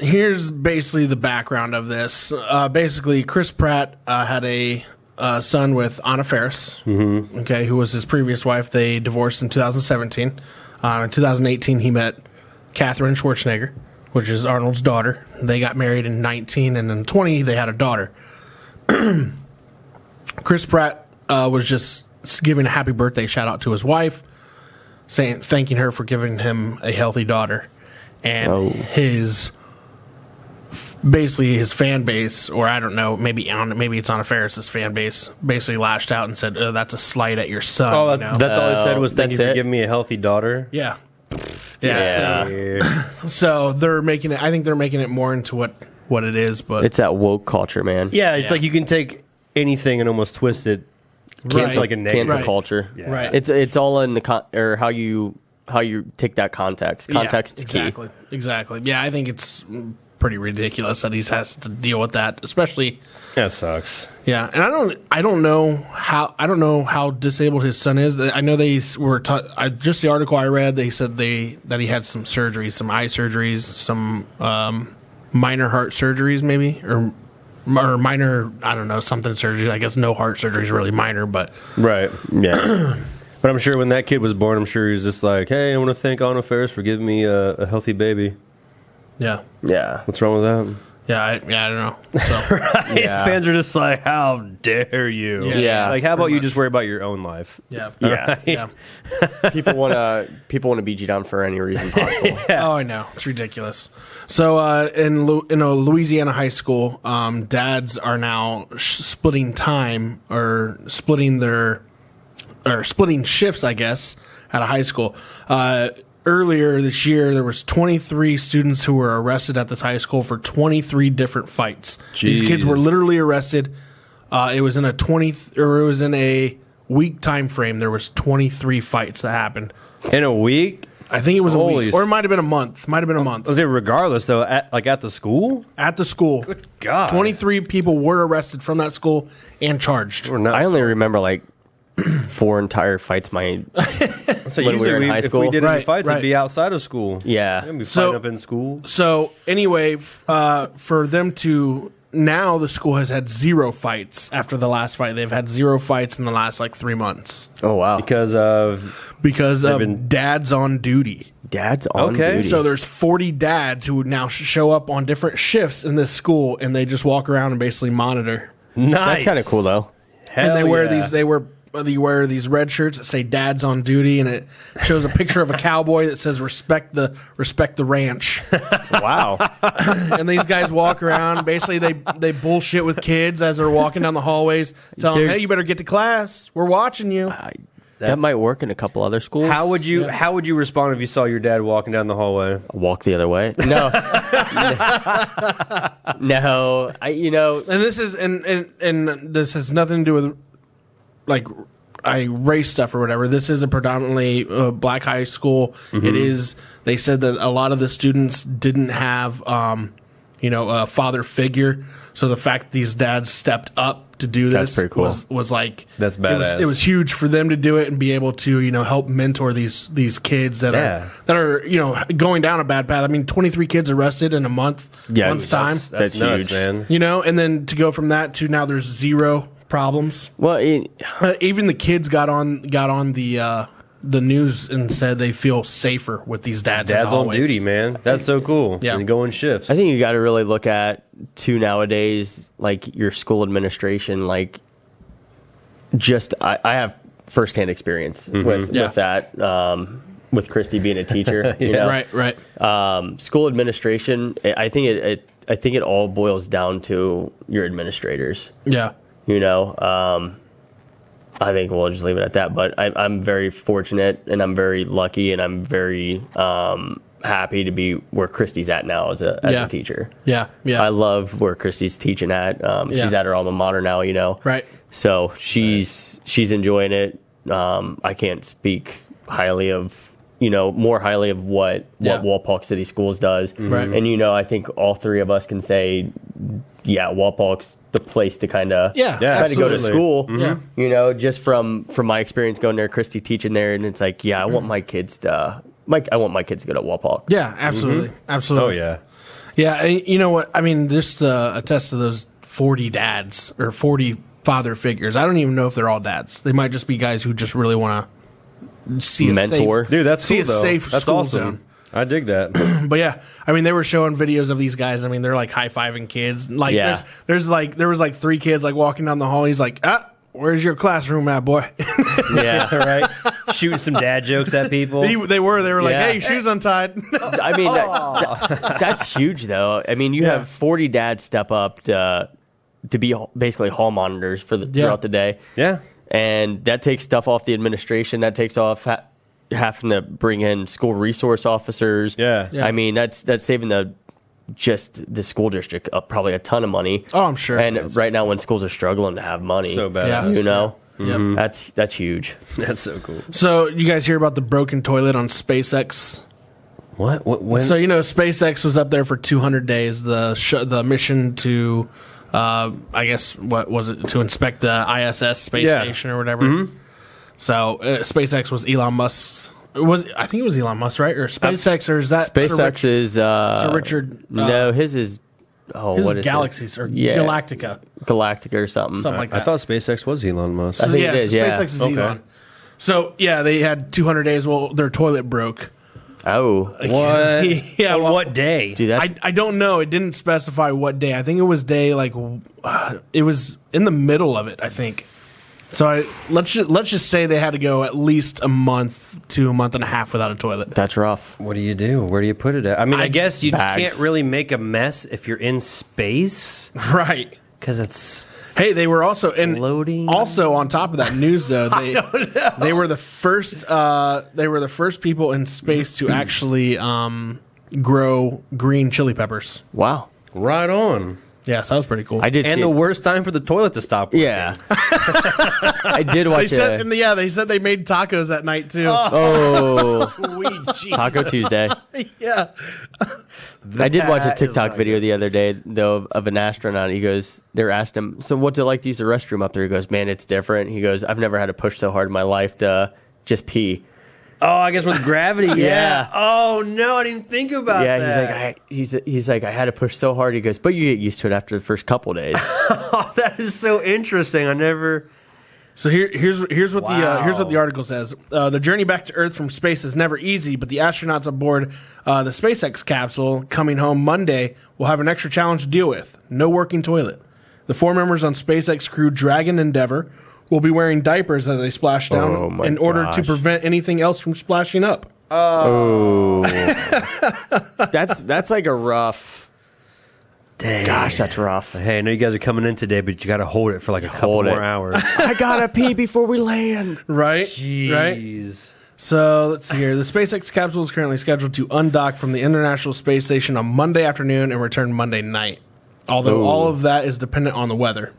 S1: here's basically the background of this. Uh, basically, Chris Pratt uh, had a uh, son with Anna Faris, mm-hmm. okay, who was his previous wife. They divorced in 2017. Uh, in 2018, he met Katherine Schwarzenegger, which is Arnold's daughter. They got married in 19, and in 20, they had a daughter. Chris Pratt uh, was just giving a happy birthday shout out to his wife, saying thanking her for giving him a healthy daughter, and
S2: Oh.
S1: his f- basically his fan base, or I don't know, maybe on maybe it's on a Ferris's fan base, basically lashed out and said, oh, "That's a slight at your son."
S2: Oh,
S1: you
S2: that,
S1: know?
S2: that's all I said
S3: Oh,
S2: was thank you
S3: that's
S2: for
S3: it?
S2: giving me a healthy daughter.
S1: yeah,
S3: Yeah.
S1: yeah.
S2: Yeah.
S1: So, so they're making it. I think they're making it more into what what it is, but
S3: It's that woke culture, man.
S2: Yeah, it's
S1: Yeah.
S2: like you can take anything and almost twist it.
S1: Right.
S2: Cancel like a negative.
S3: Cancel
S1: Right.
S3: culture.
S2: Yeah.
S1: right.
S3: It's it's all in the con- or how you how you take that context.
S1: Yeah,
S3: Context is key.
S1: exactly exactly yeah i think it's pretty ridiculous that he has to deal with that especially
S2: That sucks.
S1: yeah and i don't i don't know how i don't know how disabled his son is i know they were ta- I, just the article i read they said they that he had some surgeries some eye surgeries some um, minor heart surgeries maybe or or minor i don't know something surgery i guess no heart surgery is really minor but
S2: Right.
S3: Yeah.
S2: But I'm sure when that kid was born, I'm sure he was just like, hey, I want to thank Anna Ferris for giving me a, a healthy baby.
S1: yeah
S3: yeah.
S2: What's wrong with that?
S1: yeah I, yeah i don't know so
S3: Yeah.
S2: Fans are just like, how dare you?
S1: Yeah.
S3: Yeah.
S2: Like, how about
S1: Pretty
S2: you
S1: much.
S2: just worry about your own life?
S1: yeah
S2: Yeah.
S1: yeah
S3: people want to people want to beat you down for any reason possible.
S1: Oh, I know. It's ridiculous. So uh, in Lu- in a Louisiana high school, um, dads are now sh- splitting time or splitting their or splitting shifts, I guess, at a high school. Uh, earlier this year, there was 23 students who were arrested at this high school for 23 different fights. These kids were
S2: Jeez.
S1: literally arrested. Uh, it was in a 20 th- or it was in a week time frame. There was 23 fights that happened.
S2: In a week?
S1: I think it was a
S2: Holy
S1: week, or it might have been a month. Might have been a month
S2: I was it regardless, though, at, like at the school?
S1: at the school.
S2: God.
S1: 23 people were arrested from that school and charged.
S2: Or not.
S3: I only remember like four entire fights. My
S2: so
S3: when we
S2: usually
S3: were in high
S2: If
S3: school.
S2: we did any
S1: Right,
S2: fights,
S1: right.
S2: it'd be outside of school.
S3: Yeah.
S2: We'd be
S1: So-
S2: fighting up in school.
S1: So, anyway, f- uh, for them to now, the school has had zero fights after the last fight. They've had zero fights in the last like three months
S3: oh wow,
S2: Because of
S1: because of
S2: been-
S1: dads on duty.
S3: dad's on
S2: Okay.
S3: duty.
S1: So, there's 40 dads who now sh- show up on different shifts in this school and they just walk around and basically monitor.
S2: Nice.
S3: that's kind of cool though.
S2: Hell
S1: and they wear
S2: yeah.
S1: these. They wear uh, they wear these red shirts that say "Dad's on duty," and it shows a picture of a cowboy that says "Respect the respect the ranch."
S3: Wow.
S1: and these guys walk around. Basically, they they bullshit with kids as they're walking down the hallways. Tell them,
S3: There's-
S1: "Hey, you better get to class. We're watching you."
S3: I, that might work in a couple other schools.
S2: How would you How would you respond if you saw your dad walking down the hallway?
S3: walk the other way? No. no. I. You know.
S1: And this is and and and this has nothing to do with like I race stuff or whatever. This is a predominantly uh, black high school. It
S2: Mm-hmm.
S1: is. They said that a lot of the students didn't have, um, you know, a father figure. So the fact these dads stepped up to do
S3: That's
S1: this
S3: pretty cool.
S1: was was like
S2: That's
S1: It was,
S2: badass.
S1: it was huge for them to do it and be able to you know help mentor these these kids that
S2: Yeah.
S1: are that are you know going down a bad path. I mean, twenty three kids arrested in a month.
S3: Yeah,
S1: month's time.
S2: That's, that's
S3: That's
S2: nuts,
S3: huge.
S2: man.
S1: You know, and then to go from that to now there's zero problems.
S3: Well, it,
S1: Uh, even the kids got on got on the uh, the news and said they feel safer with these dads. in the
S2: Dad's on
S1: hallways.
S2: duty, man. That's so cool.
S1: Yeah.
S2: and going shifts.
S3: I think you got to really look at too nowadays, like your school administration, like just I, I have firsthand experience
S2: Mm-hmm.
S3: with
S1: Yeah.
S3: with that, um, with Christy being a teacher. you know?
S1: Right, right.
S3: um, school administration. I I think it, it. I think it all boils down to your administrators.
S1: Yeah.
S3: You know. Um, I think we'll just leave it at that. But I, I'm very fortunate, and I'm very lucky, and I'm very um, happy to be where Christy's at now as a as
S1: Yeah.
S3: a teacher.
S1: Yeah. Yeah.
S3: I love where Christy's teaching at. Um, She's
S1: Yeah.
S3: at her alma mater now, you know.
S1: Right.
S3: So she's she's enjoying it. Um, I can't speak highly of you know more highly of what
S1: Yeah. Mm-hmm.
S3: what Walpock City Schools does.
S1: Right.
S3: And you know, I think all three of us can say, yeah, Walpock's the place to kind of
S1: Yeah,
S2: Yeah.
S3: kind of go to
S2: absolutely.
S3: school.
S1: Mm-hmm.
S3: Mm-hmm.
S1: Yeah.
S3: You know, just from from my experience going there, Christy teaching there, and it's like, yeah, I want my kids to. Mike, I want my kids to go to Walpock.
S1: yeah. Absolutely. Absolutely.
S2: Oh yeah.
S1: Yeah, and you know what? I mean, just uh, a test of those 40 dads or 40 father figures. I don't even know if they're all dads. They might just be guys who just really want to see a
S3: Mentor.
S1: safe-
S2: Dude, that's
S1: see
S2: cool,
S1: a
S2: though.
S1: safe
S2: that's
S1: school
S2: awesome.
S1: zone.
S2: I dig that.
S1: But yeah, I mean, they were showing videos of these guys. I mean, they're like high fiving kids. Like,
S3: Yeah.
S1: there's, there's like there was like three kids like walking down the hall. He's like, ah, where's your classroom at, boy?
S3: Yeah.
S2: right? Shooting some dad jokes at people.
S1: they, they were. They were like,
S3: Yeah.
S1: hey, shoes untied.
S3: I mean, that, that- that's huge, though. I mean, you have 40 dads step up to, to be basically hall monitors for the,
S1: Yeah.
S3: throughout the day.
S2: Yeah.
S3: and that takes stuff off the administration. That takes off ha- having to bring in school resource officers.
S2: Yeah.
S1: Yeah.
S3: I mean that's that's saving the just the school district up probably a ton of money.
S1: Oh, I'm sure.
S3: And right now, when schools are struggling to have money,
S2: So
S1: Yeah.
S2: bad.
S3: you know, Mm-hmm.
S1: Yep.
S3: that's that's huge.
S2: That's so cool.
S1: so you guys hear about the broken toilet on SpaceX?
S2: What? What? When?
S1: So you know, SpaceX was up there for 200 days. The sh- the mission to, uh, I guess, what was it to inspect the ISS space
S2: Yeah.
S1: station or whatever.
S3: Mm-hmm.
S1: So uh, SpaceX was Elon Musk's. it Was I think it was Elon Musk, right? Or SpaceX, or is that Uh, Sir
S3: SpaceX
S1: Richard-
S3: is uh,
S1: Sir Richard, uh,
S3: no, his is oh,
S1: This
S3: what
S1: is
S3: it?
S1: Galaxies or
S3: Yeah.
S1: Galactica,
S3: Galactica or something.
S1: something like that.
S2: I thought SpaceX was Elon Musk.
S3: think
S1: yeah,
S3: it is,
S1: so
S3: yeah.
S1: SpaceX is
S2: Okay.
S1: Elon. So yeah, they had 200 days. Well, their toilet broke.
S3: oh,
S2: What?
S1: Yeah,
S2: On
S1: well-
S2: what day?
S3: dude, that's
S1: I, I don't know. It didn't specify what day. I think it was day like w- uh, it was in the middle of it. I think. So I, let's just, let's just say they had to go at least a month to a month and a half without a toilet.
S3: that's rough.
S2: What do you do? Where do you put it at? I mean, I,
S1: I-
S2: guess you
S3: Bags.
S2: can't really make a mess if you're in space
S1: Right.
S2: because it's
S1: Hey, they were also and
S2: Floating.
S1: also on top of that news though they they were the first uh, they were the first people in space to actually um, grow green chili peppers.
S3: Wow,
S2: right on.
S1: Yeah, so that was pretty cool.
S3: I did.
S2: And
S3: see
S2: the
S3: it.
S2: worst time for the toilet to stop. working.
S3: yeah, I did watch
S1: they said
S3: a-
S1: and yeah they said they made tacos that night too.
S3: Oh,
S2: Jeez.
S3: Taco Tuesday.
S1: yeah.
S3: I did watch a
S2: That is
S3: TikTok
S2: not
S3: video the other day, though, of an astronaut. He goes, they're asked him, so what's it like to use the restroom up there? He goes, man, it's different. He goes, I've never had to push so hard in my life to just pee.
S2: Oh, I guess with gravity. Yeah.
S3: Yeah.
S2: Oh no, I didn't even think about
S3: yeah,
S2: that.
S3: he's like, I, he's he's like, I had to push so hard. He goes, but you get used to it after the first couple days.
S2: that is so interesting. I never.
S1: So here, here's here's what the uh,
S2: Wow.
S1: here's what the article says. Uh, the journey back to Earth from space is never easy, but the astronauts aboard uh, the SpaceX capsule coming home Monday will have an extra challenge to deal with: no working toilet. The four members on SpaceX crew Dragon Endeavour will be wearing diapers as they splash down
S3: Oh my
S1: in order to
S3: gosh.
S1: prevent anything else from splashing up.
S3: oh, that's that's like a rough.
S2: Dang.
S3: Gosh, that's rough.
S2: Hey, I know you guys are coming in today, but you got to hold it for like a couple
S3: Hold it.
S2: more hours.
S3: I gotta pee before we land.
S1: Right, right.
S2: Jeez.
S1: So let's see here. The SpaceX capsule is currently scheduled to undock from the International Space Station on Monday afternoon and return Monday night. Although
S3: Ooh.
S1: all of that is dependent on the weather.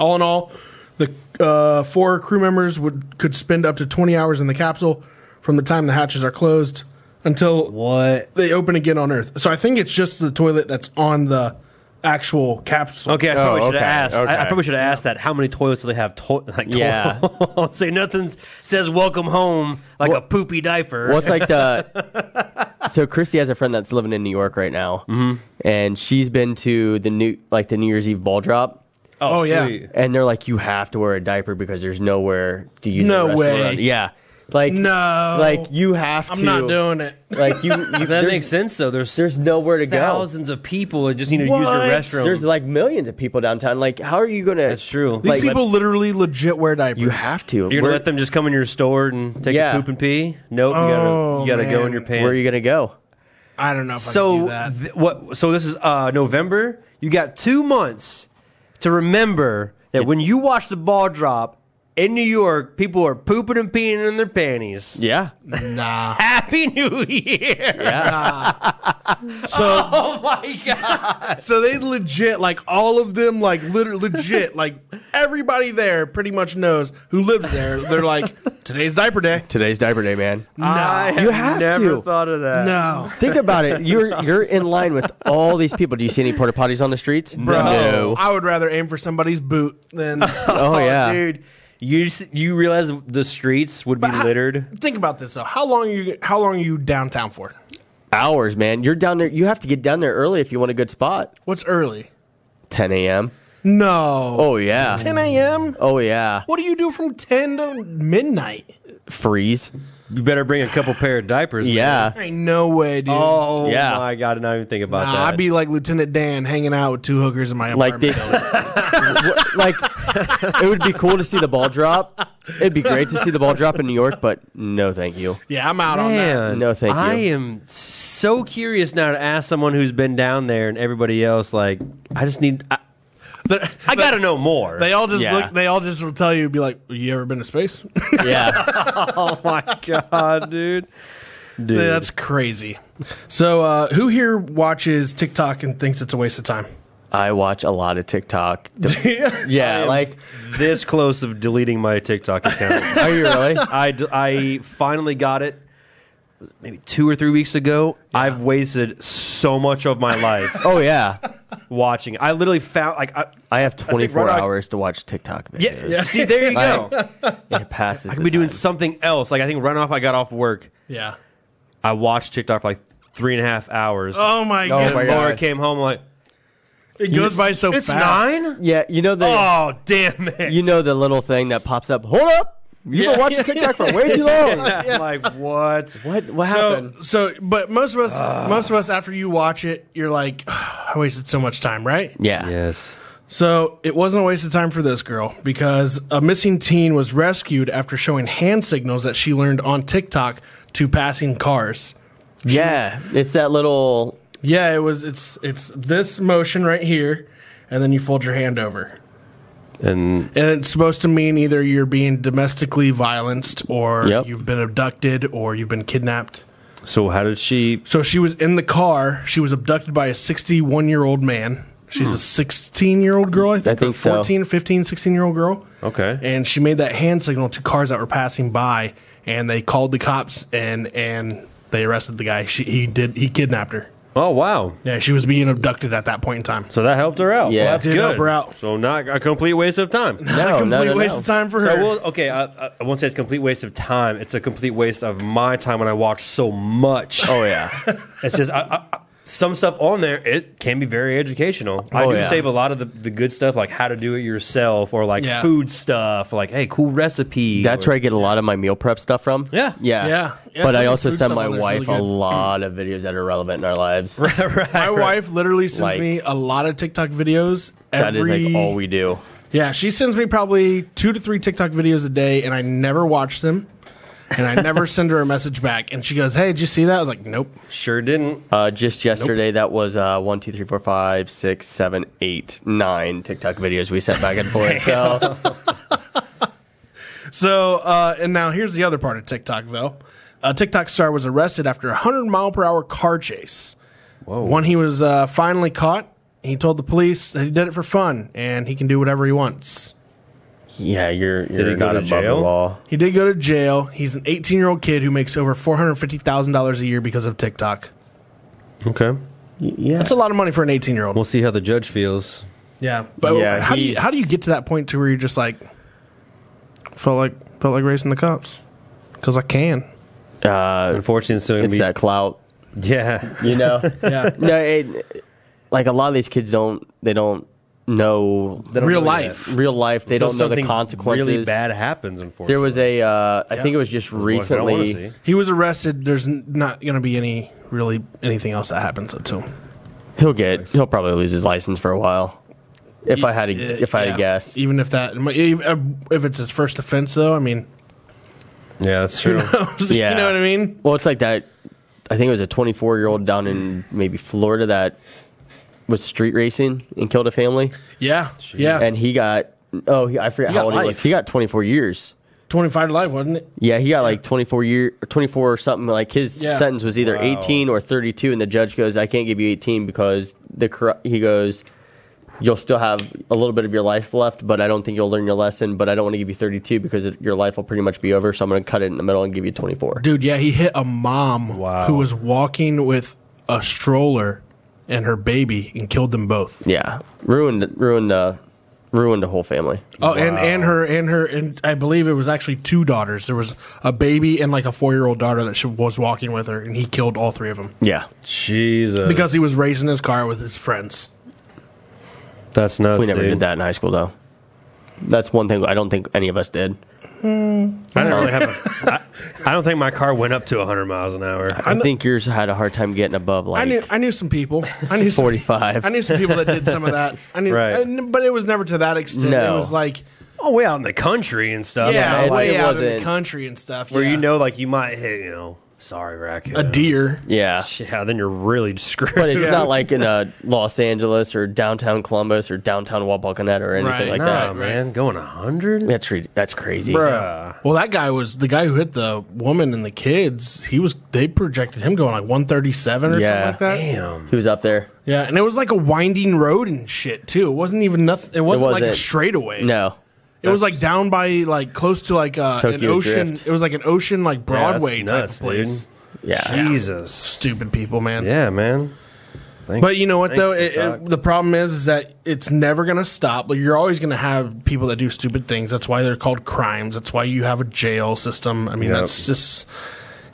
S1: All in all, the uh, four crew members would could spend up to 20 hours in the capsule from the time the hatches are closed until
S2: What?
S1: they open again on Earth. So I think it's just the toilet that's on the actual capsule.
S2: Okay, I probably should
S3: Oh, okay,
S2: have asked. I, I
S3: okay.
S2: probably should have asked that. How many toilets do they have? To- like, to-
S3: Yeah.
S2: Say nothing says "Welcome home" like a poopy diaper.
S3: Well, it's like the. Mm-hmm. so Christy has a friend that's living in New York right now, and she's been to the new like the New Year's Eve ball drop,
S1: Oh, yeah.
S3: and they're like, you have to wear a diaper because there's nowhere to use.
S1: No
S3: the restroom
S1: way.
S3: around." Yeah, like
S1: No.
S3: like you have to.
S1: I'm not doing it.
S3: Like you, you
S2: That
S3: there's-
S2: makes sense though. There's
S3: There's nowhere to go.
S2: thousands of people that just need to use your
S1: What?
S2: restroom.
S3: There's like millions of people downtown. Like, how are you gonna?
S2: That's true.
S1: These
S3: Like,
S1: people literally legit wear diapers.
S3: you have to.
S2: You're
S3: where,
S2: gonna let them just come in your store and take
S3: Yeah.
S2: a poop and pee? Nope.
S1: Oh,
S2: you gotta, you gotta go
S1: man.
S2: in your pants.
S3: where are you gonna go?
S1: I don't know if I can do
S2: so
S1: that.
S2: th- what? So this is uh, November. You got two months to remember that when you watch the ball drop in New York, people are pooping and peeing in their panties.
S3: Yeah,
S1: Nah.
S2: Happy New Year!
S3: yeah.
S1: So
S2: Oh my god!
S1: So they legit, like all of them, like literally legit, like everybody there pretty much knows who lives there. They're like, today's diaper day.
S3: Today's diaper day, man.
S2: I
S3: You have
S2: never
S3: to.
S2: thought of that.
S1: No.
S3: Think about it. You're you're in line with all these people. Do you see any porta potties on the streets?
S1: Bro,
S2: No.
S1: I would rather aim for somebody's boot than.
S3: Oh yeah.
S2: dude. You just, you realize the streets would be littered.
S1: Think about this though. How long are you? How long are you downtown for?
S3: hours, man. You're down there. You have to get down there early if you want a good spot.
S1: What's early?
S3: 10 a.m.
S1: No.
S3: Oh yeah.
S1: 10 a.m.
S3: Oh yeah.
S1: What do you do from 10 to midnight?
S3: Freeze.
S2: You better bring a couple pair of diapers. man.
S3: Yeah.
S1: There ain't no way, dude.
S2: Oh
S3: Yeah.
S2: my god! I did not even think about
S1: Nah,
S2: that.
S1: I'd be like Lieutenant Dan hanging out with two hookers in my apartment.
S3: Like this. like it would be cool to see the ball drop. It'd be great to see the ball drop in New York, but no, thank you.
S1: Yeah, I'm out on that.
S2: Man,
S3: No, thank you.
S2: I am so curious now to ask someone who's been down there and everybody else. Like, I just need. I,
S1: They're-
S2: I gotta know more.
S1: They all just
S3: Yeah.
S1: look. They all just will tell you, be like, "You ever been to space?
S3: Yeah.
S2: oh my god, dude. Dude,
S1: That's crazy." So, uh, who here watches TikTok and thinks it's a waste of time?
S3: I watch a lot of TikTok. Yeah, like
S2: this close of deleting my TikTok account.
S3: are you really?
S2: I, d- I finally got it maybe two or three weeks ago. I've wasted so much of my life
S3: Oh yeah.
S2: watching. I literally found like I,
S3: I have 24
S2: right on-
S3: hours to watch TikTok
S2: yeah,
S3: videos.
S2: See, there you go.
S3: It passes.
S2: I could
S3: the
S2: be doing
S3: time.
S2: something else. Like I think right off I got off work.
S1: Yeah.
S2: I watched TikTok for like three and a half hours.
S1: Oh my
S3: Oh
S1: god,
S3: my
S2: Laura
S3: God.
S2: came home like
S1: it goes by so
S2: it's
S1: fast.
S2: nine.
S3: Yeah, you know the
S2: Oh damn it!
S3: you know the little thing that pops up. Hold up. You've
S1: Yeah.
S3: been watching TikTok for way too long.
S2: I'm like what?
S3: What what
S1: So,
S3: happened?
S1: so, but most of us,
S2: Ah.
S1: most of us, after you watch it, you're like, "I wasted so much time," right?
S3: Yeah.
S2: Yes.
S1: So it wasn't a waste of time for this girl because a missing teen was rescued after showing hand signals that she learned on TikTok to passing cars.
S3: Yeah. It's that little
S1: Yeah, it was. It's it's this motion right here, and then you fold your hand over,
S2: And
S1: and it's supposed to mean either you're being domestically violenced, or
S3: Yep.
S1: you've been abducted, or you've been kidnapped.
S2: so how did she?
S1: So she was in the car. She was abducted by a 61 year old man. She's a 16 year old girl, I think.
S3: Hmm. I think
S1: or
S3: so.
S1: 14, 15, 16 year old girl.
S2: Okay.
S1: And she made that hand signal to cars that were passing by, and they called the cops and and they arrested the guy. She, he did he kidnapped her.
S2: oh wow.
S1: Yeah, she was being abducted at that point in time.
S2: So that helped her out.
S3: Yeah.
S2: well, that's
S1: Did
S2: good.
S1: help her out.
S2: So not a complete waste of time.
S3: Oh, no,
S1: a complete
S3: no, no,
S1: waste
S3: no.
S1: of time for
S2: So I
S1: her.
S2: will, okay, I, I- I won't say it's a complete waste of time. It's a complete waste of my time when I watch so much.
S3: Oh yeah.
S2: It's just I, I, I- some stuff on there. It can be very educational. I
S3: Oh,
S2: do
S3: yeah.
S2: save a lot of the, the good stuff, like how to do it yourself, or like
S1: Yeah.
S2: food stuff, like hey, cool recipe.
S3: That's
S2: or-
S3: where I get a lot of my meal prep stuff from.
S2: Yeah.
S3: Yeah.
S1: Yeah. Yeah,
S3: but
S1: so
S3: I
S1: the
S3: also
S1: food
S3: send
S1: stuff
S3: my
S1: on there's
S3: wife
S1: really
S3: a
S1: good.
S3: lot of videos that are relevant in our lives.
S1: My wife literally sends
S3: Like-
S1: me a lot of TikTok videos.
S3: That
S1: Every,
S3: is like all we do.
S1: Yeah, she sends me probably two to three TikTok videos a day, and I never watch them. And I never send her a message back. And she goes, "Hey, did you see that?" I was like, "Nope."
S2: Sure didn't.
S3: Uh, just yesterday, that was uh, one, two, three, four, five, six, seven, eight, nine TikTok videos we sent back and forth. so
S1: So, uh, and now here's the other part of TikTok, though. A TikTok star was arrested after a 100 mile per hour car chase. Whoa. When he was uh, finally caught, he told the police that he did it for fun and he can do whatever he wants.
S3: yeah, you're
S2: he
S3: you're
S2: go
S3: not
S2: to
S3: above
S2: jail?
S3: the law.
S1: He did go to jail. He's an 18 year old kid who makes over $450,000 a year because of TikTok.
S2: Okay.
S3: Yeah,
S1: That's a lot of money for an 18 year old.
S2: We'll see how the judge feels.
S1: Yeah, but
S3: Yeah,
S1: how do you
S3: he's-
S1: how do you get to that point to where you're just like felt like felt like racing the cops because I can.
S3: uh,
S2: Unfortunately, it's going to
S3: it's
S2: be
S3: that clout,
S2: yeah.
S3: you know.
S1: Yeah,
S3: no, it, like a lot of these kids don't. They don't know
S1: real life.
S3: real life. They don't know the consequences.
S2: Really bad happens. Unfortunately,
S3: There was a. Uh, I think it was just
S2: What I don't wanna
S3: recently.
S2: see.
S1: He was arrested. There's n- not going to be any really anything else that happens to him.
S3: He'll get.
S2: Sucks.
S3: He'll probably lose his license for a while. If I had to, if I
S1: Uh,
S3: had
S1: Yeah.
S3: to guess,
S1: even if that e, uh, if it's his first offense though, I mean,
S2: Yeah, that's true.
S1: you
S3: Yeah.
S1: know what I mean.
S3: Well, it's like that. I think it was a 24 year old down in maybe Florida that was street racing and killed a family,
S1: Yeah, yeah.
S3: and he got. Oh, he, I forget
S1: got
S3: how old he was.
S1: life.
S3: He got 24 years.
S1: Twenty five to life, wasn't it?
S3: Yeah, he got like 24 year, or 24 or something. Like his
S1: Yeah.
S3: sentence was either
S2: Wow.
S3: 18 or 32, and the judge goes, "I can't give you 18 because the corru- he goes." You'll still have a little bit of your life left, but I don't think you'll learn your lesson. But I don't want to give you 32 because it, your life will pretty much be over. So I'm going to cut it in the middle and give you 24.
S1: Dude, yeah, he hit a mom
S2: Wow.
S1: who was walking with a stroller and her baby and killed them both.
S3: Yeah, ruined ruined the Ruined a whole family.
S1: Oh, and and her and her and I believe it was actually two daughters. There was a baby and like a four year old daughter that she was walking with her, and he killed all three of them
S3: Yeah.
S2: Jesus.
S1: because he was racing his car with his friends.
S2: that's nuts.
S3: We never
S2: dude.
S3: did that in high school, though. That's one thing I don't think any of us did.
S2: I don't really have. A, I, I don't think my car went up to 100 miles an hour.
S3: I think yours had a hard time getting above like
S1: I knew I knew some people. I knew some,
S3: 45.
S1: I knew some people that did some of that. I knew,
S2: Right.
S1: and- but it was never to that extent.
S3: No.
S1: It was like
S2: Oh, way out in the country and stuff.
S1: yeah,
S2: you know,
S1: way
S2: like,
S3: it
S1: out in the
S3: wasn't-
S1: country and stuff.
S2: where
S1: yeah.
S2: you know, like you might hit, you know, sorry, raccoon,
S1: a deer.
S3: Yeah.
S2: Yeah, then you're really screwed.
S3: But it's
S1: Yeah.
S3: not like in uh, Los Angeles or downtown Columbus or downtown Wapakoneta or anything
S1: Right.
S3: like
S2: nah,
S3: that.
S2: man, going 100.
S3: That's, re- that's crazy.
S2: Bruh.
S1: Well, that guy was the guy who hit the woman and the kids. He was they projected him going like 137 or
S3: Yeah.
S1: something like that.
S2: Damn.
S3: He was up there.
S1: Yeah, and it was like a winding road and shit too. It wasn't even nothing. It wasn't, like a
S3: wasn't.
S1: straightaway.
S3: No.
S1: it was like down by like close to like uh, an
S3: Tokyo
S1: ocean.
S3: Drift.
S1: It was like an ocean like
S2: Yeah, that's
S1: Broadway type
S2: nuts,
S1: of place.
S2: dude.
S3: Yeah.
S2: Jesus.
S1: Stupid people, man.
S2: Yeah, man. Thanks.
S1: But you know what
S2: Thanks,
S1: though, it,
S2: TikTok.
S1: it, the problem is is that it's never gonna stop. Like, you're always gonna have people that do stupid things. That's why they're called crimes. That's why you have a jail system. I mean,
S2: Yep.
S1: that's just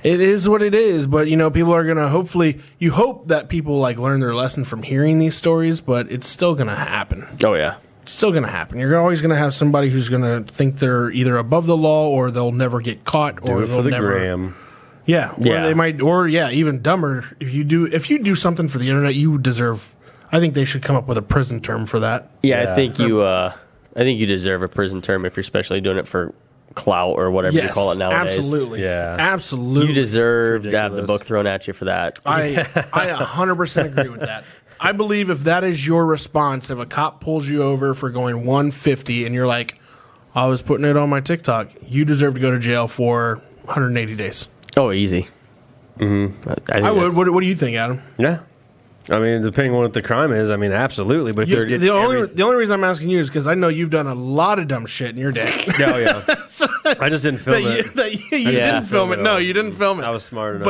S1: it is what it is. But you know, people are gonna hopefully you hope that people like learn their lesson from hearing these stories. But it's still gonna happen.
S3: Oh, yeah.
S1: It's still gonna happen. You're always gonna have somebody who's gonna think they're either above the law or they'll never get caught
S2: Do
S1: or
S2: it
S1: they'll
S2: for the
S1: never.
S2: gram.
S1: Yeah, or
S3: Yeah.
S1: they might, or yeah, even dumber. If you do, if you do something for the internet, you deserve. I think they should come up with a prison term for that.
S3: Yeah,
S2: Yeah.
S3: I think you. Uh, I think you deserve a prison term if you're especially doing it for clout or whatever you call it nowadays.
S1: absolutely.
S2: Yeah.
S1: absolutely.
S3: You deserve to have the
S2: Ridiculous.
S3: book thrown at you for that.
S1: I I 100 percent agree with that. I believe if that is your response, if a cop pulls you over for going 150 and you're like, I was putting it on my TikTok, you deserve to go to jail for 180 days.
S3: Oh, easy. Mm-hmm. I, think
S1: I would.
S3: that's-
S1: What, what do you think, Adam?
S2: Yeah. I mean, depending on what the crime is, I mean, absolutely. But if
S1: You-
S2: they're
S1: the only
S2: every-
S1: the only reason I'm asking you is because I know you've done a lot of dumb shit in your day.
S2: No, Oh, yeah. I just didn't film
S1: that
S2: it.
S1: you, that you, you
S3: Yeah.
S1: didn't film it. No, you didn't film it.
S2: I was smart enough.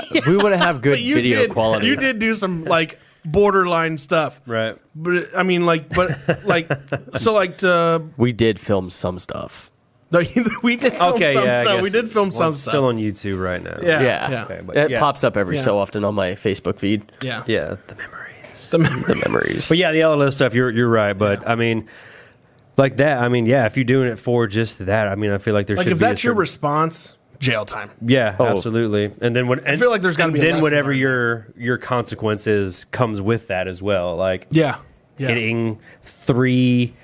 S1: but,
S3: We want to have good
S1: but you
S3: video
S1: did.
S3: quality.
S1: You did do some like borderline stuff,
S2: right.
S1: But I mean, like, but like, so like to
S3: We did film some stuff.
S1: no, we did. Film
S2: Okay,
S1: some
S2: yeah. I
S1: stuff.
S2: guess
S1: we did film
S2: well,
S1: some
S2: it's
S1: stuff.
S2: Still on YouTube right now.
S1: yeah,
S3: Yeah,
S1: yeah,
S2: Okay, but
S3: it
S2: yeah.
S3: pops up every
S1: Yeah.
S3: so often on my Facebook feed.
S1: yeah.
S2: Yeah. The memories.
S1: The memory.
S3: The memories.
S2: But yeah, the LLS stuff. You're you're right. But I mean, like that. I mean, yeah. If you're doing it for just that, I mean, I feel like there
S1: like
S2: should
S1: if
S2: be a
S1: that's your
S2: certain-
S1: response, jail time.
S2: Yeah,
S3: Oh.
S2: absolutely. And then when and,
S1: feel like there's gotta
S2: and
S1: be a
S2: then
S1: lesson
S2: whatever
S1: learned.
S2: your your consequences comes with that as well, like
S1: Yeah, yeah.
S2: hitting three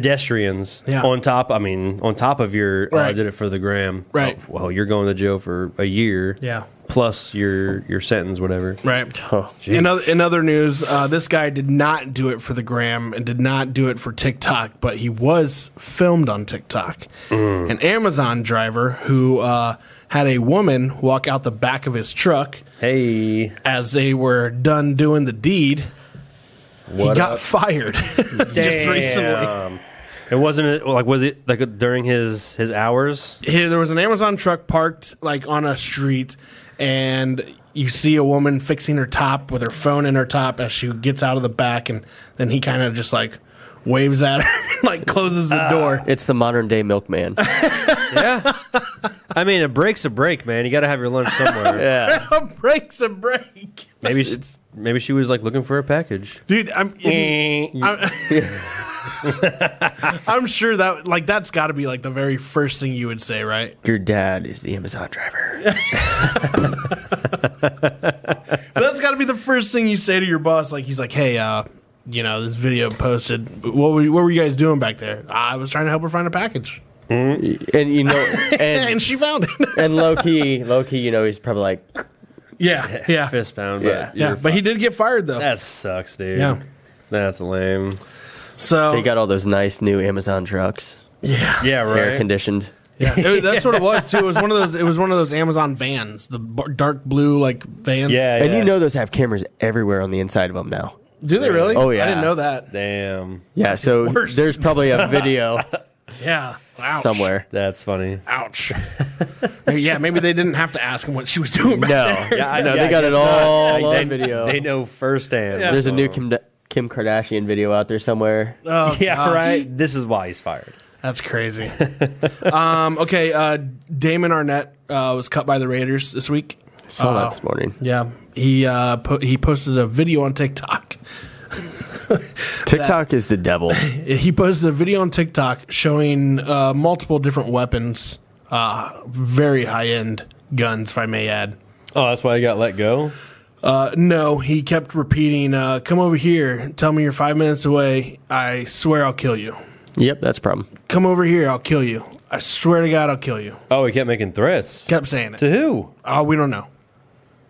S2: pedestrians
S1: Yeah.
S2: on top. I mean, on top of your oh, I
S1: Right.
S2: did it for the gram.
S1: Right.
S2: Oh, well, you're going to jail for a year.
S1: Yeah.
S2: Plus your your sentence, whatever.
S1: Right.
S3: Oh, gee.
S1: In other, in other news, uh, this guy did not do it for the gram and did not do it for TikTok, but he was filmed on TikTok.
S2: Mm.
S1: An Amazon driver who uh, had a woman walk out the back of his truck
S2: Hey,
S1: as they were done doing the deed.
S2: what
S1: he got
S2: up?
S1: fired just recently.
S2: Damn. It wasn't it, like was it like during his his hours?
S1: Here, there was an Amazon truck parked like on a street, and you see a woman fixing her top with her phone in her top as she gets out of the back, and then he kind of just like waves at her, and, like closes the door.
S3: It's the modern day milkman.
S2: Yeah. I mean, a break's a break, man. You got to have your lunch somewhere.
S3: yeah.
S1: A break's a break,
S2: Ah, Maybe she, maybe she was like looking for a package.
S1: dude. I'm. I'm
S2: Mm.
S1: I'm sure that like that's got to be like the very first thing you would say, right?
S3: Your dad is the Amazon driver.
S1: That's got to be the first thing you say to your boss. Like he's like, "Hey, uh, you know, this video posted. What were, what were you guys doing back there? "Ah, I was trying to help her find a package,
S3: and you know,
S1: and
S3: and
S1: she found it.
S3: and low key, low key, you know, he's probably like,
S1: yeah, yeah,
S2: Fist pound.
S3: Yeah.
S2: But
S1: yeah.
S2: yeah.
S1: But he did get fired though.
S2: that sucks, dude.
S1: Yeah.
S2: That's lame.
S1: so
S3: they got all those nice new Amazon trucks,
S1: yeah,
S2: Yeah.
S3: air
S2: Right.
S3: conditioned.
S1: yeah. It was- that's what it was too. It was one of those. It was one of those Amazon vans, the bar- dark blue like vans.
S2: yeah.
S3: And
S2: yeah.
S3: you know, those have cameras everywhere on the inside of them now.
S1: do they really?
S3: Oh,
S1: I
S3: yeah.
S1: didn't know that.
S2: Damn.
S3: Yeah, so
S1: worse.
S3: there's probably a video
S1: Yeah, Ouch.
S3: somewhere.
S2: That's funny.
S1: Ouch. yeah, maybe they didn't have to ask him what she was doing. Back
S3: No,
S1: there.
S3: yeah, I know they got it all on
S2: they, Oh.
S3: video.
S2: They know firsthand.
S1: Yeah.
S3: There's a new con- Kim Kardashian video out there somewhere.
S1: Oh,
S2: yeah,
S1: gosh.
S2: right. This is why he's fired.
S1: That's crazy. um, okay, uh, Damon Arnett uh, was cut by the Raiders this week.
S3: Saw
S1: Uh,
S3: that this morning.
S1: Yeah, he uh, po- he posted a video on TikTok.
S4: TikTok is the devil.
S1: He posted a video on TikTok showing uh, multiple different weapons, uh, very high end guns, if I may add.
S2: Oh, that's why he got let go.
S1: Uh, no, he kept repeating, uh, "Come over here, tell me you're five minutes away. I swear I'll kill you.
S3: Yep, that's a problem.
S1: Come over here, I'll kill you. I swear to God, I'll kill you."
S2: Oh, he kept making threats
S1: Kept saying
S2: to
S1: it.
S2: who?
S1: Oh, we don't know.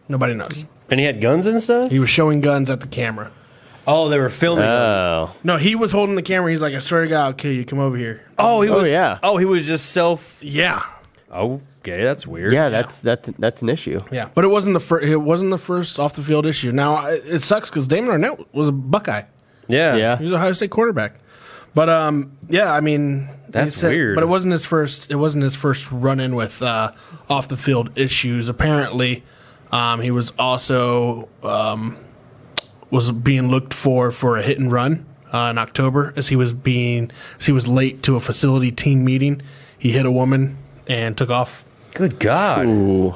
S1: Nobody knows.
S2: And he had guns and stuff.
S1: He was showing guns at the camera.
S2: Oh, they were filming.
S3: Oh,
S1: No, he was holding the camera. He's like, "I swear to God, I'll kill you. Come over here."
S2: oh, he
S3: oh,
S2: was.
S3: yeah.
S2: Oh, he was just self.
S1: Yeah,
S2: Okay, that's weird.
S3: yeah, that's that's that's an issue.
S1: yeah. But it wasn't the first. It wasn't the first off the field issue. Now I- it sucks because Damon Arnett was a Buckeye.
S2: Yeah.
S1: He
S3: Yeah,
S1: was Ohio State quarterback. But um, yeah, I mean, he
S2: That's weird.
S1: But it wasn't his first. It wasn't his first run in with uh, off the field issues. Apparently, um, he was also um, was being looked for for a hit and run uh, in October as he was being as he was late to a facility team meeting. He hit a woman and took off.
S2: Good God.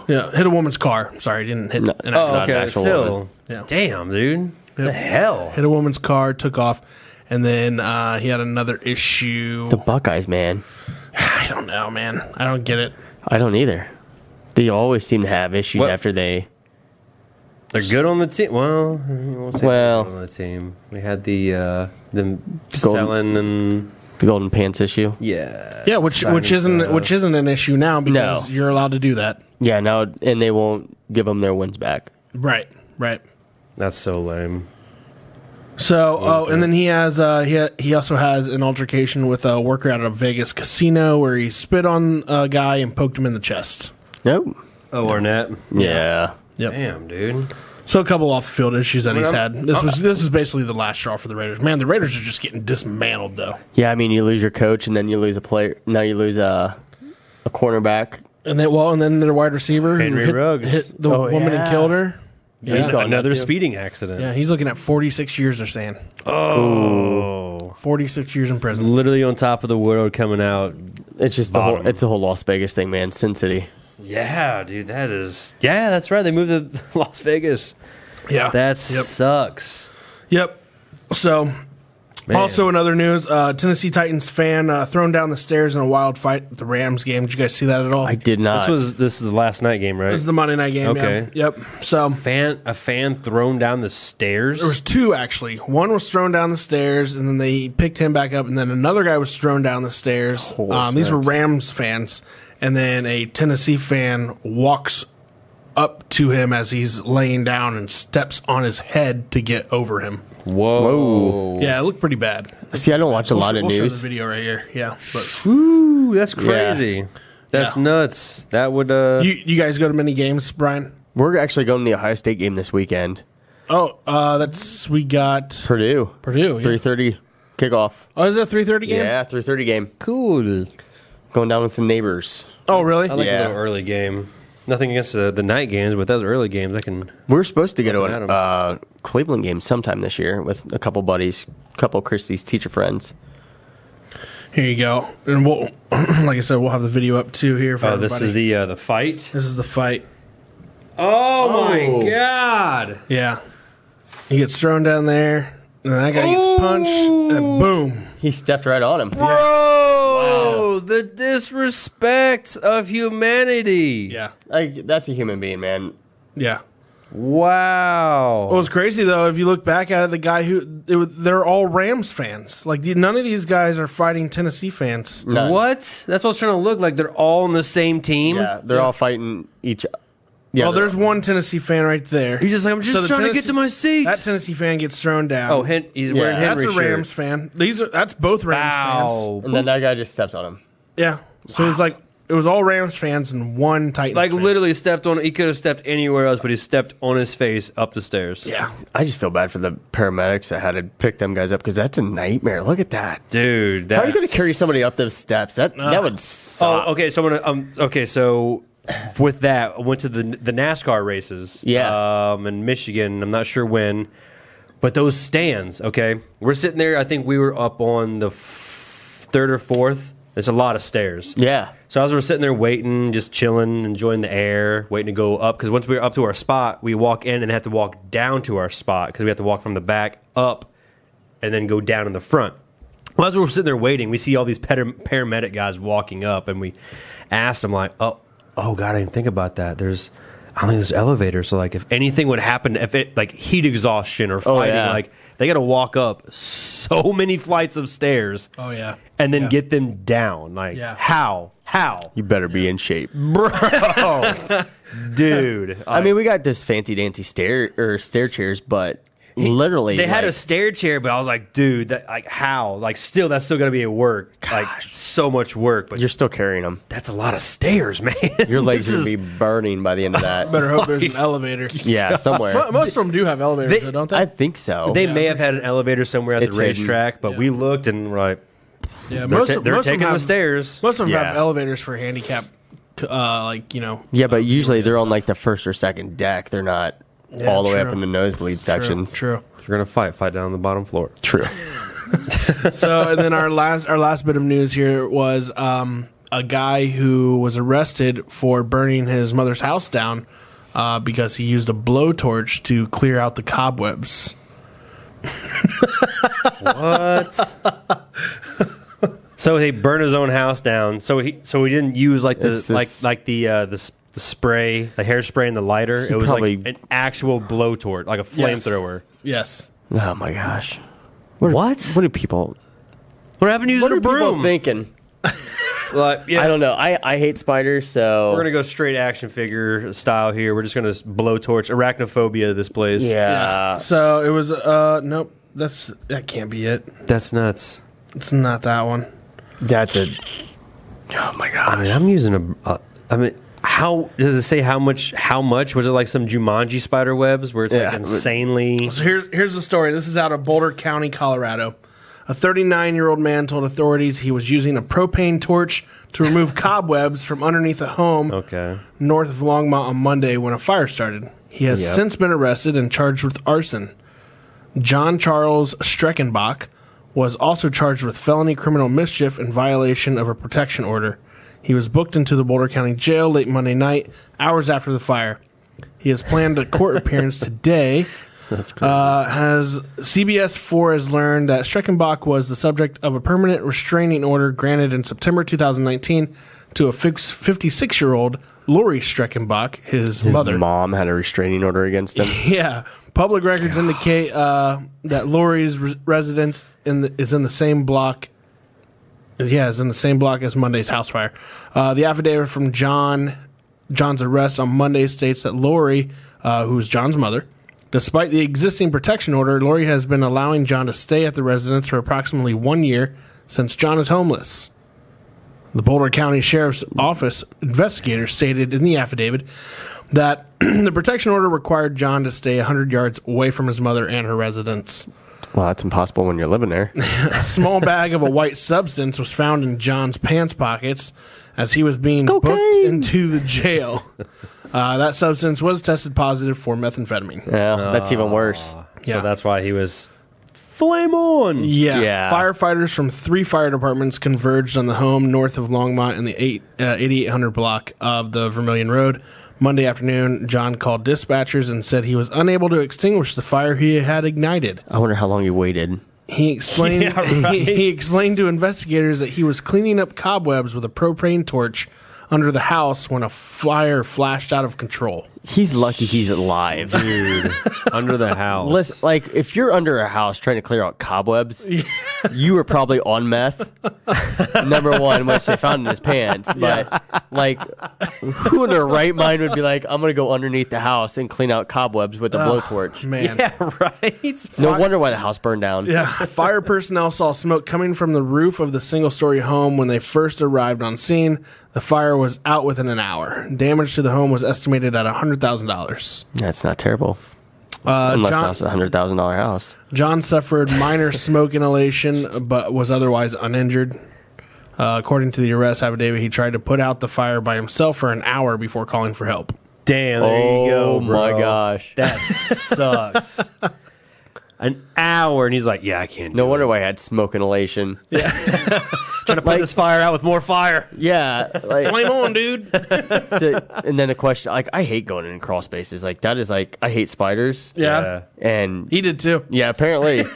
S1: Yeah, hit a woman's car. Sorry, didn't hit. an actual-
S2: Oh,
S3: Not an
S2: okay.
S3: actual
S2: Still,
S3: woman.
S1: Yeah.
S2: damn, dude. The hell.
S1: Hit a woman's car, took off, and then uh, he had another issue.
S3: the Buckeyes, man.
S1: I don't know, man. I don't get it.
S3: I don't either. They always seem to have issues
S2: What-
S3: after they.
S2: They're good on the team. Well, I won't say they're
S3: Well.
S2: good on the team. We had the uh, them selling and
S3: The golden pants issue.
S2: yeah,
S1: Yeah, which
S2: signing
S1: which isn't
S2: stuff.
S1: which isn't an issue now because
S3: No.
S1: you're allowed to do that.
S3: Yeah, now and they won't give them their wins back.
S1: Right, right.
S2: That's so lame.
S1: So, oh, and then he has uh, he ha- he also has an altercation with a worker at a Vegas casino where he spit on a guy and poked him in the chest.
S3: Nope.
S2: Oh, Arnett.
S3: Yeah.
S1: Yep.
S2: Damn, dude.
S1: So a couple off the field issues that he's
S2: I'm-
S1: had. This was this was basically the last straw for the Raiders. Man, the Raiders are just getting dismantled though.
S3: Yeah, I mean, you lose your coach and then you lose a player. Now you lose a a cornerback.
S1: And then well, and then their wide receiver who
S2: Henry
S1: hit,
S2: Ruggs.
S1: hit the
S3: Oh,
S1: woman and
S3: yeah.
S1: killed her. Yeah.
S3: He's gone
S2: Another
S3: now, too.
S2: speeding accident.
S1: yeah, he's looking at 46 years. They're saying
S2: Oh,
S1: 46 years in prison.
S2: literally on top of the world coming out.
S3: It's just the
S2: Bottom.
S3: whole, it's the whole Las Vegas thing, man. Sin City.
S2: Yeah, dude, that is. Yeah, that's right. They moved to Las Vegas.
S1: Yeah,
S2: That
S1: Yep.
S2: sucks.
S1: Yep. So, also in other news, uh, Tennessee Titans fan uh, thrown down the stairs in a wild fight at the Rams game. Did you guys see that at all?
S3: I did not.
S2: This was this is the last night game, right?
S1: It was the Monday night game.
S2: Okay.
S1: Yeah. Yep. So
S2: fan a fan thrown down the stairs.
S1: there was two actually. One was thrown down the stairs, and then they picked him back up, and then another guy was thrown down the stairs. Um, these were Rams fans, and then a Tennessee fan walks up to him as he's laying down and steps on his head to get over him.
S2: Whoa.
S1: Yeah, it looked pretty bad.
S3: See, I don't watch a lot of
S1: we'll show the
S3: news.
S1: video right here. Yeah, but
S2: Ooh, that's crazy. That's
S1: Yeah.
S2: nuts. That would uh
S1: You you guys go to many games, Brian?
S3: We're actually going to the Ohio State game this weekend.
S1: Oh, uh, that's we got
S3: Purdue.
S1: Purdue.
S3: Three thirty kickoff.
S1: Oh, is it a three thirty game?
S3: Yeah, three thirty game.
S2: cool.
S3: Going down with the neighbors.
S1: Oh, really?
S2: I like
S3: Yeah.
S2: a little early game. Nothing against the, the night games, but those early games I can uh,
S3: We were supposed to go to
S2: Looking
S3: a
S2: at 'em.
S3: uh, Cleveland game sometime this year with a couple buddies, a couple of Christie's teacher friends.
S1: Here you go. And we'll, like I said, we'll have the video up too here for
S2: Oh,
S1: everybody.
S2: this is the uh, the fight.
S1: this is the fight.
S2: Oh, my god.
S1: Yeah, he gets thrown down there, and that guy gets punched, and boom.
S3: He stepped right on him.
S2: Bro, the disrespect of humanity.
S1: Yeah,
S3: Like that's a human being, man.
S1: yeah.
S2: Wow.
S1: What was crazy though, if you look back at it, the guy who it was, they're all Rams fans. Like the, none of these guys are fighting Tennessee fans.
S3: None.
S2: what? That's what I was trying to look like. They're all on the same team.
S3: Yeah, they're all fighting each. Yeah,
S1: well,
S3: they're-
S1: there's one Tennessee fan right there.
S2: He's just like, I'm just
S1: So the
S2: trying to get
S1: Tennessee-
S2: to my seat.
S1: That Tennessee fan gets thrown down.
S2: oh, Hen- he's
S3: Yeah.
S2: wearing
S1: that's
S2: Henry
S1: a
S2: shirt.
S1: Rams fan. These are that's both Rams fans.
S2: Wow.
S3: and then that guy just steps on him.
S1: Yeah. So it was like it was all Rams fans and one Titans.
S2: Like
S1: fan.
S2: literally stepped on. He could have stepped anywhere else, but he stepped on his face up the stairs.
S1: Yeah.
S3: I just feel bad for the paramedics that had to pick them guys up because that's a nightmare. Look at that.
S2: dude. That's...
S3: How are you going to carry somebody up those steps? That that would
S2: Oh,
S3: suck.
S2: okay. So I'm gonna. Um, okay, so with that, I went to the the NASCAR races.
S3: Yeah.
S2: Um, in Michigan, I'm not sure when. But those stands, okay, we're sitting there. I think we were up on the f- third or fourth. There's a lot of stairs.
S3: Yeah.
S2: So as we're sitting there waiting, just chilling, enjoying the air, waiting to go up, because once we were up to our spot, we walk in and have to walk down to our spot because we have to walk from the back up and then go down in the front. Well, as we were sitting there waiting, we see all these ped- paramedic guys walking up, and we asked them like, "Oh, oh God, I didn't think about that. There's, I don't think there's elevators. So like, if anything would happen, if it like heat exhaustion or fighting,
S3: yeah.
S2: like they got to walk up so many flights of stairs."
S1: Oh yeah.
S2: and then
S1: Yeah.
S2: get them down. Like
S1: Yeah.
S2: how? How?
S3: You better be in shape.
S2: Bro. Dude.
S3: I mean, we got this fancy dancy stair or stair chairs, but literally
S2: they had
S3: like,
S2: a stair chair, but I was like, dude, that like how? Like still that's still gonna be at work. Like so much work, but
S3: You're still carrying them.
S2: that's a lot of stairs, man.
S3: Your legs
S2: This
S3: are gonna
S2: is-
S3: be burning by the end of that.
S1: Better hope there's an elevator.
S3: yeah,
S1: Mo-
S3: somewhere.
S1: Most of them do have elevators,
S2: They-
S1: though, don't they?
S3: I think so.
S2: They may have had an elevator somewhere at
S3: It's
S2: the
S3: hidden.
S2: racetrack, but we looked and we're like,
S1: yeah,
S2: they're,
S1: most
S2: ta-
S1: of-
S2: they're
S1: most of
S2: taking
S1: them
S2: the
S1: have,
S2: stairs.
S1: Most of them have
S3: Yeah.
S1: elevators for handicap, uh, like you know.
S3: yeah, but usually they're on like the first or second deck. They're not
S1: Yeah,
S3: all the way up
S1: true.
S3: in the nosebleed
S1: Uh, True.
S3: sections.
S1: true.
S2: If you're gonna fight, fight down on the bottom floor.
S3: True.
S1: so and then our last our last bit of news here was um, a guy who was arrested for burning his mother's house down uh, because he used a blowtorch to clear out the cobwebs.
S2: What? so he burned his own house down. So he so he didn't use like the
S3: It's
S2: like
S3: just-
S2: like the uh, the, s- the spray, the hairspray, and the lighter. It was
S3: probably-
S2: like an actual blowtorch, like a flamethrower.
S1: Yes.
S3: Oh my gosh.
S2: What?
S3: What do people?
S2: What happened to using
S3: What
S2: a
S3: are
S2: broom?
S3: people thinking?
S2: Like, yeah,
S3: I don't know. I, I hate spiders, so
S2: we're gonna go straight action figure style here. We're just gonna s- blowtorch arachnophobia. This place.
S3: yeah.
S1: so it was. Uh, nope. That's that can't be it.
S2: that's nuts.
S1: It's not that one.
S2: That's a.
S3: Oh my
S2: I
S3: god.
S2: mean, I'm using a. Uh, I mean. How does it say how much? How much was it like some Jumanji spider webs where it's
S3: Yeah.
S2: like insanely?
S1: So here's here's the story. This is out of Boulder County, Colorado. A 39 year old man told authorities he was using a propane torch to remove cobwebs from underneath a home
S2: Okay.
S1: north of Longmont on Monday when a fire started. He has
S2: Yep.
S1: since been arrested and charged with arson. John Charles Streckenbach was also charged with felony criminal mischief in violation of a protection order. He was booked into the Boulder County Jail late Monday night, hours after the fire. He has planned a court appearance today. That's
S3: crazy.
S1: Uh, has CBS 4 has learned that Streckenbach was the subject of a permanent restraining order granted in September 2019 to a 56 year old Lori Streckenbach, his, mother.
S3: Mom had a restraining order against him.
S1: Yeah, public records indicate uh, that Lori's re- residence in the, is in the same block. Yeah, is in the same block as Monday's house fire. Uh, the affidavit from John John's arrest on Monday states that Lori, uh, who's John's mother, despite the existing protection order, Lori has been allowing John to stay at the residence for approximately one year since John is homeless. The Boulder County Sheriff's Office investigator stated in the affidavit that the protection order required John to stay 100 yards away from his mother and her residence.
S3: Well, that's impossible when you're living there.
S1: A small bag of a white substance was found in John's pants pockets as he was being booked
S3: Cocaine.
S1: into the jail. Uh, that substance was tested positive for methamphetamine.
S3: Yeah, that's even worse.
S1: Yeah.
S2: So that's why he was flame on.
S1: Yeah.
S3: Yeah.
S1: Firefighters from three fire departments converged on the home north of Longmont in the eight, uh, 8800 block of the Vermilion Road. Monday afternoon, John called dispatchers and said he was unable to extinguish the fire he had ignited.
S3: I wonder how long he waited.
S1: He explained
S2: Yeah, right.
S1: he, he explained to investigators that he was cleaning up cobwebs with a propane torch under the house when a fire flashed out of control.
S3: He's lucky he's alive.
S2: Dude, under the house.
S3: Listen, like if you're under a house trying to clear out cobwebs, you were probably on meth. Number one, which they found in his pants. But like, who in their right mind would be like, "I'm gonna go underneath the house and clean out cobwebs with a blowtorch"?
S1: Man.
S2: yeah, right.
S3: No wonder why the house burned down.
S1: Yeah. Fire personnel saw smoke coming from the roof of the single story home when they first arrived on scene. The fire was out within an hour. Damage to the home was estimated at $100,000.
S3: That's not terrible.
S1: Uh,
S3: Unless
S1: John,
S3: that's a hundred thousand dollar house.
S1: John suffered minor smoke inhalation, but was otherwise uninjured. Uh, according to the arrest affidavit, he tried to put out the fire by himself for an hour before calling for help.
S2: Damn. There you
S3: Oh
S2: go, bro.
S3: my gosh.
S2: that sucks. an hour, and he's like, "Yeah, I can't."
S3: No
S2: do
S3: wonder
S2: it.
S3: why I had smoke inhalation.
S2: trying to put this fire out with more fire.
S3: Yeah, like
S1: Flame on, dude.
S3: so- and then the question, like I hate going in crawl spaces. Like that is like I hate spiders.
S1: Yeah.
S3: and
S1: He did too.
S3: yeah, apparently.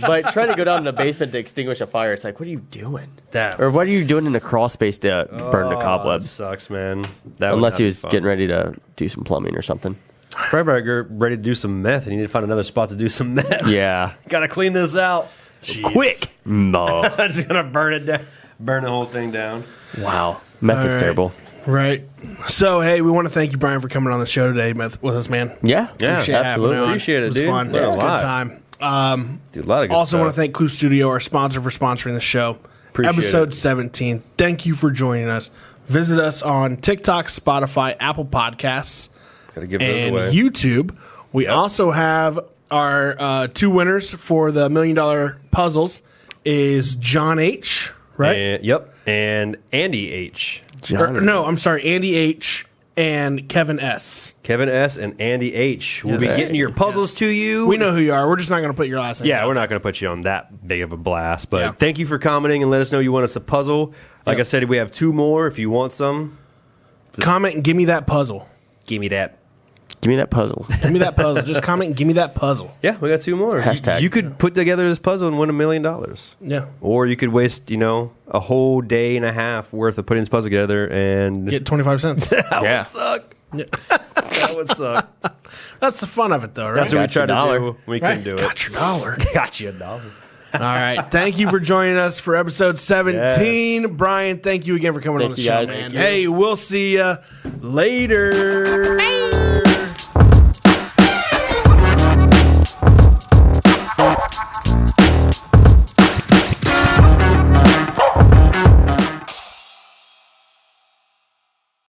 S3: but trying to go down in the basement to extinguish a fire, it's like, what are you doing?
S2: that
S3: Or what are you doing in the crawl space to burn the
S1: Oh,
S2: that
S3: cobwebs?
S2: sucks, man. That
S3: Unless
S2: not
S3: he was
S2: fun.
S3: getting ready to do some plumbing or something.
S2: Freiberger ready to do some meth, and he need to find another spot to do some meth.
S3: Yeah.
S2: Gotta clean this out quick.
S3: No.
S2: That's gonna burn it down, burn the whole thing down.
S3: wow. Meth is
S1: right.
S3: terrible.
S1: Right. So hey, we want to thank you, Brian, for coming on the show today with, with us, man.
S3: Yeah.
S1: Appreciate having you on.
S2: Appreciate it,
S1: it was
S2: dude.
S1: Fun.
S2: Learned
S1: It was
S2: a
S1: a
S2: lot.
S1: good time. Um,
S2: Dude, a lot of good
S1: also,
S2: stuff.
S1: want to thank Clue Studio, our sponsor, for sponsoring the show.
S2: Appreciate
S1: Episode
S2: it.
S1: 17. Thank you for joining us. Visit us on TikTok, Spotify, Apple Podcasts,
S2: Gotta give
S1: and
S2: those away.
S1: YouTube. We also have our uh, two winners for the million dollar puzzles. Is John H. Right?
S2: And- yep, and Andy H,
S3: John.
S1: Or- no, I'm sorry, Andy H. and Kevin S.
S2: Kevin S, and Andy H. We'll
S3: Yes.
S2: be getting your puzzles to you.
S1: We know who you are. We're just not going to put your last name.
S2: Yeah, we're not going to put you on that big of a blast, but
S1: Yeah.
S2: thank you for commenting and let us know you want us to puzzle. Like I said, we have two more. If you want some,
S1: Comment and give me that puzzle.
S2: give me that.
S3: Give me that puzzle.
S1: Give me that puzzle. Just comment and give me that puzzle.
S2: Yeah, we got two more. You-
S3: Hashtag.
S2: You, could put together this puzzle and win a million dollars.
S1: Yeah.
S2: Or you could waste, you know, a whole day and a half worth of putting this puzzle together and
S1: Get 25 cents.
S2: that
S3: Yeah.
S2: would suck. that would suck.
S1: That's the fun of it, though, right?
S2: That's what we
S3: Got your
S2: tried to
S3: dollar.
S2: do. We
S1: Right?
S2: couldn't do it.
S1: Got your dollar.
S2: Got you, dog.
S1: All right. Thank you for joining us for episode 17. Brian, thank you again for coming
S3: Thank
S1: on the
S3: you,
S1: show,
S3: guys.
S1: man.
S3: Thank you.
S1: Hey, we'll see you later.